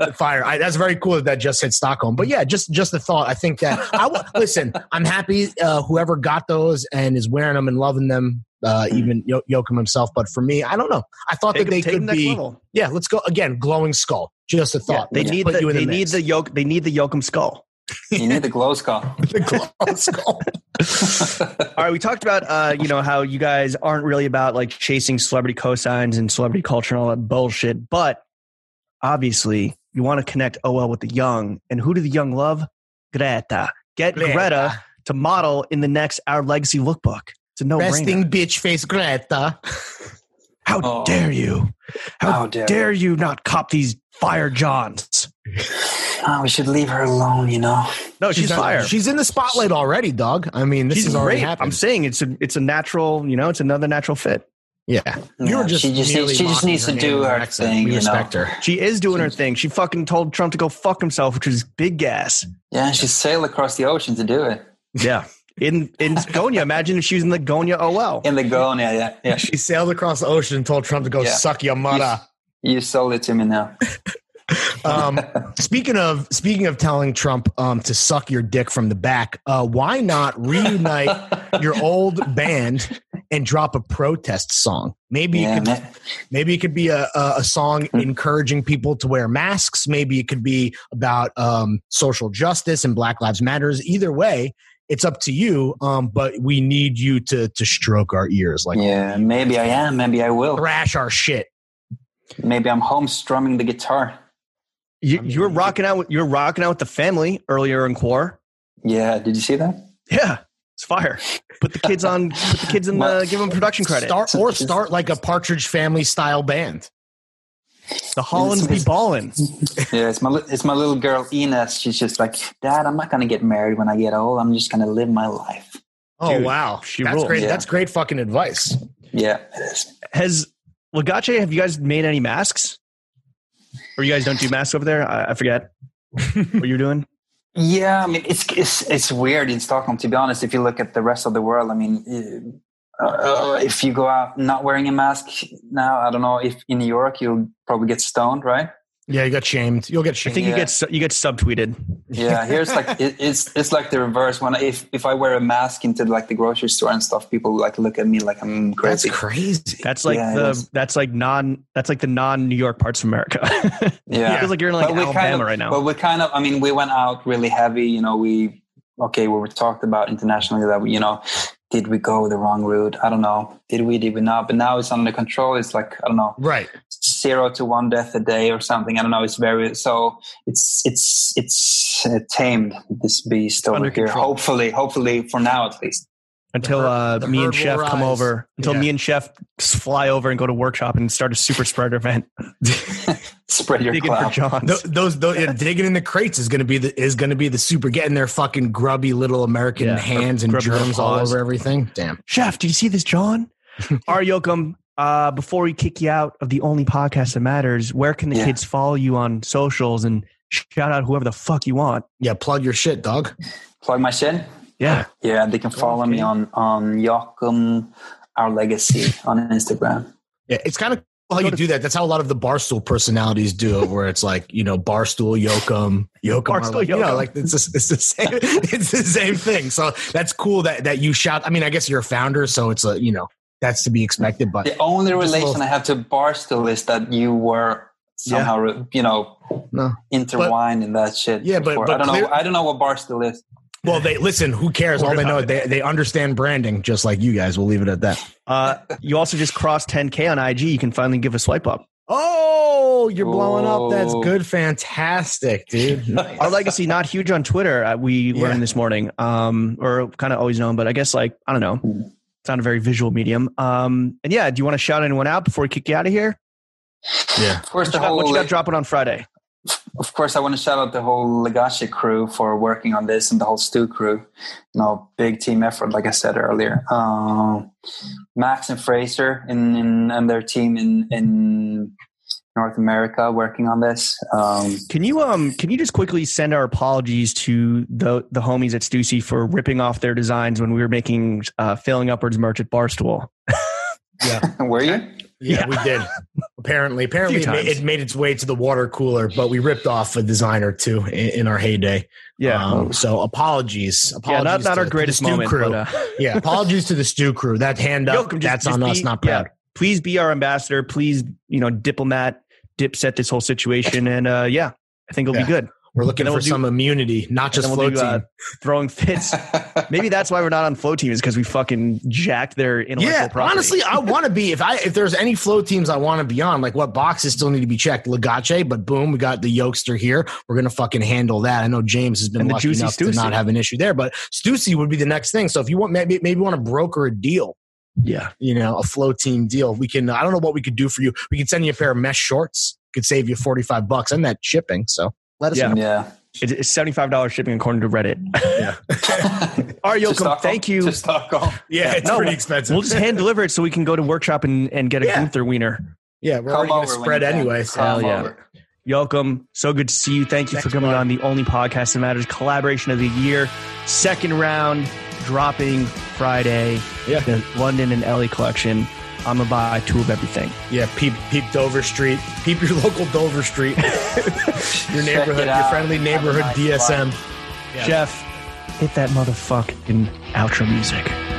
Speaker 3: meme. Fire. I, that's very cool that that just hit Stockholm. But yeah, just just the thought. I think that I w- listen. I'm happy uh, whoever got those and is wearing them and loving them. Uh, even Yo- Joachim himself. But for me, I don't know. I thought
Speaker 1: Hmm. Take them-
Speaker 3: that they
Speaker 1: take them
Speaker 3: could
Speaker 1: next
Speaker 3: be.
Speaker 1: level.
Speaker 3: Yeah, let's go again. Glowing skull. Just a
Speaker 1: Yeah,
Speaker 3: thought.
Speaker 1: they
Speaker 3: Let's
Speaker 1: need
Speaker 3: put
Speaker 1: the,
Speaker 3: you in
Speaker 1: they
Speaker 3: the
Speaker 1: need
Speaker 3: mix.
Speaker 1: the yoke they need the yokum skull.
Speaker 2: you need the glow skull.
Speaker 3: the glowing skull.
Speaker 1: All right, we talked about uh, you know how you guys aren't really about like chasing celebrity cosigns and celebrity culture and all that bullshit, but obviously you want to connect OL with the young. And who do the young love? Greta. Get Greta, to model in the next Our Legacy lookbook. It's a no brainer.
Speaker 3: resting bitch face Greta.
Speaker 1: How
Speaker 2: Oh.
Speaker 1: dare you? How,
Speaker 2: How
Speaker 1: dare,
Speaker 2: dare
Speaker 1: you not cop these fire Johns?
Speaker 2: Oh, we should leave her alone. You know.
Speaker 1: No, she's,
Speaker 3: not-
Speaker 1: fire.
Speaker 3: Oh, She's in the spotlight already, dog. I mean, this
Speaker 1: she's
Speaker 3: is already
Speaker 1: great. I'm
Speaker 3: happening.
Speaker 1: saying it's a it's a natural, you know, it's another natural fit.
Speaker 3: yeah, you were
Speaker 2: Yeah,
Speaker 3: just
Speaker 2: she just
Speaker 3: merely
Speaker 2: needs, she just
Speaker 3: mocking
Speaker 2: needs to
Speaker 3: name
Speaker 2: do
Speaker 3: and
Speaker 2: her
Speaker 3: accent.
Speaker 2: thing. you
Speaker 3: We
Speaker 2: know.
Speaker 3: respect her.
Speaker 1: She is doing her thing. She fucking told Trump to go fuck himself, which is big gas.
Speaker 2: Yeah, and she sailed across the ocean to do it
Speaker 1: Yeah. In in Gonia, imagine if she was in the Gonia OL.
Speaker 2: in the go. Yeah, yeah, yeah.
Speaker 3: She sailed across the ocean and told Trump to go
Speaker 2: Yeah.
Speaker 3: suck your mother.
Speaker 2: You sold it to me now.
Speaker 3: Um, speaking of speaking of telling Trump um, to suck your dick from the back, uh, why not reunite your old band and drop a protest song? Maybe
Speaker 2: yeah,
Speaker 3: you could
Speaker 2: man.
Speaker 3: Maybe it could be a, a, a song encouraging people to wear masks. Maybe it could be about um, social justice and Black Lives Matters. Either way, it's up to you. Um, but we need you to to stroke our ears, like
Speaker 2: yeah, maybe I am. Maybe I will.
Speaker 3: thrash our shit.
Speaker 2: Maybe I'm home strumming the guitar.
Speaker 1: You,
Speaker 3: I mean,
Speaker 1: you were
Speaker 3: you-
Speaker 1: rocking out. With, you were rocking out with the family earlier in Quar.
Speaker 2: Yeah, did you see that?
Speaker 1: Yeah, it's fire. Put the kids on. Put the kids in the.
Speaker 2: Well,
Speaker 1: Give them production credit.
Speaker 3: Start or start like a Partridge Family style band.
Speaker 1: the Hollands be ballin'.
Speaker 2: Yeah, it's my li- it's my little girl Ines. She's just like, Dad, I'm not gonna get married when I get old. I'm just gonna live my life.
Speaker 3: Oh
Speaker 1: Dude,
Speaker 3: wow,
Speaker 1: she
Speaker 3: that's
Speaker 1: rules.
Speaker 3: great.
Speaker 2: Yeah.
Speaker 3: That's great fucking advice.
Speaker 2: Yeah, it is.
Speaker 1: Has Legace? Have you guys made any masks? Or you guys don't do masks over there? I, I forget what you're doing.
Speaker 2: Yeah, I mean, it's it's it's weird in Stockholm. To be honest, if you look at the rest of the world, I mean, uh, uh, if you go out not wearing a mask now, I don't know if in New York you'll probably get stoned, right?
Speaker 3: Yeah, you got shamed. You'll get
Speaker 1: I
Speaker 3: shamed.
Speaker 1: think you
Speaker 2: Yeah.
Speaker 1: get su- you get subtweeted.
Speaker 2: Yeah, here's like it, it's it's like the reverse. When I- if if I wear a mask into like the grocery store and stuff, people like look at me like I'm
Speaker 3: That's
Speaker 2: crazy.
Speaker 3: crazy.
Speaker 1: That's like
Speaker 2: Yeah, it
Speaker 1: the
Speaker 2: is.
Speaker 1: that's like non that's like the non New York parts of America.
Speaker 2: yeah,
Speaker 1: it feels like you're in like
Speaker 2: But we
Speaker 1: Alabama
Speaker 2: kind of,
Speaker 1: right now.
Speaker 2: But we kind of, I mean, we went out really heavy. You know, we okay, we were talked about internationally that we, you know, did we go the wrong route? I don't know. Did we? Did we not? But now it's under control. It's like I don't know,
Speaker 3: Right.
Speaker 2: zero to one death a day or something. I don't know. It's very so. It's it's it's uh, tamed this beast over
Speaker 1: Under
Speaker 2: here.
Speaker 1: control.
Speaker 2: Hopefully, hopefully for now at least.
Speaker 1: until
Speaker 3: The herd-
Speaker 1: uh,
Speaker 3: the
Speaker 1: me and
Speaker 3: herd will
Speaker 1: Chef come
Speaker 3: rise.
Speaker 1: over. Until
Speaker 3: Yeah.
Speaker 1: me and Chef s- fly over and go to workshop and start a super spreader event.
Speaker 2: Spread your
Speaker 1: Digging for
Speaker 2: cloud.
Speaker 1: Johns.
Speaker 3: Th- those, those yeah, digging in the crates is going to be the is going to be the super getting their fucking grubby little American
Speaker 1: Yeah,
Speaker 3: hands and
Speaker 1: grubby little
Speaker 3: germs all
Speaker 1: paws.
Speaker 3: over everything. Damn.
Speaker 1: Chef, do you see this, John? Our Yoakum, uh, before we kick you out of the only podcast that matters, where can the
Speaker 2: Yeah.
Speaker 1: kids follow you on socials and shout out whoever the fuck you want?
Speaker 3: Yeah, plug your shit, dog.
Speaker 2: Plug my shin.
Speaker 1: Yeah.
Speaker 2: Yeah, they can follow me
Speaker 1: Okay.
Speaker 2: on on Joachim, our legacy on Instagram.
Speaker 3: Yeah, it's kind of how
Speaker 1: Go
Speaker 3: you
Speaker 1: to-
Speaker 3: do that. That's how a lot of the barstool personalities do it, where it's like you know barstool yokum yokum, are
Speaker 1: Barstool
Speaker 3: like, you know,
Speaker 1: Yoakum.
Speaker 3: like it's the, it's the same it's the same thing. So that's cool that that you shout. I mean, I guess you're a founder, so it's a you know that's to be expected. But
Speaker 2: The only
Speaker 3: Just a
Speaker 2: relation
Speaker 3: little-
Speaker 2: I have to Barstool is that you were somehow, you know,
Speaker 3: No.
Speaker 2: intertwined in that shit.
Speaker 3: Yeah, but-
Speaker 2: before.
Speaker 3: but
Speaker 2: I don't
Speaker 3: clear-
Speaker 2: know. I don't know what Barstool is.
Speaker 3: Well, they listen. Who cares? All they know they they understand branding, just like you guys. We'll leave it at that.
Speaker 1: Uh, you also just crossed 10K on IG. You can finally give a swipe up.
Speaker 3: Oh, you're blowing up. That's
Speaker 5: Oh.
Speaker 3: good. Fantastic, dude. Nice.
Speaker 1: Our legacy, not huge on Twitter, uh, we
Speaker 3: Yeah.
Speaker 1: learned this morning, um, or kind of always known, but I guess like, I don't
Speaker 3: Hmm.
Speaker 1: know. It's not a very visual medium. Um, and yeah, do you want to shout anyone out before we kick you out of here?
Speaker 3: yeah.
Speaker 2: Of course,
Speaker 1: What
Speaker 2: the
Speaker 1: you got, what
Speaker 2: whole
Speaker 1: you got dropping on Friday?
Speaker 2: of course, I want to shout out the whole Legashi crew for working on this and the whole Stu crew. You know, big team effort, like I said earlier. Um, Max and Fraser in, in, and their team in, in North America working on this. Um,
Speaker 1: Can you um can you just quickly send our apologies to the the homies at Stussy for ripping off their designs when we were making uh, failing upwards merch at Barstool?
Speaker 2: were you?
Speaker 3: yeah,
Speaker 1: Yeah.
Speaker 3: we did. Apparently, apparently, it
Speaker 1: Few
Speaker 3: made,
Speaker 1: times.
Speaker 3: it made its way to the water cooler, but we ripped off a design or two in, in our heyday.
Speaker 1: Yeah,
Speaker 3: Um, so apologies,
Speaker 1: yeah,
Speaker 3: apologies.
Speaker 1: not not
Speaker 3: to-
Speaker 1: our
Speaker 3: to the
Speaker 1: greatest
Speaker 3: Stu
Speaker 1: moment.
Speaker 3: Crew.
Speaker 1: But, uh,
Speaker 3: yeah, apologies to the stew crew. That hand up,
Speaker 1: Joachim, just-
Speaker 3: that's
Speaker 1: just
Speaker 3: on us.
Speaker 1: be-
Speaker 3: Not
Speaker 1: yeah.
Speaker 3: proud.
Speaker 1: please be our ambassador. Please, you know, diplomat, dip set this whole situation, and uh, yeah, I think it'll
Speaker 3: Yeah.
Speaker 1: be good.
Speaker 3: We're looking
Speaker 1: And then
Speaker 3: for
Speaker 1: we'll do-
Speaker 3: some immunity, not just
Speaker 1: And then
Speaker 3: flow
Speaker 1: we'll do,
Speaker 3: team.
Speaker 1: uh, throwing fits. Maybe that's why we're not on flow team is because we fucking jacked their intellectual
Speaker 3: yeah,
Speaker 1: property.
Speaker 3: honestly, uh, I want to be if I if there's any flow teams I want to be on, like what boxes still need to be checked. Legace, but boom, we got the Yokester here. We're gonna fucking handle that. I know James has been
Speaker 1: And the
Speaker 3: lucky
Speaker 1: Juicy
Speaker 3: enough to
Speaker 1: Stussy.
Speaker 3: not have an issue there, but Stussy would be the next thing. So if you want, maybe maybe you want to broker a deal,
Speaker 1: yeah,
Speaker 3: you know, a flow team deal. We can. I don't know what we could do for you. We could send you a pair of mesh shorts. Could save you forty five bucks and that shipping. So let us
Speaker 1: Yeah.
Speaker 3: know.
Speaker 2: yeah.
Speaker 1: it's, it's seventy five dollars shipping according to Reddit. All right,
Speaker 2: To
Speaker 1: Yoakum,
Speaker 2: Stockholm?
Speaker 1: thank you.
Speaker 2: To Stockholm.
Speaker 3: Yeah,
Speaker 1: it's pretty
Speaker 3: expensive.
Speaker 1: We'll just hand deliver it so we can go to workshop and, and get a
Speaker 3: Yeah.
Speaker 1: Gunther wiener.
Speaker 3: yeah, we're
Speaker 2: Come
Speaker 3: already gonna
Speaker 2: over when
Speaker 3: spread
Speaker 2: you can.
Speaker 3: anyway.
Speaker 1: Hell
Speaker 2: Come
Speaker 1: yeah.
Speaker 2: over.
Speaker 1: Yoakum, so good to see you. Thank you for
Speaker 3: Thanks,
Speaker 1: coming
Speaker 3: bud.
Speaker 1: on the only podcast that matters collaboration of the year. Second round dropping Friday.
Speaker 3: Yeah.
Speaker 1: The London and LA collection. I'm gonna buy two of everything.
Speaker 3: Yeah, peep, peep Dover Street. Peep your local Dover Street. your neighborhood,
Speaker 2: it
Speaker 3: your
Speaker 2: out.
Speaker 3: friendly
Speaker 2: Have a
Speaker 3: neighborhood
Speaker 2: nice
Speaker 3: DSM. Yeah.
Speaker 1: Jeff, hit that motherfucking outro music.